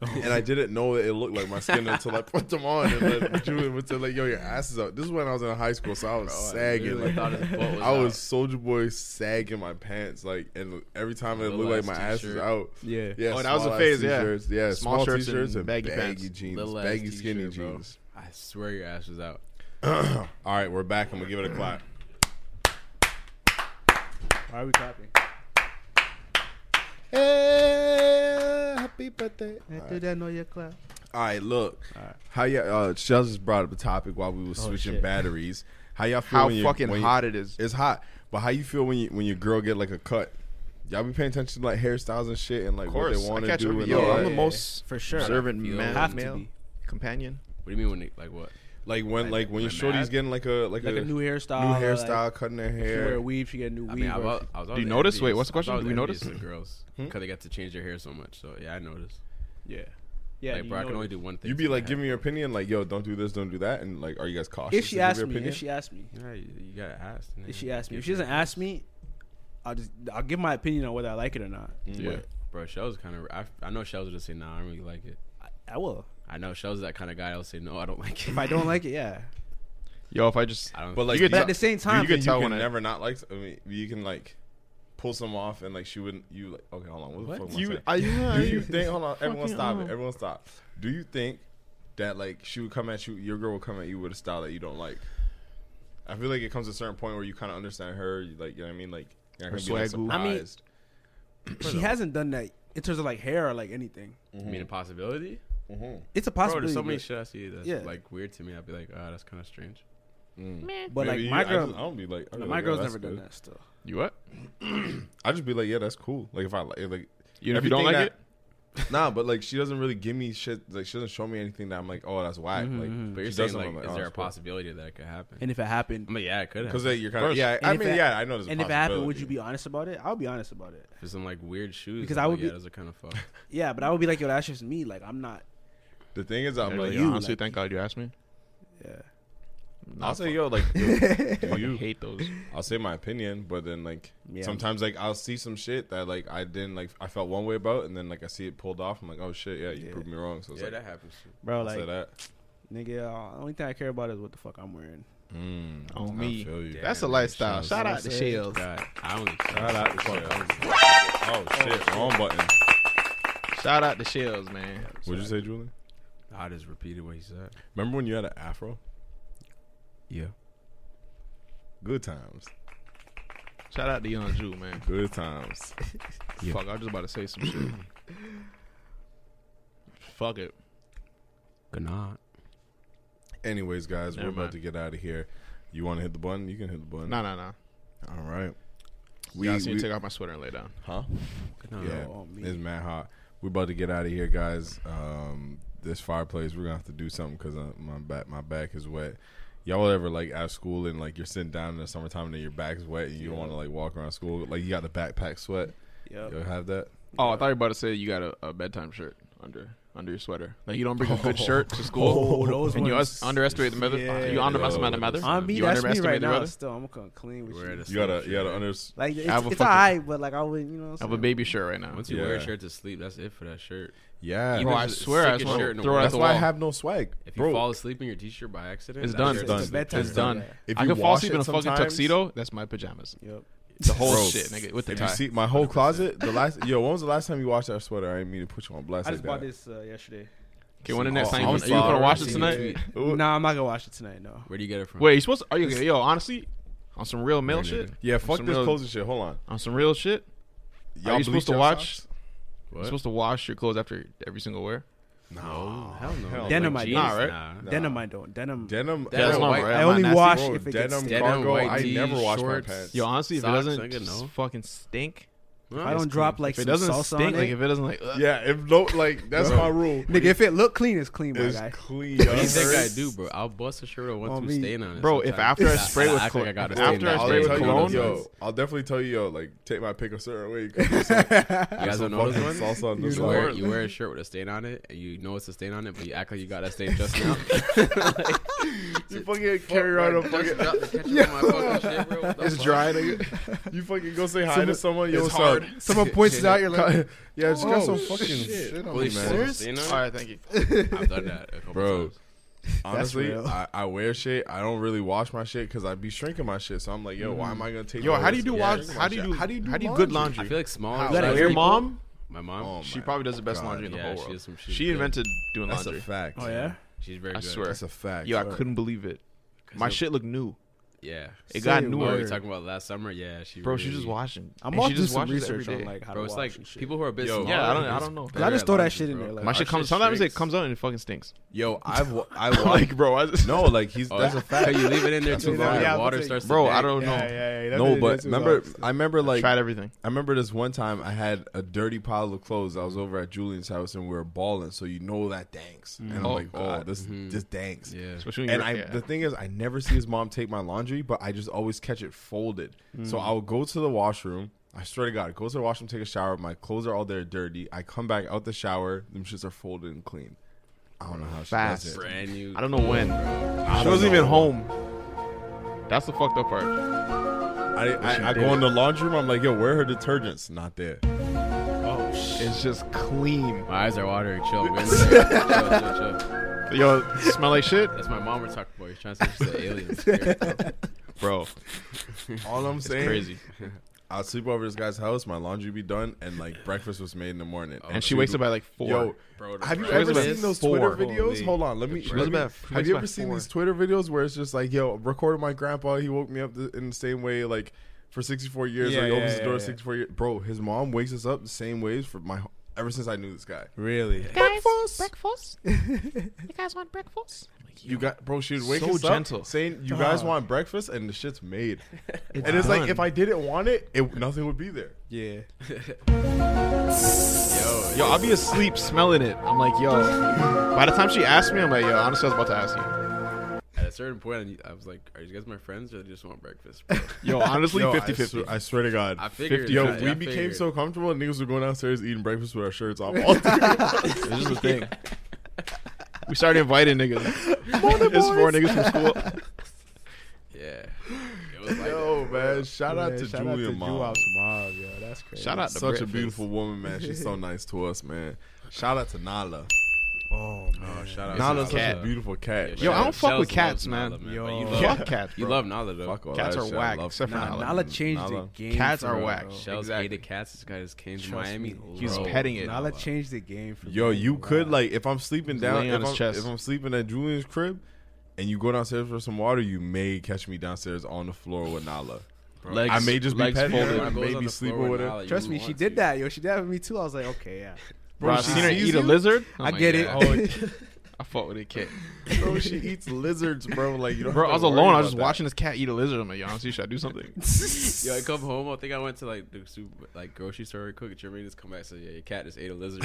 [SPEAKER 4] and I didn't know that it looked like my skin until I put them on. And then Julian was like, yo, your ass is out. This is when I was in high school, so I was
[SPEAKER 1] Bro, I
[SPEAKER 4] sagging.
[SPEAKER 1] literally
[SPEAKER 4] like,
[SPEAKER 1] thought his butt was
[SPEAKER 4] I was
[SPEAKER 1] out.
[SPEAKER 4] Soldier Boy sagging my pants, like, and every time it
[SPEAKER 1] Little
[SPEAKER 4] looked like
[SPEAKER 1] ass
[SPEAKER 4] my ass is
[SPEAKER 1] t-shirt.
[SPEAKER 4] out.
[SPEAKER 2] Yeah.
[SPEAKER 4] yeah.
[SPEAKER 3] Oh, that was a
[SPEAKER 4] small ass
[SPEAKER 3] phase, yeah.
[SPEAKER 4] t-shirts. yeah.
[SPEAKER 3] Small
[SPEAKER 4] small
[SPEAKER 3] shirts
[SPEAKER 4] t-shirts
[SPEAKER 3] and
[SPEAKER 4] and
[SPEAKER 3] baggy
[SPEAKER 4] baggy,
[SPEAKER 3] pants.
[SPEAKER 4] jeans,
[SPEAKER 1] Little ass
[SPEAKER 4] baggy skinny
[SPEAKER 1] t-shirt, bro.
[SPEAKER 4] jeans.
[SPEAKER 1] I swear your ass was out.
[SPEAKER 4] All right, we're back. I'm gonna give it a clap.
[SPEAKER 2] Why are we clapping?
[SPEAKER 4] Eh, happy birthday.
[SPEAKER 2] Did I know your clap?
[SPEAKER 4] All right, look. How y'all? Uh, Shell just brought up a topic while we were switching
[SPEAKER 2] shit.
[SPEAKER 4] batteries. How y'all feel?
[SPEAKER 3] How
[SPEAKER 4] when you-
[SPEAKER 3] fucking
[SPEAKER 4] when you-
[SPEAKER 3] hot it is.
[SPEAKER 4] It's hot, but how you feel when you when your girl get like a cut? Y'all be paying attention to like hairstyles and shit, and like
[SPEAKER 3] Of
[SPEAKER 4] what
[SPEAKER 3] course,
[SPEAKER 4] they want
[SPEAKER 3] I
[SPEAKER 4] to
[SPEAKER 3] catch
[SPEAKER 4] do.
[SPEAKER 3] every-
[SPEAKER 4] And
[SPEAKER 3] Yo,
[SPEAKER 4] all
[SPEAKER 3] I'm the
[SPEAKER 4] that.
[SPEAKER 3] most
[SPEAKER 2] For sure.
[SPEAKER 3] observant
[SPEAKER 1] Yo,
[SPEAKER 3] man,
[SPEAKER 2] have to
[SPEAKER 3] male
[SPEAKER 2] be.
[SPEAKER 3] companion.
[SPEAKER 1] What do you mean when they, like what?
[SPEAKER 4] like when like when your
[SPEAKER 1] my
[SPEAKER 4] shorty's
[SPEAKER 1] mask?
[SPEAKER 4] getting like a like,
[SPEAKER 2] Like a new hairstyle,
[SPEAKER 4] new
[SPEAKER 2] or,
[SPEAKER 4] hairstyle,
[SPEAKER 2] like,
[SPEAKER 4] cutting their
[SPEAKER 2] If you wear
[SPEAKER 4] hair.
[SPEAKER 2] a weave, she get a new
[SPEAKER 1] I
[SPEAKER 2] weave.
[SPEAKER 1] mean, I,
[SPEAKER 2] or-
[SPEAKER 1] wa- I was
[SPEAKER 3] Do you
[SPEAKER 1] always
[SPEAKER 3] notice? Wait, what's
[SPEAKER 1] envious-
[SPEAKER 3] the
[SPEAKER 1] I was
[SPEAKER 3] question?
[SPEAKER 1] always
[SPEAKER 3] Do we notice?
[SPEAKER 1] envious of girls because they got to change their hair so much. So yeah, I noticed.
[SPEAKER 2] yeah. Yeah.
[SPEAKER 1] like,
[SPEAKER 2] you
[SPEAKER 1] bro, I can
[SPEAKER 2] know
[SPEAKER 1] only
[SPEAKER 2] it.
[SPEAKER 1] do one thing.
[SPEAKER 4] You
[SPEAKER 1] to
[SPEAKER 4] be
[SPEAKER 1] my
[SPEAKER 4] like
[SPEAKER 1] hair.
[SPEAKER 4] giving your opinion, like yo, don't do this, don't do that, and like, are you guys cautious?
[SPEAKER 2] If she
[SPEAKER 4] to give
[SPEAKER 2] asked
[SPEAKER 4] your
[SPEAKER 2] me,
[SPEAKER 4] opinion?
[SPEAKER 2] if she asked me,
[SPEAKER 1] Yeah, you, you gotta ask. nigga.
[SPEAKER 2] if she asked me,
[SPEAKER 1] Give
[SPEAKER 2] if she
[SPEAKER 1] your-
[SPEAKER 2] doesn't ask me, I'll just I'll give my opinion on whether I like it or not.
[SPEAKER 4] yeah.
[SPEAKER 1] bro, Shell's kind of. I, I know Shell's gonna say, "Nah, I don't really like it."
[SPEAKER 2] I, I will.
[SPEAKER 1] I know Shell's that kind of guy. I'll say, "No, I don't like it."
[SPEAKER 2] If I don't like it, yeah.
[SPEAKER 3] Yo, if I just
[SPEAKER 1] I don't.
[SPEAKER 4] But like,
[SPEAKER 3] You could
[SPEAKER 2] But
[SPEAKER 3] tell-
[SPEAKER 2] at the same
[SPEAKER 4] you,
[SPEAKER 2] time,
[SPEAKER 4] can, you
[SPEAKER 3] tell
[SPEAKER 4] can
[SPEAKER 3] when I-
[SPEAKER 4] never not like. I mean, you can like pull some off, and like she wouldn't. You like okay, hold on. What the fuck? am I
[SPEAKER 3] you
[SPEAKER 4] saying?
[SPEAKER 3] are you uh-huh.
[SPEAKER 4] do you think? Hold on, everyone
[SPEAKER 8] Fucking
[SPEAKER 4] stop
[SPEAKER 8] hell.
[SPEAKER 4] it. Everyone stop. Do you think that like she would come at you, your girl would come at you with a style that you don't like. I feel like it comes to a certain point where you kind of understand her, you, like you know what I mean, like you're not
[SPEAKER 2] Her
[SPEAKER 4] gonna be like,
[SPEAKER 2] swag move. I mean,
[SPEAKER 4] surprised.
[SPEAKER 2] she hasn't done that in terms of like hair or like anything.
[SPEAKER 1] I mean, a possibility.
[SPEAKER 2] It's a
[SPEAKER 1] Bro,
[SPEAKER 2] possibility.
[SPEAKER 1] there's so many
[SPEAKER 2] but-
[SPEAKER 1] shit I see that's
[SPEAKER 2] yeah.
[SPEAKER 1] like weird to me. I'd be like, ah, that's kind of strange.
[SPEAKER 2] But like
[SPEAKER 4] Maybe
[SPEAKER 2] my
[SPEAKER 4] you- I
[SPEAKER 2] girl,
[SPEAKER 4] just- I don't be like- I
[SPEAKER 2] no,
[SPEAKER 4] be
[SPEAKER 2] my
[SPEAKER 4] like, yo,
[SPEAKER 2] girl's
[SPEAKER 4] that's
[SPEAKER 2] never done
[SPEAKER 4] good.
[SPEAKER 2] that stuff.
[SPEAKER 1] You what?
[SPEAKER 4] I just be like, yeah, that's cool. Like if I like, like
[SPEAKER 3] Even if you don't
[SPEAKER 4] everything
[SPEAKER 3] like
[SPEAKER 4] that- Nah, but like she doesn't really give me shit. Like she doesn't show me anything that I'm like, oh, that's whack. Like,
[SPEAKER 1] But you're
[SPEAKER 4] she
[SPEAKER 1] saying
[SPEAKER 4] doesn't,
[SPEAKER 1] like,
[SPEAKER 4] I'm
[SPEAKER 1] is
[SPEAKER 4] oh,
[SPEAKER 1] there a
[SPEAKER 4] that's cool.
[SPEAKER 1] possibility that it could happen?
[SPEAKER 2] And if it happened,
[SPEAKER 1] I mean, yeah, it could.
[SPEAKER 4] 'Cause,
[SPEAKER 1] happen.
[SPEAKER 4] like, you're kinda- Of course. yeah, I
[SPEAKER 2] and if
[SPEAKER 4] mean,
[SPEAKER 2] it-
[SPEAKER 4] yeah, I know there's a
[SPEAKER 2] And if it happened, would
[SPEAKER 4] possibility.
[SPEAKER 2] you be honest about it? I'll be honest about it.
[SPEAKER 1] for some like weird shoes.
[SPEAKER 2] Because
[SPEAKER 1] I'm
[SPEAKER 2] I would
[SPEAKER 1] like, yeah,
[SPEAKER 2] be-
[SPEAKER 1] those are kind of fucked.
[SPEAKER 2] Yeah, but I would be like, yo, that's just me. Like I'm not.
[SPEAKER 4] The thing is, I'm
[SPEAKER 3] Like,
[SPEAKER 4] like,
[SPEAKER 3] yo, honestly, thank God you asked me.
[SPEAKER 2] Yeah.
[SPEAKER 4] I'll say, yo, like, yo, do
[SPEAKER 3] You
[SPEAKER 4] you?
[SPEAKER 3] hate those.
[SPEAKER 4] I'll say my opinion, but then like
[SPEAKER 2] Yeah.
[SPEAKER 4] sometimes like I'll see some shit that like I didn't like I felt one way about, and then like I see it pulled off. I'm like, oh shit, yeah, you proved me wrong. So it's
[SPEAKER 1] yeah,
[SPEAKER 4] like,
[SPEAKER 1] that happens. Too.
[SPEAKER 2] Bro,
[SPEAKER 4] I'll say
[SPEAKER 2] like
[SPEAKER 4] that.
[SPEAKER 2] nigga, uh, the only thing I care about is what the fuck I'm wearing.
[SPEAKER 3] On
[SPEAKER 4] Hmm, I
[SPEAKER 3] me.
[SPEAKER 4] feel you.
[SPEAKER 3] That's a lifestyle.
[SPEAKER 1] Shout
[SPEAKER 3] Shout out to Shells.
[SPEAKER 1] God, I only.
[SPEAKER 4] Shout out to Shells. Oh shit, wrong button.
[SPEAKER 3] Shout out to Shells, man.
[SPEAKER 4] What'd you say, Julian?
[SPEAKER 1] I just repeated what he said.
[SPEAKER 4] Remember when you had an afro?
[SPEAKER 1] Yeah.
[SPEAKER 4] Good times.
[SPEAKER 3] Shout out to Young Ju, man.
[SPEAKER 4] Good times.
[SPEAKER 3] Fuck, I was just about to say some shit. Fuck it.
[SPEAKER 1] Good night.
[SPEAKER 4] Anyways, guys,
[SPEAKER 3] Never
[SPEAKER 4] we're about
[SPEAKER 3] mind.
[SPEAKER 4] to get out of here. You want to hit the button? You can hit the button.
[SPEAKER 3] Nah, nah, nah.
[SPEAKER 4] All right.
[SPEAKER 3] We, yeah, I seen you take off my sweater and lay down.
[SPEAKER 4] huh?
[SPEAKER 1] Good night.
[SPEAKER 4] Yeah,
[SPEAKER 2] Oh, me.
[SPEAKER 4] it's mad hot. We're about to get out of here, guys. Um, this fireplace, we're gonna have to do something because my back, my back is wet. Y'all ever like at school and like you're sitting down in the summertime and then your back's wet and you don't want to like walk around school like you got the backpack sweat.
[SPEAKER 2] Yep.
[SPEAKER 4] You have that?
[SPEAKER 3] Oh, I thought you were about to say you got a, a bedtime shirt under under your sweater. Like you don't bring a good shirt to school,
[SPEAKER 2] Oh, those
[SPEAKER 3] and you us-
[SPEAKER 2] ones.
[SPEAKER 3] underestimate the weather.
[SPEAKER 2] Yeah.
[SPEAKER 3] You underestimate the weather.
[SPEAKER 2] On me,
[SPEAKER 3] you
[SPEAKER 2] that's me
[SPEAKER 3] underestimate
[SPEAKER 2] right
[SPEAKER 3] the
[SPEAKER 2] now.
[SPEAKER 3] weather?
[SPEAKER 2] Still, I'm gonna come clean with
[SPEAKER 1] We're
[SPEAKER 2] you.
[SPEAKER 1] at a
[SPEAKER 4] You gotta,
[SPEAKER 1] sleep
[SPEAKER 4] you gotta
[SPEAKER 1] shirt.
[SPEAKER 4] under.
[SPEAKER 2] Like it's,
[SPEAKER 3] have a
[SPEAKER 2] it's
[SPEAKER 3] fucking-
[SPEAKER 2] alright, but like I would, you know. What
[SPEAKER 3] I have
[SPEAKER 2] I'm
[SPEAKER 3] a
[SPEAKER 2] saying?
[SPEAKER 3] baby shirt right now.
[SPEAKER 1] Once you wear a
[SPEAKER 4] Yeah.
[SPEAKER 1] shirt to sleep, that's it for that shirt.
[SPEAKER 4] Yeah,
[SPEAKER 3] Bro,
[SPEAKER 1] Even
[SPEAKER 3] Oh, I
[SPEAKER 1] if it's the
[SPEAKER 3] swear I
[SPEAKER 1] sickest
[SPEAKER 3] just
[SPEAKER 1] shirt in
[SPEAKER 3] want
[SPEAKER 1] the
[SPEAKER 3] to throw it
[SPEAKER 1] world.
[SPEAKER 3] at
[SPEAKER 4] That's
[SPEAKER 3] the
[SPEAKER 4] why I
[SPEAKER 3] wall.
[SPEAKER 4] have no swag,
[SPEAKER 1] If you
[SPEAKER 4] bro.
[SPEAKER 1] fall asleep in your t-shirt by accident,
[SPEAKER 3] It's
[SPEAKER 1] that
[SPEAKER 3] done.
[SPEAKER 1] shirt's
[SPEAKER 4] done.
[SPEAKER 2] It's a bedtime
[SPEAKER 3] It's
[SPEAKER 2] shirt.
[SPEAKER 3] done.
[SPEAKER 4] If
[SPEAKER 3] I
[SPEAKER 4] you
[SPEAKER 3] can fall
[SPEAKER 4] wash
[SPEAKER 3] asleep in
[SPEAKER 4] it
[SPEAKER 3] a fucking
[SPEAKER 4] sometimes-
[SPEAKER 3] tuxedo. That's my pajamas.
[SPEAKER 2] Yep.
[SPEAKER 3] The whole
[SPEAKER 4] Bro,
[SPEAKER 3] shit, nigga, with the
[SPEAKER 4] If you
[SPEAKER 3] tie.
[SPEAKER 4] see my whole closet, the last yo, when was the last time you washed that sweater? I didn't mean to put you on blast.
[SPEAKER 2] I just
[SPEAKER 4] like
[SPEAKER 2] bought
[SPEAKER 4] that.
[SPEAKER 2] this uh, yesterday.
[SPEAKER 3] okay, when the next
[SPEAKER 4] Oh,
[SPEAKER 3] time
[SPEAKER 4] I'm
[SPEAKER 3] you, are you gonna
[SPEAKER 4] sorry.
[SPEAKER 3] wash it
[SPEAKER 1] Yeah.
[SPEAKER 3] tonight?
[SPEAKER 2] No, nah, I'm not gonna wash it tonight. No.
[SPEAKER 1] Where do you get it from?
[SPEAKER 3] Wait, you supposed to? Are you yo? Honestly, on some real male shit.
[SPEAKER 4] Yeah,
[SPEAKER 3] On
[SPEAKER 4] fuck
[SPEAKER 3] some
[SPEAKER 4] this
[SPEAKER 3] real-
[SPEAKER 4] clothes and shit. Hold on.
[SPEAKER 3] On some real shit.
[SPEAKER 4] Y'all
[SPEAKER 3] you supposed
[SPEAKER 4] bleach
[SPEAKER 3] to
[SPEAKER 4] y'all
[SPEAKER 3] watch?
[SPEAKER 4] socks?
[SPEAKER 3] You're
[SPEAKER 1] What?
[SPEAKER 3] supposed to wash your clothes after every single wear.
[SPEAKER 1] No, Oh, hell no.
[SPEAKER 4] Hell
[SPEAKER 2] Denim,
[SPEAKER 1] Like
[SPEAKER 2] I
[SPEAKER 1] jeans?
[SPEAKER 3] Nah, right?
[SPEAKER 1] Nah.
[SPEAKER 2] Denim, I don't. Denim.
[SPEAKER 4] Denim.
[SPEAKER 1] That's
[SPEAKER 4] bro,
[SPEAKER 1] not
[SPEAKER 4] white-
[SPEAKER 1] right.
[SPEAKER 2] I only
[SPEAKER 3] nasty?
[SPEAKER 2] wash
[SPEAKER 4] Bro,
[SPEAKER 2] if it gets
[SPEAKER 4] denim
[SPEAKER 2] dirty.
[SPEAKER 1] Denim,
[SPEAKER 4] cargo.
[SPEAKER 1] white
[SPEAKER 4] I
[SPEAKER 1] tee,
[SPEAKER 4] never wash my
[SPEAKER 1] shorts.
[SPEAKER 4] pants.
[SPEAKER 3] Yo, honestly, if it
[SPEAKER 1] Socks,
[SPEAKER 3] doesn't
[SPEAKER 1] nigga, no.
[SPEAKER 3] fucking stink,
[SPEAKER 1] Nah,
[SPEAKER 2] I
[SPEAKER 1] it's
[SPEAKER 2] don't
[SPEAKER 1] cool.
[SPEAKER 2] drop like
[SPEAKER 3] if it
[SPEAKER 2] some
[SPEAKER 3] doesn't
[SPEAKER 2] salsa
[SPEAKER 3] stink,
[SPEAKER 2] on
[SPEAKER 3] like
[SPEAKER 2] it.
[SPEAKER 3] if it doesn't like, ugh,
[SPEAKER 4] yeah, if no, like that's my rule.
[SPEAKER 2] Nigga, if it look clean, it's clean, my
[SPEAKER 4] it's
[SPEAKER 2] guy.
[SPEAKER 4] clean.
[SPEAKER 1] What do you think I
[SPEAKER 4] alright?
[SPEAKER 1] do, bro? I'll bust a shirt or
[SPEAKER 2] On
[SPEAKER 1] want some
[SPEAKER 2] me.
[SPEAKER 1] stain on it.
[SPEAKER 3] bro. If
[SPEAKER 1] sometimes.
[SPEAKER 3] after I
[SPEAKER 1] And
[SPEAKER 3] spray
[SPEAKER 1] and
[SPEAKER 3] with
[SPEAKER 1] I act like I
[SPEAKER 3] cologne,
[SPEAKER 1] got a stain
[SPEAKER 3] after I
[SPEAKER 1] down
[SPEAKER 3] spray
[SPEAKER 1] there.
[SPEAKER 3] with
[SPEAKER 1] You know
[SPEAKER 4] I'll
[SPEAKER 3] cologne,
[SPEAKER 1] what
[SPEAKER 4] tell you,
[SPEAKER 1] I'm
[SPEAKER 4] yo, I'll definitely tell you, yo, like take my pick a certain way. 'cause it's like,
[SPEAKER 1] You guys
[SPEAKER 4] some
[SPEAKER 1] don't know this
[SPEAKER 4] fucking
[SPEAKER 1] one?
[SPEAKER 4] salsa on this
[SPEAKER 1] You wear,
[SPEAKER 4] one.
[SPEAKER 1] you wear a shirt with a stain on it, and you know it's a stain on it, but you act like you got that stain just now.
[SPEAKER 4] You fucking carry around a fucking.
[SPEAKER 3] it's dry. Nigga.
[SPEAKER 4] You fucking go say hi to someone. Yo,
[SPEAKER 3] it's
[SPEAKER 4] what's
[SPEAKER 3] hard.
[SPEAKER 4] up?
[SPEAKER 2] Someone points it out, you're like,
[SPEAKER 4] Yeah, I just got
[SPEAKER 3] Oh,
[SPEAKER 4] some fucking shit, on
[SPEAKER 1] Holy
[SPEAKER 4] me, man.
[SPEAKER 1] shit. Stain on it?
[SPEAKER 3] All right, thank you.
[SPEAKER 1] I've done that a couple
[SPEAKER 4] Bro.
[SPEAKER 1] times.
[SPEAKER 4] Honestly,
[SPEAKER 2] real.
[SPEAKER 4] I, I wear shit. I don't really wash my shit because I be shrinking my shit. So I'm like, yo, why am I gonna take?
[SPEAKER 3] Yo,
[SPEAKER 4] my
[SPEAKER 3] how do you
[SPEAKER 4] risk and
[SPEAKER 3] do wash?
[SPEAKER 4] shrinking my
[SPEAKER 3] How do you
[SPEAKER 4] shit?
[SPEAKER 3] do? How do you do? How do you good
[SPEAKER 1] I
[SPEAKER 3] laundry?
[SPEAKER 1] feel like small.
[SPEAKER 3] Like,
[SPEAKER 1] size
[SPEAKER 3] your
[SPEAKER 1] people-
[SPEAKER 3] mom,
[SPEAKER 1] My mom.
[SPEAKER 4] Oh,
[SPEAKER 3] she
[SPEAKER 4] my
[SPEAKER 3] probably does the best
[SPEAKER 4] God.
[SPEAKER 3] laundry in the
[SPEAKER 1] Yeah,
[SPEAKER 3] whole
[SPEAKER 1] she
[SPEAKER 3] world.
[SPEAKER 1] does some shit
[SPEAKER 3] She
[SPEAKER 1] good.
[SPEAKER 3] invented doing
[SPEAKER 4] That's a
[SPEAKER 3] laundry.
[SPEAKER 4] fact.
[SPEAKER 2] oh yeah.
[SPEAKER 1] She's very
[SPEAKER 3] I
[SPEAKER 1] good.
[SPEAKER 3] swear.
[SPEAKER 4] That's a fact.
[SPEAKER 3] Yo, I couldn't believe it. My shit looked new.
[SPEAKER 1] Yeah.
[SPEAKER 3] It got
[SPEAKER 2] Say
[SPEAKER 1] What were we
[SPEAKER 3] newer,
[SPEAKER 1] talking about last summer? Yeah, she.
[SPEAKER 3] bro.
[SPEAKER 1] really,
[SPEAKER 3] She's just washing.
[SPEAKER 2] I'm
[SPEAKER 3] And
[SPEAKER 2] all
[SPEAKER 3] she
[SPEAKER 2] do
[SPEAKER 3] just
[SPEAKER 2] some
[SPEAKER 3] washes
[SPEAKER 2] research
[SPEAKER 3] every day.
[SPEAKER 2] on like how
[SPEAKER 1] Bro,
[SPEAKER 2] to
[SPEAKER 1] it's
[SPEAKER 2] wash
[SPEAKER 1] like
[SPEAKER 2] and shit.
[SPEAKER 1] people who are a bit
[SPEAKER 4] Yo,
[SPEAKER 1] smaller.
[SPEAKER 3] Yeah, I don't.
[SPEAKER 1] are
[SPEAKER 3] I
[SPEAKER 1] just
[SPEAKER 3] don't know.
[SPEAKER 1] better
[SPEAKER 2] I just
[SPEAKER 1] at
[SPEAKER 2] throw that
[SPEAKER 1] laundry,
[SPEAKER 2] shit in
[SPEAKER 1] bro.
[SPEAKER 2] there, like-
[SPEAKER 3] My
[SPEAKER 2] Our
[SPEAKER 3] shit comes.
[SPEAKER 1] shit
[SPEAKER 3] Sometimes it
[SPEAKER 1] shrinks.
[SPEAKER 3] comes out and it fucking stinks.
[SPEAKER 4] Yo, I've wa- I wa-
[SPEAKER 3] Like, bro, I just,
[SPEAKER 4] no, like he's
[SPEAKER 1] Oh,
[SPEAKER 4] Oh, that's a fact.
[SPEAKER 1] You leave it in there too
[SPEAKER 4] Yeah,
[SPEAKER 1] long,
[SPEAKER 4] yeah,
[SPEAKER 1] the
[SPEAKER 4] I'll
[SPEAKER 1] water
[SPEAKER 2] take-
[SPEAKER 1] starts. to
[SPEAKER 3] bro,
[SPEAKER 1] bag.
[SPEAKER 3] I don't know.
[SPEAKER 4] no, but remember, I remember like
[SPEAKER 3] Tried everything.
[SPEAKER 4] I remember this one time I had a dirty pile of clothes. I was over at Julian's house and we were balling, so you know that danks. And I'm
[SPEAKER 3] Oh,
[SPEAKER 4] like, oh,
[SPEAKER 3] God.
[SPEAKER 4] this this danks.
[SPEAKER 1] Yeah.
[SPEAKER 3] Especially when
[SPEAKER 4] And
[SPEAKER 3] you're-
[SPEAKER 4] I,
[SPEAKER 3] yeah.
[SPEAKER 4] the thing is, I never see his mom take my laundry, but I just always catch it folded. So I'll go to the washroom. I swear to God, go to the washroom, take a shower. My clothes are all there, dirty. I come back out the shower, them shits are folded and clean. I don't know how she
[SPEAKER 3] Fast.
[SPEAKER 4] does it.
[SPEAKER 1] Brand new.
[SPEAKER 3] I don't know when. She wasn't even home. That's the fucked up part.
[SPEAKER 4] I, I, I go in the laundry room. I'm like, yo, where are her detergents? Not there.
[SPEAKER 1] Oh,
[SPEAKER 3] It's just clean.
[SPEAKER 1] My eyes are watering. Chill. man. chill, chill, chill.
[SPEAKER 3] Yo, smell like shit,
[SPEAKER 1] That's my mom we're talking about. You're trying to say she's an alien.
[SPEAKER 3] bro.
[SPEAKER 4] All I'm saying,
[SPEAKER 3] Crazy.
[SPEAKER 4] I I'll sleep over at this guy's house, my laundry be done, and like breakfast was made in the morning.
[SPEAKER 3] And she wakes up at, like, four.
[SPEAKER 4] Yo,
[SPEAKER 3] Bro,
[SPEAKER 4] have you
[SPEAKER 3] she wakes
[SPEAKER 4] ever
[SPEAKER 3] up at
[SPEAKER 4] seen those
[SPEAKER 3] four.
[SPEAKER 4] Twitter videos?
[SPEAKER 3] Holy.
[SPEAKER 4] Hold on, let me.
[SPEAKER 3] She
[SPEAKER 4] Let
[SPEAKER 3] wakes
[SPEAKER 4] me
[SPEAKER 3] up at-
[SPEAKER 4] have
[SPEAKER 3] wakes
[SPEAKER 4] you
[SPEAKER 3] up
[SPEAKER 4] ever
[SPEAKER 3] at
[SPEAKER 4] seen
[SPEAKER 3] four.
[SPEAKER 4] these Twitter videos where it's just like, yo, recorded my grandpa, he woke me up th- in the same way, like for 64 years,
[SPEAKER 3] Yeah,
[SPEAKER 4] or he
[SPEAKER 3] yeah,
[SPEAKER 4] opens the
[SPEAKER 3] yeah,
[SPEAKER 4] door
[SPEAKER 3] yeah.
[SPEAKER 4] 64 years. Bro, his mom wakes us up the same ways for my ever since I knew this guy.
[SPEAKER 3] Really?
[SPEAKER 7] Guys, breakfast? you guys want breakfast?
[SPEAKER 4] You got bro. She'd wake
[SPEAKER 3] So
[SPEAKER 4] us
[SPEAKER 3] gentle.
[SPEAKER 4] up saying, "You guys
[SPEAKER 3] Dog.
[SPEAKER 4] want breakfast?" and the shit's made.
[SPEAKER 3] It's
[SPEAKER 4] and it's like
[SPEAKER 3] done.
[SPEAKER 4] if I didn't want it, it nothing would be there.
[SPEAKER 3] Yeah.
[SPEAKER 4] yo,
[SPEAKER 3] Yo, I'll be asleep smelling it. I'm like, yo. By the time she asked me, I'm like, yo, honestly, I was about to ask you.
[SPEAKER 1] At a certain point, I knew- I was like, "Are you guys my friends or do you just want breakfast?" bro?"
[SPEAKER 3] Yo, honestly,
[SPEAKER 4] Yo, I
[SPEAKER 3] 50-50.
[SPEAKER 4] swear- I, swear to God,
[SPEAKER 1] I figured.
[SPEAKER 4] Yo,
[SPEAKER 1] I-
[SPEAKER 4] we
[SPEAKER 1] I
[SPEAKER 4] became
[SPEAKER 1] figured.
[SPEAKER 4] so comfortable, and niggas were going downstairs eating breakfast with our shirts off. All it's
[SPEAKER 3] just a thing. We started inviting niggas.
[SPEAKER 4] Morning,
[SPEAKER 3] It's four
[SPEAKER 4] boys.
[SPEAKER 3] niggas from
[SPEAKER 4] Oh,
[SPEAKER 3] school.
[SPEAKER 1] Yeah.
[SPEAKER 4] Yo, man, shout out
[SPEAKER 2] Yeah,
[SPEAKER 4] to
[SPEAKER 2] shout out
[SPEAKER 4] Julia
[SPEAKER 2] to
[SPEAKER 4] Mom.
[SPEAKER 2] Juwap's mom, yo, that's crazy.
[SPEAKER 4] Shout out to such a
[SPEAKER 2] Breakfast.
[SPEAKER 4] beautiful woman, man. She's so nice to us, man. Shout out to Nala.
[SPEAKER 2] Oh man,
[SPEAKER 1] shout out
[SPEAKER 4] Nala's
[SPEAKER 1] to Nala.
[SPEAKER 4] such a beautiful cat.
[SPEAKER 1] Yeah,
[SPEAKER 4] man.
[SPEAKER 3] Yo, I don't fuck
[SPEAKER 1] Shells
[SPEAKER 3] with cats,
[SPEAKER 1] loves
[SPEAKER 3] man.
[SPEAKER 1] Nala, man.
[SPEAKER 3] Yo,
[SPEAKER 1] But you
[SPEAKER 3] fuck
[SPEAKER 1] love-
[SPEAKER 3] cats.
[SPEAKER 1] You
[SPEAKER 3] bro.
[SPEAKER 1] love Nala though.
[SPEAKER 4] Fuck all
[SPEAKER 3] Cats
[SPEAKER 4] that
[SPEAKER 3] are
[SPEAKER 4] shit. I
[SPEAKER 3] whack,
[SPEAKER 4] love
[SPEAKER 3] except for
[SPEAKER 4] cats.
[SPEAKER 3] Nala.
[SPEAKER 2] Nala changed
[SPEAKER 4] Nala.
[SPEAKER 2] the game.
[SPEAKER 3] Cats
[SPEAKER 2] for
[SPEAKER 3] are
[SPEAKER 2] real,
[SPEAKER 3] whack.
[SPEAKER 2] bro.
[SPEAKER 1] Shells hated cats. This guy just came to
[SPEAKER 2] Trust
[SPEAKER 1] Miami.
[SPEAKER 2] me.
[SPEAKER 3] He's
[SPEAKER 1] Bro,
[SPEAKER 3] petting it.
[SPEAKER 2] Nala changed the game for
[SPEAKER 4] Yo,
[SPEAKER 2] me.
[SPEAKER 4] you could
[SPEAKER 2] Wow.
[SPEAKER 4] like if I'm sleeping
[SPEAKER 3] He's
[SPEAKER 4] down
[SPEAKER 3] laying on
[SPEAKER 4] if
[SPEAKER 3] his
[SPEAKER 4] I'm,
[SPEAKER 3] chest.
[SPEAKER 4] if I'm sleeping at Julian's crib and you go downstairs for some water, you may catch me downstairs on the floor with Nala.
[SPEAKER 1] Legs-
[SPEAKER 4] I may just be
[SPEAKER 1] legs
[SPEAKER 4] petting her.
[SPEAKER 1] folded.
[SPEAKER 4] I
[SPEAKER 1] Goes on
[SPEAKER 4] may
[SPEAKER 1] the
[SPEAKER 4] be
[SPEAKER 1] floor
[SPEAKER 4] sleeping
[SPEAKER 1] with
[SPEAKER 4] with
[SPEAKER 1] Nala.
[SPEAKER 4] her.
[SPEAKER 1] You
[SPEAKER 2] Trust me,
[SPEAKER 1] want
[SPEAKER 2] she did
[SPEAKER 1] to.
[SPEAKER 2] that. Yo, she did that with me too. I was like, okay, yeah.
[SPEAKER 3] Bro, I
[SPEAKER 4] she
[SPEAKER 3] seen her
[SPEAKER 4] sees
[SPEAKER 3] eat a
[SPEAKER 4] you?
[SPEAKER 3] lizard.
[SPEAKER 2] I get it.
[SPEAKER 3] it. I fought with a cat.
[SPEAKER 4] Bro, she eats lizards, bro. Like you don't.
[SPEAKER 3] Bro,
[SPEAKER 4] have
[SPEAKER 3] I was
[SPEAKER 4] to worry
[SPEAKER 3] alone. I was
[SPEAKER 4] about
[SPEAKER 3] just
[SPEAKER 4] that.
[SPEAKER 3] watching this cat eat a lizard. I'm like, yo, honestly, should I do something?
[SPEAKER 1] Yo, I come home. I think I went to like the super, like grocery store, cook at your just come back. So yeah, your cat just ate a lizard.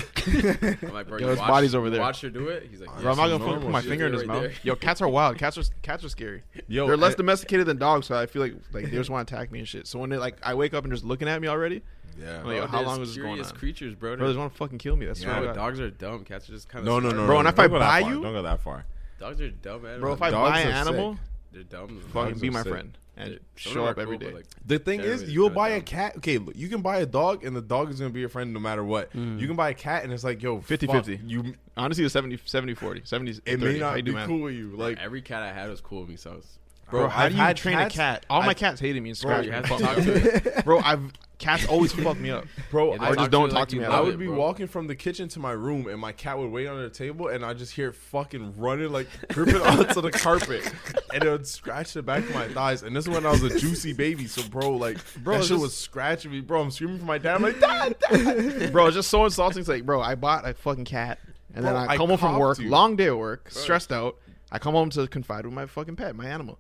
[SPEAKER 1] I'm like, bro,
[SPEAKER 3] Yo,
[SPEAKER 1] you
[SPEAKER 3] his
[SPEAKER 1] watched-
[SPEAKER 3] body's over
[SPEAKER 1] you
[SPEAKER 3] there.
[SPEAKER 1] Watched her do it. He's like,
[SPEAKER 3] Bro, I'm not gonna fucking
[SPEAKER 1] normal.
[SPEAKER 3] put my
[SPEAKER 1] She
[SPEAKER 3] finger in
[SPEAKER 1] did
[SPEAKER 3] his
[SPEAKER 1] it
[SPEAKER 3] mouth.
[SPEAKER 1] right there.
[SPEAKER 3] Yo, cats are wild. Cats are cats are scary.
[SPEAKER 4] Yo,
[SPEAKER 3] they're less
[SPEAKER 4] and-
[SPEAKER 3] domesticated than dogs, so I feel like like they just want to attack me and shit. So when they like I wake up and just looking at me already,
[SPEAKER 4] Yeah.
[SPEAKER 3] I'm like, yo,
[SPEAKER 1] Bro,
[SPEAKER 3] how
[SPEAKER 1] they're
[SPEAKER 3] long was this going
[SPEAKER 1] curious
[SPEAKER 3] on?
[SPEAKER 1] creatures, bro.
[SPEAKER 3] Bro, they just want to fucking kill me. That's
[SPEAKER 1] Yeah,
[SPEAKER 3] right.
[SPEAKER 1] but dogs are dumb. Cats are just kind of
[SPEAKER 4] No, no, no,
[SPEAKER 3] Bro,
[SPEAKER 4] no,
[SPEAKER 3] and
[SPEAKER 4] no.
[SPEAKER 3] if I
[SPEAKER 4] Don't go that
[SPEAKER 3] buy
[SPEAKER 4] far.
[SPEAKER 3] you-
[SPEAKER 4] don't go that far.
[SPEAKER 1] Dogs are dumb animals.
[SPEAKER 3] Bro, if I
[SPEAKER 4] Dogs
[SPEAKER 3] buy an
[SPEAKER 4] are sick.
[SPEAKER 3] animal,
[SPEAKER 1] they're dumb.
[SPEAKER 3] fucking
[SPEAKER 4] Dogs
[SPEAKER 3] be
[SPEAKER 4] are
[SPEAKER 3] my
[SPEAKER 4] sick.
[SPEAKER 3] friend
[SPEAKER 1] They're-
[SPEAKER 3] and
[SPEAKER 1] some of
[SPEAKER 3] show
[SPEAKER 1] them
[SPEAKER 3] up
[SPEAKER 1] are
[SPEAKER 3] every
[SPEAKER 1] cool,
[SPEAKER 3] day.
[SPEAKER 1] but, like,
[SPEAKER 4] The thing
[SPEAKER 1] they're
[SPEAKER 4] is,
[SPEAKER 1] really
[SPEAKER 4] you'll
[SPEAKER 1] kinda
[SPEAKER 4] buy a
[SPEAKER 1] dumb.
[SPEAKER 4] cat. Okay, look, you can buy a dog, and the dog is gonna be your friend no matter what. You can buy a cat, and it's like, yo,
[SPEAKER 3] 50-50.
[SPEAKER 4] fuck, You,
[SPEAKER 3] Honestly, it's 70 70 40. 70
[SPEAKER 4] it
[SPEAKER 3] 30.
[SPEAKER 4] may
[SPEAKER 3] How
[SPEAKER 4] not
[SPEAKER 3] you
[SPEAKER 4] be
[SPEAKER 3] do, man?
[SPEAKER 4] cool with you. Like,
[SPEAKER 1] Every cat I had was cool with me. So I was,
[SPEAKER 3] Bro, how
[SPEAKER 4] I've
[SPEAKER 3] do you
[SPEAKER 4] had
[SPEAKER 3] train
[SPEAKER 4] cats-
[SPEAKER 3] a cat? All my
[SPEAKER 4] I've-
[SPEAKER 3] cats hated me and
[SPEAKER 4] Bro,
[SPEAKER 3] scratched
[SPEAKER 1] you
[SPEAKER 3] me.
[SPEAKER 1] have to
[SPEAKER 3] Fuck
[SPEAKER 1] talk
[SPEAKER 3] me.
[SPEAKER 1] to it.
[SPEAKER 3] Bro, I've cats always fuck me up.
[SPEAKER 4] Bro,
[SPEAKER 1] Yeah,
[SPEAKER 4] I,
[SPEAKER 1] they
[SPEAKER 3] or
[SPEAKER 1] talk
[SPEAKER 3] just
[SPEAKER 1] to
[SPEAKER 3] don't
[SPEAKER 1] you
[SPEAKER 3] talk
[SPEAKER 1] like
[SPEAKER 3] to
[SPEAKER 1] you
[SPEAKER 3] me. at
[SPEAKER 1] love
[SPEAKER 4] I
[SPEAKER 3] all.
[SPEAKER 1] it,
[SPEAKER 4] would be
[SPEAKER 1] bro.
[SPEAKER 4] walking from the kitchen to my room, and my cat would wait under the table, and I just hear it fucking running like dripping onto the carpet, and it would scratch the back of my thighs. And this is when I was a juicy baby, so bro, like, bro, that
[SPEAKER 3] it's
[SPEAKER 4] shit
[SPEAKER 3] just-
[SPEAKER 4] was scratching me, bro. I'm screaming for my dad. I'm like, dad, dad.
[SPEAKER 3] bro, it's just so insulting. It's like, bro, I bought a fucking cat,
[SPEAKER 4] Bro,
[SPEAKER 3] and then I,
[SPEAKER 4] I
[SPEAKER 3] come home from
[SPEAKER 4] copped
[SPEAKER 3] work,
[SPEAKER 4] you.
[SPEAKER 3] long day at work, stressed out. I come home to confide with my fucking pet, my animal,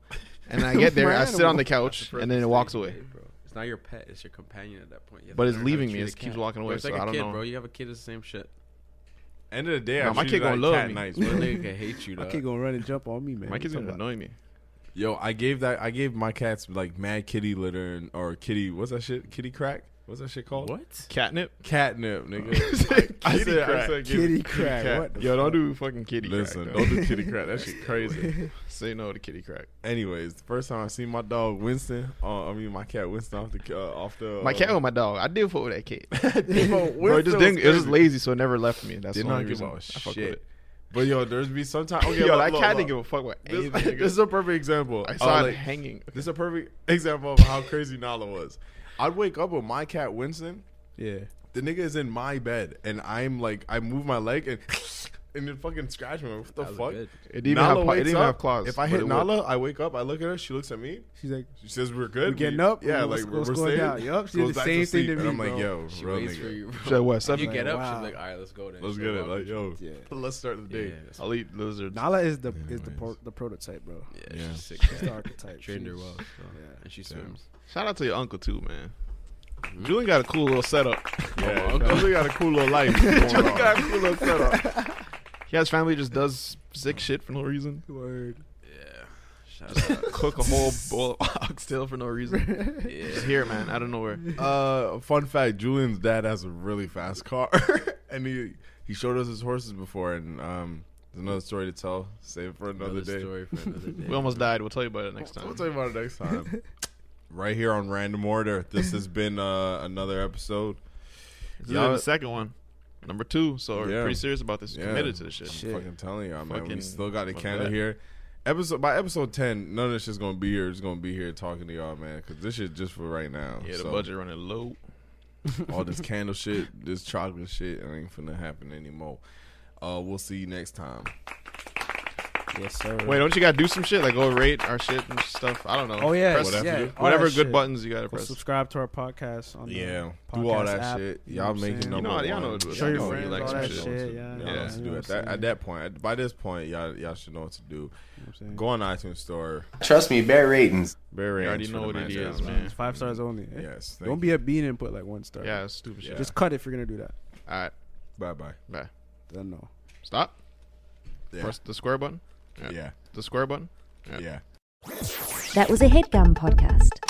[SPEAKER 3] and I get there,
[SPEAKER 4] My
[SPEAKER 3] I sit on
[SPEAKER 4] animal.
[SPEAKER 3] the couch, and then it
[SPEAKER 1] First
[SPEAKER 3] walks
[SPEAKER 1] mistake
[SPEAKER 3] away.
[SPEAKER 1] you made, bro. It's not your pet. It's your companion at that point. You have
[SPEAKER 3] But
[SPEAKER 1] to
[SPEAKER 3] it's
[SPEAKER 1] learn how to
[SPEAKER 3] leaving me,
[SPEAKER 1] treat
[SPEAKER 3] it
[SPEAKER 1] a
[SPEAKER 3] keeps
[SPEAKER 1] cat.
[SPEAKER 3] walking
[SPEAKER 1] Bro,
[SPEAKER 3] away,
[SPEAKER 1] It's
[SPEAKER 3] so
[SPEAKER 1] like
[SPEAKER 3] I
[SPEAKER 1] a
[SPEAKER 3] don't
[SPEAKER 1] kid,
[SPEAKER 3] know.
[SPEAKER 1] bro. You have a kid, it's the same shit.
[SPEAKER 4] End of the day,
[SPEAKER 3] Nah,
[SPEAKER 4] I
[SPEAKER 3] my
[SPEAKER 4] treated
[SPEAKER 3] kid gonna
[SPEAKER 4] that
[SPEAKER 3] love
[SPEAKER 4] cat
[SPEAKER 3] me.
[SPEAKER 4] nice,
[SPEAKER 1] Your
[SPEAKER 4] bro.
[SPEAKER 1] nigga can hate you.
[SPEAKER 2] My
[SPEAKER 1] dog.
[SPEAKER 2] kid gonna run and jump on me, man.
[SPEAKER 3] My kid's
[SPEAKER 2] What you
[SPEAKER 3] gonna
[SPEAKER 2] talking
[SPEAKER 3] annoy me.
[SPEAKER 4] Yo, I gave that. I gave my cats like mad kitty litter and or kitty. What's that shit? Kitty crack. What's that shit called?
[SPEAKER 1] What? Oh,
[SPEAKER 3] Catnip,
[SPEAKER 4] Catnip, nigga. I
[SPEAKER 3] Kitty
[SPEAKER 4] said- I
[SPEAKER 3] crack.
[SPEAKER 4] said give-
[SPEAKER 2] Kitty crack.
[SPEAKER 4] cat.
[SPEAKER 2] What the
[SPEAKER 3] yo, don't do fucking kitty.
[SPEAKER 4] Listen,
[SPEAKER 3] crack, though.
[SPEAKER 4] don't do kitty crack. That shit crazy.
[SPEAKER 3] say no to kitty crack.
[SPEAKER 4] Anyways, the first time I seen my dog Winston, uh, I mean my cat Winston off the uh, off the.
[SPEAKER 3] My
[SPEAKER 4] uh,
[SPEAKER 3] cat with my dog. I did fuck with that kid.
[SPEAKER 4] Bro,
[SPEAKER 3] bro, it just
[SPEAKER 4] Winston
[SPEAKER 3] didn't.
[SPEAKER 4] was
[SPEAKER 3] It was just
[SPEAKER 4] crazy.
[SPEAKER 3] lazy, so it never left me. That's
[SPEAKER 4] Did
[SPEAKER 3] the
[SPEAKER 4] not
[SPEAKER 3] only
[SPEAKER 4] give
[SPEAKER 3] reason.
[SPEAKER 4] a
[SPEAKER 3] I fuck's with
[SPEAKER 4] shit.
[SPEAKER 3] it.
[SPEAKER 4] But yo, there's be sometimes. Okay,
[SPEAKER 3] Yo,
[SPEAKER 4] look,
[SPEAKER 3] that
[SPEAKER 4] look,
[SPEAKER 3] cat
[SPEAKER 4] look.
[SPEAKER 3] didn't give a fuck what
[SPEAKER 4] This,
[SPEAKER 3] anything.
[SPEAKER 4] this is a perfect example.
[SPEAKER 3] I
[SPEAKER 4] Uh,
[SPEAKER 3] saw it
[SPEAKER 4] like,
[SPEAKER 3] hanging.
[SPEAKER 4] This is a perfect example of how crazy Nala was. I'd wake up with my cat Winston.
[SPEAKER 2] Yeah.
[SPEAKER 4] The nigga is in my bed, and I'm like, I move my leg and and it fucking scratched me. What the
[SPEAKER 1] That was
[SPEAKER 4] fuck?
[SPEAKER 1] good.
[SPEAKER 3] It didn't even have pa- it
[SPEAKER 4] wakes
[SPEAKER 3] didn't even
[SPEAKER 4] up.
[SPEAKER 3] have claws,
[SPEAKER 4] If I
[SPEAKER 3] but
[SPEAKER 4] hit
[SPEAKER 3] it
[SPEAKER 4] Nala, I wake up. I look at her. She looks at me.
[SPEAKER 2] She's like,
[SPEAKER 4] She says we're good.
[SPEAKER 2] We're getting up.
[SPEAKER 4] Yeah,
[SPEAKER 2] What's-
[SPEAKER 4] like we're,
[SPEAKER 2] what's
[SPEAKER 4] we're
[SPEAKER 2] going
[SPEAKER 4] staying.
[SPEAKER 2] down? Yup, she did
[SPEAKER 4] Goes
[SPEAKER 2] the
[SPEAKER 4] back
[SPEAKER 2] same thing
[SPEAKER 4] sleep,
[SPEAKER 2] to
[SPEAKER 4] and I'm
[SPEAKER 2] me,
[SPEAKER 4] like,
[SPEAKER 2] bro.
[SPEAKER 4] yo,
[SPEAKER 1] She
[SPEAKER 4] real
[SPEAKER 1] waits
[SPEAKER 4] nigga.
[SPEAKER 1] for you, bro.
[SPEAKER 3] She's like, what, seven?
[SPEAKER 1] You get up,
[SPEAKER 2] Wow.
[SPEAKER 1] she's like, all right, let's go then.
[SPEAKER 4] Let's
[SPEAKER 1] She'll
[SPEAKER 4] get it.
[SPEAKER 1] walk
[SPEAKER 4] Like,
[SPEAKER 1] with you.
[SPEAKER 4] yo,
[SPEAKER 2] Yeah.
[SPEAKER 4] let's start the
[SPEAKER 1] Yeah,
[SPEAKER 4] day.
[SPEAKER 1] that's-
[SPEAKER 3] I'll eat lizards.
[SPEAKER 2] Nala is the is the pro, the prototype, bro.
[SPEAKER 1] yeah,
[SPEAKER 4] Yeah.
[SPEAKER 1] she's a sick.
[SPEAKER 2] She's the
[SPEAKER 1] cat.
[SPEAKER 2] archetype.
[SPEAKER 1] Trained her
[SPEAKER 2] She's-
[SPEAKER 1] well, so.
[SPEAKER 2] yeah.
[SPEAKER 1] and she swims.
[SPEAKER 3] Shout out to your uncle too, man. Julian got a cool little setup.
[SPEAKER 4] Hmm? Yeah,
[SPEAKER 1] okay.
[SPEAKER 4] Julie got a cool little life. going on.
[SPEAKER 3] got a cool little setup. Yeah, his family just does sick shit for no reason.
[SPEAKER 2] Word.
[SPEAKER 1] Yeah, shout out.
[SPEAKER 3] Cook a whole bowl of oxtail for no reason. Just
[SPEAKER 1] Yeah,
[SPEAKER 3] here, man, out of nowhere.
[SPEAKER 4] Uh, fun fact: Julian's dad has a really fast car, and he he showed us his horses before. And um, there's another story to tell. Save it for another,
[SPEAKER 1] another
[SPEAKER 4] day.
[SPEAKER 1] story for another day.
[SPEAKER 3] We almost died. We'll tell you about it next
[SPEAKER 4] We'll
[SPEAKER 3] time.
[SPEAKER 4] tell you about it next time. right here on Random Order. This has been uh, another episode.
[SPEAKER 3] This is
[SPEAKER 4] Y'all-
[SPEAKER 3] the second one, number two. So we're
[SPEAKER 4] Yeah.
[SPEAKER 3] pretty serious about this.
[SPEAKER 4] Yeah.
[SPEAKER 3] Committed to this shit.
[SPEAKER 4] I'm fucking telling y'all, man.
[SPEAKER 3] Fucking-
[SPEAKER 4] we still got a
[SPEAKER 3] fuck
[SPEAKER 4] candle
[SPEAKER 3] that.
[SPEAKER 4] here. Episode by episode ten, none of this is gonna be here. It's gonna be here talking to y'all, man. Because this shit just for right now.
[SPEAKER 3] Yeah, the
[SPEAKER 4] So,
[SPEAKER 3] budget running low.
[SPEAKER 4] all this candle shit, this chocolate shit, it ain't finna happen anymore. Uh, we'll see you next time.
[SPEAKER 2] Yes, sir.
[SPEAKER 3] Wait, don't you got to do some shit like go rate our shit and stuff? I don't know.
[SPEAKER 2] Oh yeah,
[SPEAKER 3] Press-
[SPEAKER 2] whatever, yeah, all
[SPEAKER 3] whatever
[SPEAKER 2] that
[SPEAKER 3] good
[SPEAKER 2] shit.
[SPEAKER 3] buttons you got to
[SPEAKER 2] Go
[SPEAKER 3] press.
[SPEAKER 2] Subscribe to our podcast on the
[SPEAKER 4] Yeah, do all
[SPEAKER 2] podcast
[SPEAKER 4] that
[SPEAKER 2] app,
[SPEAKER 4] shit.
[SPEAKER 2] you know
[SPEAKER 4] Y'all
[SPEAKER 2] what I'm
[SPEAKER 4] making
[SPEAKER 2] saying?
[SPEAKER 4] number
[SPEAKER 3] know how-
[SPEAKER 4] one.
[SPEAKER 3] y'all know what to do.
[SPEAKER 2] Show
[SPEAKER 3] Y'all
[SPEAKER 2] your
[SPEAKER 3] know you
[SPEAKER 2] friends
[SPEAKER 3] like
[SPEAKER 2] all
[SPEAKER 3] some
[SPEAKER 2] that
[SPEAKER 3] shit.
[SPEAKER 2] shit.
[SPEAKER 3] Yeah,
[SPEAKER 2] Yeah,
[SPEAKER 4] Y'all
[SPEAKER 3] yeah.
[SPEAKER 4] know what to do at that, at that point. At- by this point, y'all y'all should know what to do. Go on iTunes store.
[SPEAKER 6] Trust me, bear ratings.
[SPEAKER 4] Bear ratings.
[SPEAKER 3] already
[SPEAKER 4] for
[SPEAKER 3] know
[SPEAKER 4] the
[SPEAKER 3] what it
[SPEAKER 4] man's
[SPEAKER 3] is,
[SPEAKER 4] job.
[SPEAKER 3] man.
[SPEAKER 2] It's five stars only. eh?
[SPEAKER 4] Yes, thank
[SPEAKER 2] Don't be a bean and put like one star.
[SPEAKER 3] Yeah, it's stupid shit.
[SPEAKER 2] Just cut if you're gonna do that.
[SPEAKER 3] All right,
[SPEAKER 4] Bye bye.
[SPEAKER 3] bye.
[SPEAKER 2] Then no.
[SPEAKER 3] Stop.
[SPEAKER 4] Yeah.
[SPEAKER 3] Press the square button.
[SPEAKER 4] Yeah.
[SPEAKER 3] The square button.
[SPEAKER 4] Yeah.
[SPEAKER 8] That was a headgum podcast.